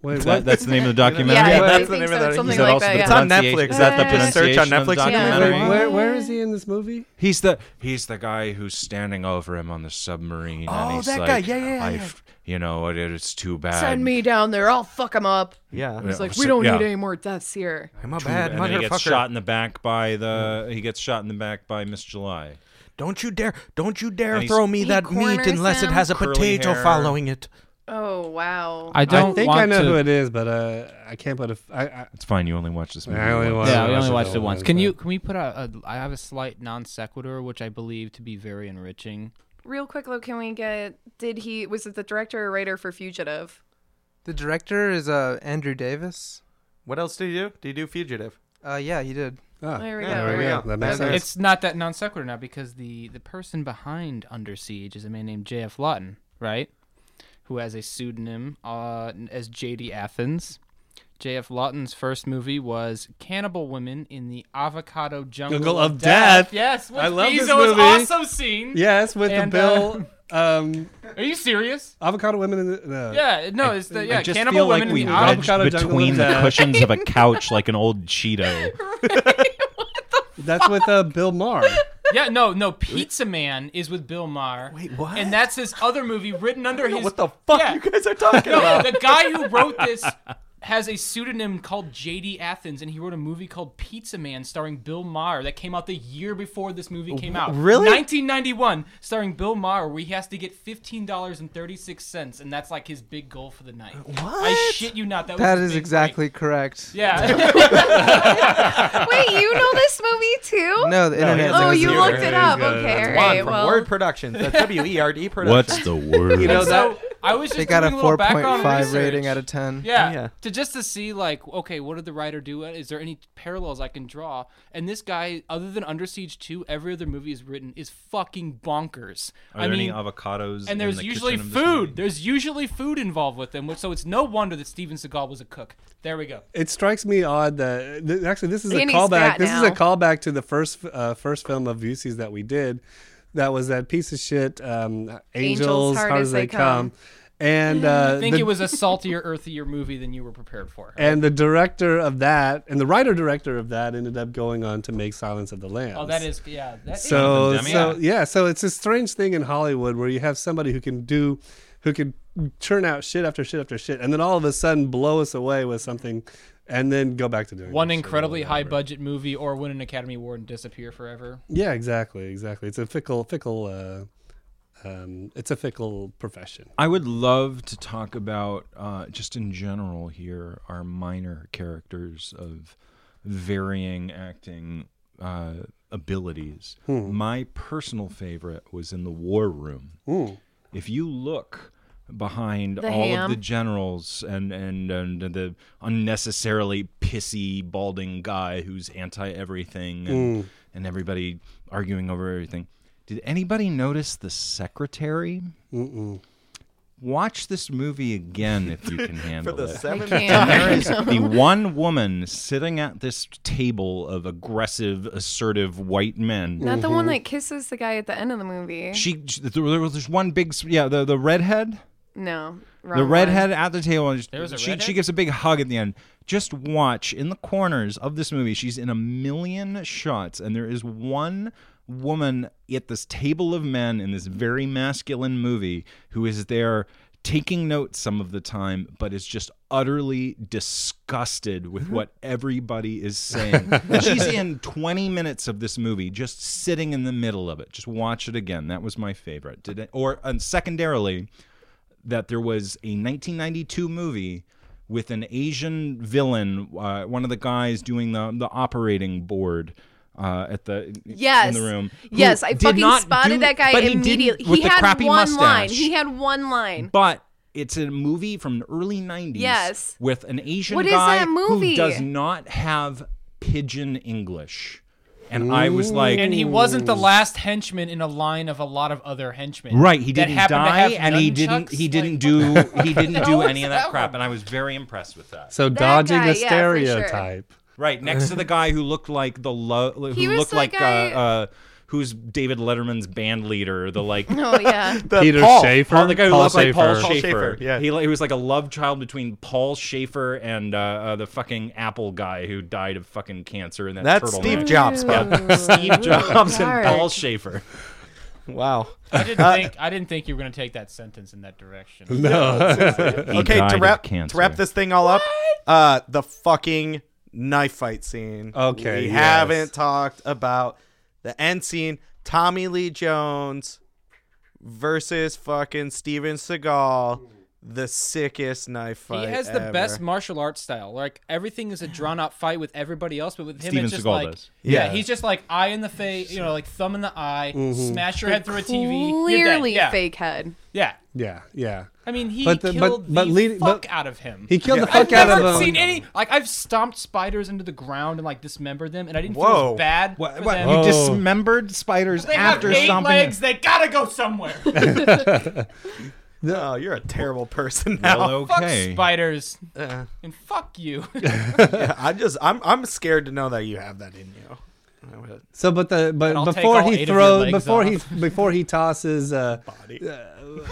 S4: Wait,
S7: That-
S4: what?
S7: that's the name of the
S4: Yeah,
S7: documentary?
S4: I
S7: That's
S4: think
S7: the name
S4: so.
S7: of the-
S4: It's something
S7: is that
S4: like
S7: also
S4: that,
S7: the
S4: yeah.
S1: It's on
S7: pronunciation-
S1: Netflix.
S7: Is that the
S1: You can search on
S7: pronunciation of the
S1: Netflix. Yeah.
S7: documentary?
S4: Where, where is he in this movie?
S7: He's the he's the guy who's standing over him on the submarine,
S3: Oh,
S7: and he's
S3: that
S7: like,
S3: guy. Yeah, yeah, yeah,
S7: I've, you know, it, it's too bad.
S3: Send me down there. I'll fuck him up.
S7: Yeah.
S3: He's like,
S7: Yeah.
S3: we don't
S7: Yeah.
S3: need any more deaths here.
S1: I'm a
S7: Too
S1: bad
S7: And then he gets
S1: motherfucker.
S7: shot in the back by the he gets shot in the back by Miss July.
S1: Don't you dare! Don't you dare
S7: And he's-
S1: throw me
S7: He
S1: that meat
S3: corners
S1: unless it
S3: him.
S1: has a
S7: Curly
S1: potato
S7: hair.
S1: following it.
S3: Oh wow.
S4: I
S6: don't
S4: think
S6: want
S4: I know
S6: to-
S4: who it is, but uh, I can't put a. f- I, I,
S7: It's fine. You only watch this movie.
S4: I only
S7: once.
S4: watched
S6: yeah,
S4: I
S6: we only
S4: watched
S6: watched
S4: that
S6: it once.
S4: one,
S6: Can
S4: but-
S6: you can we put a, a? I have a slight non sequitur, which I believe to be very enriching.
S3: Real quick though, can we get? Did he? Was it the director or writer for
S7: <laughs>
S3: Fugitive?
S8: The director is uh, Andrew Davis.
S1: What else did he do? Did he do Fugitive?
S8: Uh, yeah, he did.
S4: Ah,
S3: There we
S1: Yeah, go. there we go. That makes sense.
S6: It's not that non sequitur now because the the person behind Under Siege is a man named J.F. Lawton, right? Who has a pseudonym uh, as J.D. Athens. J.F. Lawton's first movie was Cannibal Women in the Avocado Jungle,
S4: Jungle of Death.
S6: Yes, which
S4: I love this
S6: Bezos
S4: movie.
S6: also seen.
S4: Yes, with
S6: And,
S4: the
S6: uh,
S4: Bill. um,
S6: are you serious?
S4: Avocado women in the. No.
S6: Yeah, no, it's the- yeah,
S7: I just
S6: Cannibal
S7: feel like
S6: Women
S7: we
S6: in the
S7: wedged
S6: Avocado Jungle
S7: between
S6: with
S7: the
S6: that.
S7: cushions of a couch like an old Cheeto.
S4: That's with uh, Bill Maher.
S6: <laughs> Yeah, no, no. Pizza Man is with Bill Maher. Wait,
S1: what?
S6: And that's his other movie written under his.
S1: What the fuck you guys are talking
S6: <laughs> No,
S1: about?
S6: the guy who wrote this has a pseudonym called J.D. Athens, and he wrote a movie called Pizza Man starring Bill Maher that came out the year before this movie came out.
S1: really?
S6: 1991, starring Bill Maher, where he has to get $15.36, and that's like his big goal for the night. What? I shit you not. That,
S8: Uh, that
S6: was his
S8: is
S6: big
S8: exactly correct. <laughs>
S6: Yeah.
S3: Wait, you know this movie too?
S8: No, the internet
S3: Oh,
S8: knows
S3: you
S8: the
S3: looked
S8: internet.
S3: it up.
S8: He's got it.
S3: Okay,
S1: Juan
S3: all right.
S1: from
S3: Well,
S6: <laughs>
S1: Word Productions. That's W E R D Productions.
S7: What's the word?
S4: You know
S6: And <laughs> so
S4: that
S6: I was just
S8: They got a
S6: doing a little
S8: 4.5
S6: background
S8: rating
S6: research.
S8: out of 10.
S5: Oh,
S6: Yeah,
S8: Yeah.
S6: to just to see like, okay, what did the writer do? Is there any parallels I can draw? And this guy, other than Under Siege Two, every other movie he's written is fucking bonkers.
S5: Are
S6: I
S5: there any
S6: mean,
S5: avocados in
S6: And there's
S5: the
S6: usually
S5: kitchen of this movie?
S6: food. There's usually food involved with them, which so it's no wonder that Steven Seagal was a cook. There we go.
S4: It strikes me odd that th- actually this is a
S6: And he's
S4: callback.
S6: fat
S4: This is a
S6: now.
S4: callback to the first uh, first film of Busey's that we did. That was that piece of shit. Um, Angels, hard, as, they, come. And uh,
S6: I think
S4: the-
S6: it was a saltier, earthier movie than you were prepared for.
S4: And the director of that, and the writer director of that, ended up going on to make Silence of the Lambs.
S6: Oh, that is- yeah, that is-
S4: so,
S6: Jonathan
S4: so
S6: Demme,
S4: yeah, so it's a strange thing in Hollywood where you have somebody who can do, who can churn out shit after shit after shit, and then all of a sudden blow us away with something, and then go back to doing.
S6: One incredibly high budget movie, or win an Academy Award and disappear forever.
S4: Yeah, exactly, exactly. It's a fickle, fickle. Uh, um, it's a fickle profession.
S7: I would love to talk about uh, just in general here our minor characters of varying acting uh, abilities.
S5: Hmm.
S7: My personal favorite was in the War Room. If you look behind
S5: The
S7: all of
S5: ham.
S7: the generals and, and and the unnecessarily pissy balding guy who's anti everything and,
S5: Mm.
S7: and everybody arguing over everything. Did anybody notice the secretary?
S4: Mm-mm.
S7: Watch this movie again if
S1: <laughs>
S7: you can handle
S1: the
S7: it.
S1: seventh
S7: And
S1: time.
S7: there is the
S1: No.
S7: one woman sitting at this table of aggressive, assertive white men.
S3: Not the
S4: Mm-hmm.
S3: one that kisses the guy at the end of the movie.
S7: She, she there was this one big s- yeah the the redhead
S3: no.
S7: the
S3: wrong
S7: redhead
S3: one.
S7: at the table. And
S3: There was a
S7: she, she
S3: redhead?
S7: gives a big hug at the end. Just watch in the corners of this movie. She's in a million shots, and there is one woman at this table of men in this very masculine movie who is there taking notes some of the time, but is just utterly disgusted with
S3: <laughs>
S7: what everybody is saying. And She's in 20 minutes of this movie, just sitting in the middle of it. Just watch it again. That was my favorite. Did it, or and secondarily, that there was a 1992 movie with an Asian villain, uh, one of the guys doing the the operating board uh, at the
S3: Yes.
S7: in the room. who
S3: Yes, I
S7: did
S3: fucking
S7: not
S3: spotted
S7: do-
S3: that guy
S7: but he didn't
S3: immediately.
S7: with the
S3: had
S7: crappy
S3: one line.
S7: mustache.
S3: He had one line.
S7: But it's a movie from the early 90s
S3: Yes.
S7: with an Asian
S3: What is
S7: guy
S3: that movie?
S7: who does not have pidgin English. And I was like
S6: and he wasn't the last henchman in a line of a lot of other henchmen.
S7: Right, he
S6: that
S7: didn't
S6: happened to
S7: die
S6: have
S7: and he
S6: nunchucks.
S7: didn't he didn't <laughs> do
S6: <laughs>
S7: he didn't do any of that crap and I was very impressed with that.
S4: So dodging a stereotype.
S7: Right next to
S1: <laughs>
S7: the guy who looked like the lo- who
S4: He was
S7: looked
S4: the
S7: like
S4: guy-
S7: uh, uh, who's David Letterman's band leader, the like
S3: Oh, yeah.
S1: The
S7: Peter
S1: Paul.
S7: Schaefer,
S1: Paul-
S7: <laughs> the guy who
S1: Paul
S7: looked like Paul
S1: Schaefer.
S7: Schaefer.
S1: Paul Schaefer, yeah.
S7: he, li- he was like a love child between Paul Schaefer and uh, uh, the fucking Apple guy who died of fucking cancer. And that
S1: That's
S7: turtleneck.
S1: Steve Jobs, bud.
S4: <laughs>
S7: Yeah. Steve <laughs> Jobs and
S6: Dark.
S7: Paul Schaefer.
S1: Wow.
S6: I didn't
S1: Uh,
S6: think I didn't think you were going to take that sentence in that direction.
S1: <laughs>
S7: He
S1: okay,
S7: died
S1: to
S7: of
S1: wrap to
S7: cancer.
S1: wrap this thing all up, uh, the fucking knife fight scene.
S4: Okay,
S1: we
S4: yes.
S1: haven't talked about the end scene. Tommy Lee Jones versus fucking Steven Seagal, the sickest knife
S6: He
S1: fight.
S6: has
S1: ever.
S6: the best martial arts style. Like everything is a drawn out fight with everybody else, but with him
S7: Steven
S6: it's just
S7: Seagal
S6: like
S7: does.
S6: Yeah.
S7: Yeah. Mm-hmm.
S6: he's just like eye in the face, you know, like thumb in the eye,
S4: Mhm.
S6: smash your head through a TV. you're dead.
S3: Clearly
S6: yeah.
S3: fake head.
S6: Yeah.
S4: Yeah, yeah.
S6: I mean, he
S4: But the- but-
S6: killed
S4: but
S6: the
S4: lead-
S6: fuck
S4: but-
S6: out of him.
S4: He killed the
S6: I've
S4: fuck out
S6: never
S4: of um, him.
S6: Seen any? Like I've stomped spiders into the ground and like dismembered them, and I didn't feel
S7: Whoa.
S6: as bad.
S7: What,
S6: for
S7: what,
S6: them.
S4: Oh.
S7: you dismembered spiders
S6: They have
S7: after
S6: eight
S7: stomping
S6: legs. They gotta
S4: <laughs>
S6: go somewhere.
S1: No, Oh, you're a terrible person Uh, now.
S7: Well, uh, okay.
S6: Fuck spiders. And fuck you.
S1: yeah, I just I'm I'm scared to know that you have that in you. I would-
S4: So, but the
S1: And
S4: but
S1: I'll take
S4: before
S1: all eight
S4: he
S1: of your
S4: throws
S1: legs
S4: before
S1: off. <laughs>
S4: he before he tosses uh, uh,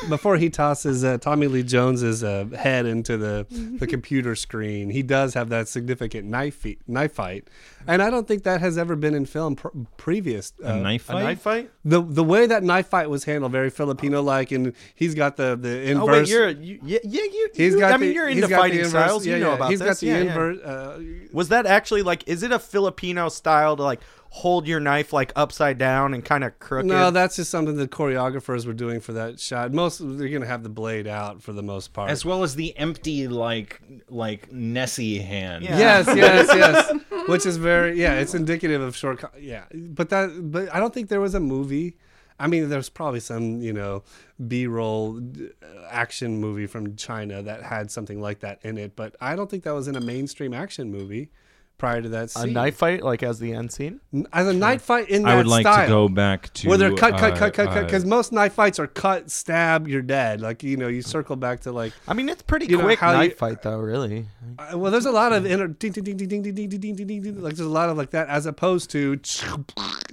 S4: before he tosses uh, Tommy Lee Jones's uh, head into the the computer screen, he does have that significant knife fe- knife fight, and I don't think that has ever been in film pr- previous. uh,
S7: A knife
S1: A knife fight?
S4: The the way that knife fight was handled, very Filipino like, and he's got the the inverse.
S1: Oh wait, you're you, yeah yeah you.
S4: He's
S1: you-
S4: got
S1: I mean,
S4: the-
S1: you're
S4: he's
S1: into
S4: got the
S1: fighting
S4: inverse-
S1: styles.
S4: yeah,
S1: you know
S4: yeah,
S1: about
S4: he's got
S1: this.
S4: the
S1: yeah, yeah.
S4: inver- uh,
S1: Was that actually like? Is it a Filipino style to like hold your knife like upside down and kind of crooked?
S4: No, that's just something the choreographers were doing for that shot. Most they're gonna have the blade out for the most part.
S7: as well as the empty like like Nessie hand.
S4: Yes, yes,
S3: <laughs>
S4: yes. Which is very yeah, it's indicative of short. co- Yeah, but that but I don't think there was a movie. I mean, there's probably some you know B-roll uh, action movie from China that had something like that in it, but I don't think that was in a mainstream action movie prior to that.
S1: A
S4: Scene.
S1: knife fight, like as the end scene.
S4: as a knife fight in that
S7: I would like
S4: style.
S7: to go back to
S4: where they're cut, cut,
S7: uh,
S4: cut, cut, cut.
S7: uh, <laughs>
S4: Because most knife fights are cut, stab, you're dead. Like you know, you circle back to like.
S1: I mean, it's pretty
S4: you know,
S1: quick
S4: how you-
S1: knife fight, though. Really.
S4: uh, well, there's a lot of inner ding, ding, ding, ding, ding, ding, ding, ding, ding, ding, ding, ding, like there's a lot of like that as opposed to <sniffs>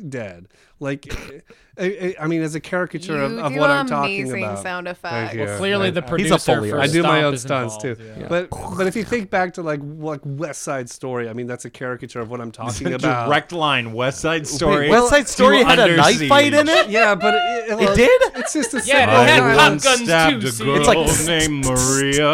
S4: dead. Like, eh, I, I- I mean, as a caricature of,
S3: You
S4: of
S3: do
S4: what I'm talking
S3: amazing
S4: about.
S3: sound effects.
S4: Thank
S3: Well,
S4: you.
S6: clearly the
S4: Thank you.
S6: He's a producer folio. for
S4: I do my
S6: Stomp
S4: own
S6: is
S4: stunts too.
S6: involved, yeah.
S4: But but if you think back to like like West Side Story, I mean, that's a caricature of what I'm
S6: <laughs>
S4: talking about.
S7: direct line West Side Story.
S4: West Side
S7: to
S1: Story had a
S7: Under
S1: knife fight in
S7: Siege.
S1: it?
S4: Yeah, but it,
S1: It did?
S4: It's just the
S6: Yeah,
S4: same.
S6: it had
S4: Oh,
S6: popcorn.
S7: One
S6: Guns too,
S7: stabbed a
S6: see?
S7: girl
S6: It's like-
S7: named <laughs> Maria.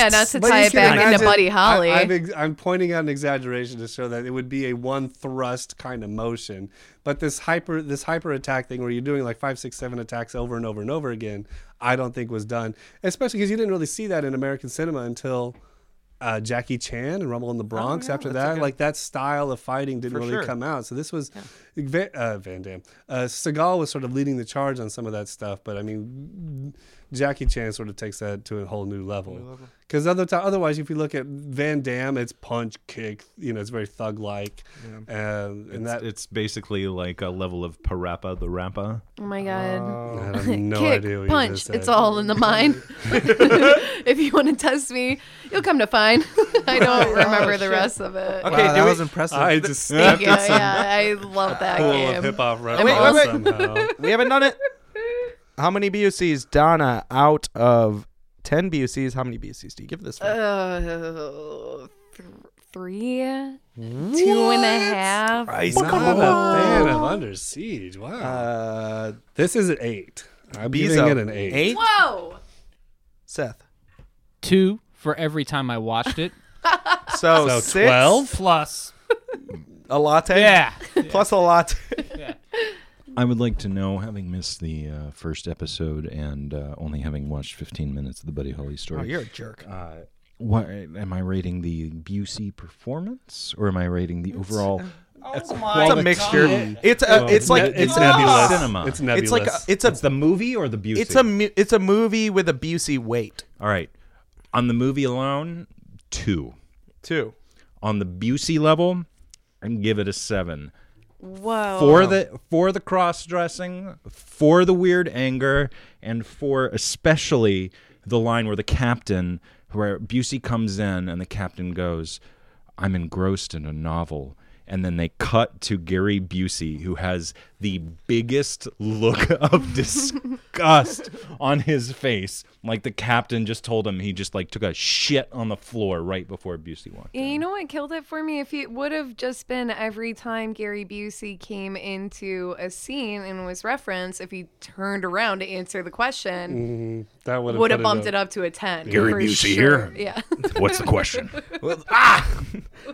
S3: Yeah, not to
S4: But
S3: tie
S4: you
S3: it
S4: can
S3: back into
S4: imagine-
S3: Buddy Holly.
S4: I, am pointing out an exaggeration to show that it would be a one thrust kind of motion. But this hyper this hyper attack thing where you're doing like five, six, seven attacks over and over and over again, I don't think was done. Especially because you didn't really see that in American cinema until uh, Jackie Chan and Rumble in the Bronx.
S1: Oh, yeah,
S4: after
S1: that's a
S4: that,
S1: good-
S4: like that style of fighting didn't
S1: For
S4: really
S1: sure.
S4: come out. So this was Va- uh, Van Damme. Uh, Seagal was sort of leading the charge on some of that stuff, but I mean, Jackie Chan sort of takes that to a whole new level. Because other ti- otherwise, if you look at Van Damme, it's punch, kick. You know, it's very thug like, um, and
S7: It's,
S4: that
S7: it's basically like a level of Parappa the Rappa.
S3: oh my god.
S4: I
S1: <laughs>
S4: have no
S3: Kick,
S4: idea what you
S3: punch.
S4: just said.
S3: It's all in the mind. <laughs> if you want to test me, you'll come to find. <laughs> I don't remember the rest of it.
S4: <laughs>
S1: Okay,
S8: wow,
S1: do
S8: that
S1: we-
S8: was
S4: <laughs>
S8: impressive.
S4: I just
S3: Thank
S4: snapped
S3: you. Yeah, I love that
S4: full
S3: game.
S4: <laughs> of hip hop
S1: wait,
S4: reference
S1: wait. <laughs>
S4: somehow.
S1: We haven't done it. How many BUCs, Donna, out of 10 BUCs, how many BUCs do you give this one?
S3: Uh, th- three, two and a half.
S4: Not a fan of Under Siege. Wow.
S1: Uh,
S4: this is an eight. I'm
S1: Bezo,
S4: giving it an eight.
S1: Eight?
S3: Whoa!
S1: <laughs> Seth.
S6: Two for every time I watched it.
S1: So,
S4: So
S1: six,
S4: 12?
S6: Plus,
S1: a latte?
S6: <laughs> yeah.
S1: Plus a latte.
S7: I would like to know, having missed the uh, first episode and uh, only having watched 15 minutes of the Buddy Holly
S1: oh,
S7: story,
S1: <laughs> you're a jerk.
S7: uh, what am I rating the Busey performance, or am I rating the overall?
S1: It's a mixture. It's a, it's like
S4: it's,
S1: it's,
S4: nebulous.
S7: cinema.
S4: It's nebulous.
S1: it's like a, it's a
S7: the movie or the Busey?
S1: it's a mu- it's a movie with a Busey weight
S7: all right. On the movie alone, two.
S1: too.
S7: On the Busey level, I can give it a seven.
S3: Whoa!
S7: for the for the cross dressing, for the weird anger, and for especially the line where the captain, where Busey comes in and the captain goes, "I'm engrossed in a novel." And then they cut to Gary Busey, who has the biggest look <laughs> of disgust on his face. Like the captain just told him he just like took a shit on the floor right before Busey walked. in.
S3: You know what killed it for me? If it would have just been every time Gary Busey came into a scene and was referenced, if he turned around to answer the question,
S4: that would have
S3: would have bumped it up. to a 10.
S7: Gary
S3: for
S7: Busey
S3: sure.
S7: here?
S3: Yeah.
S7: What's
S1: <laughs>
S7: the question?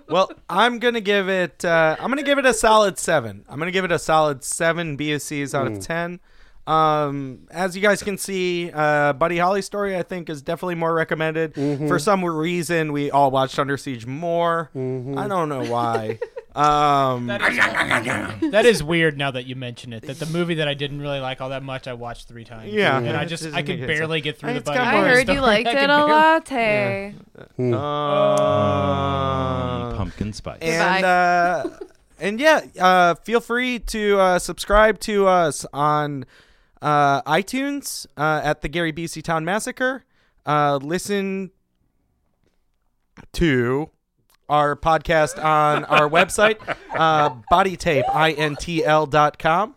S1: Well, I'm gonna give it. Uh, I'm gonna give it a solid seven. I'm gonna give it a solid seven BSCs out of ten. Um, as you guys can see, uh, Buddy Holly story I think is definitely more recommended. For some reason, we all watched Under Siege more. I don't know why. <laughs> um,
S6: That is weird now that you mention it. That the movie that I didn't really like all that much, I watched three times.
S1: Yeah.
S6: And I
S1: It
S6: just,
S1: doesn't
S6: I
S1: make
S6: could
S1: any sense.
S6: barely get through the
S1: It's got
S6: buddy.
S1: more-
S3: I
S6: <laughs> Holly
S3: heard you
S6: story.
S3: liked
S6: I could
S3: it a
S6: barely-
S3: latte.
S1: uh,
S7: Pumpkin spice.
S1: and
S3: Goodbye.
S1: uh, and yeah, uh, feel free to uh, subscribe to us on uh, iTunes uh, at the Gary Busey Town Massacre. Uh, listen to our podcast on our website, uh, bodytapeintl.com.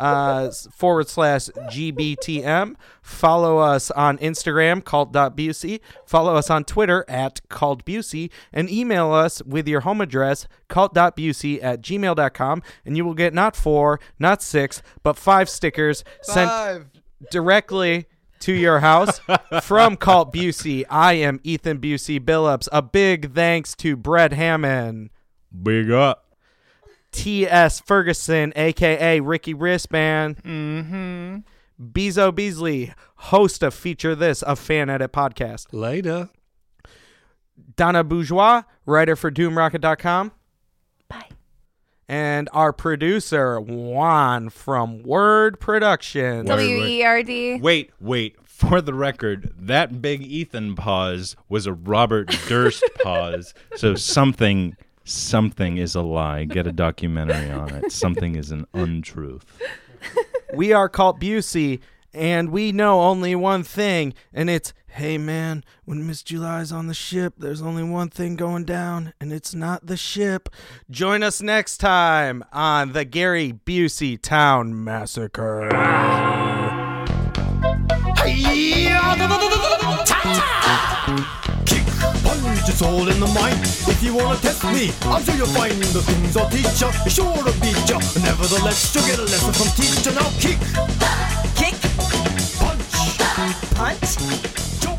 S1: Uh, s- forward slash GBTM. Follow us on Instagram, cult.busey. Follow us on Twitter at cultbusey and email us with your home address, cult.busey at gmail.com. And you will get not four, not six, but five stickers sent
S8: Five.
S1: directly to your house from Cult Busey. I am Ethan Busey Billups. A big thanks to Brett Hammond,
S7: Big up.
S1: T.S. Ferguson, aka Ricky Wristband, mm-hmm. Bezo Beasley, host of Feature This, a fan edit podcast.
S4: Later.
S1: Donna Bourgeois, writer for DoomRocket.com. Bye. and our producer Juan from Word Production.
S3: W E R D.
S7: Wait, wait. For the record, that big Ethan pause was a Robert
S1: <laughs>
S7: Durst pause. So something, something is a lie. Get a documentary on it. Something is an untruth.
S1: we are called Busey, and we know only one thing, and it's hey man, when Miss July's on the ship, there's only one thing going down, and it's not the ship. Join us next time on the Gary Busey Town Massacre.
S13: Punch your soul in the mind. If you wanna test me, I'm sure you'll find the things I'll teach ya. Sure to beat ya. Nevertheless, you'll get a lesson from teacher. Now kick, kick, punch, punch.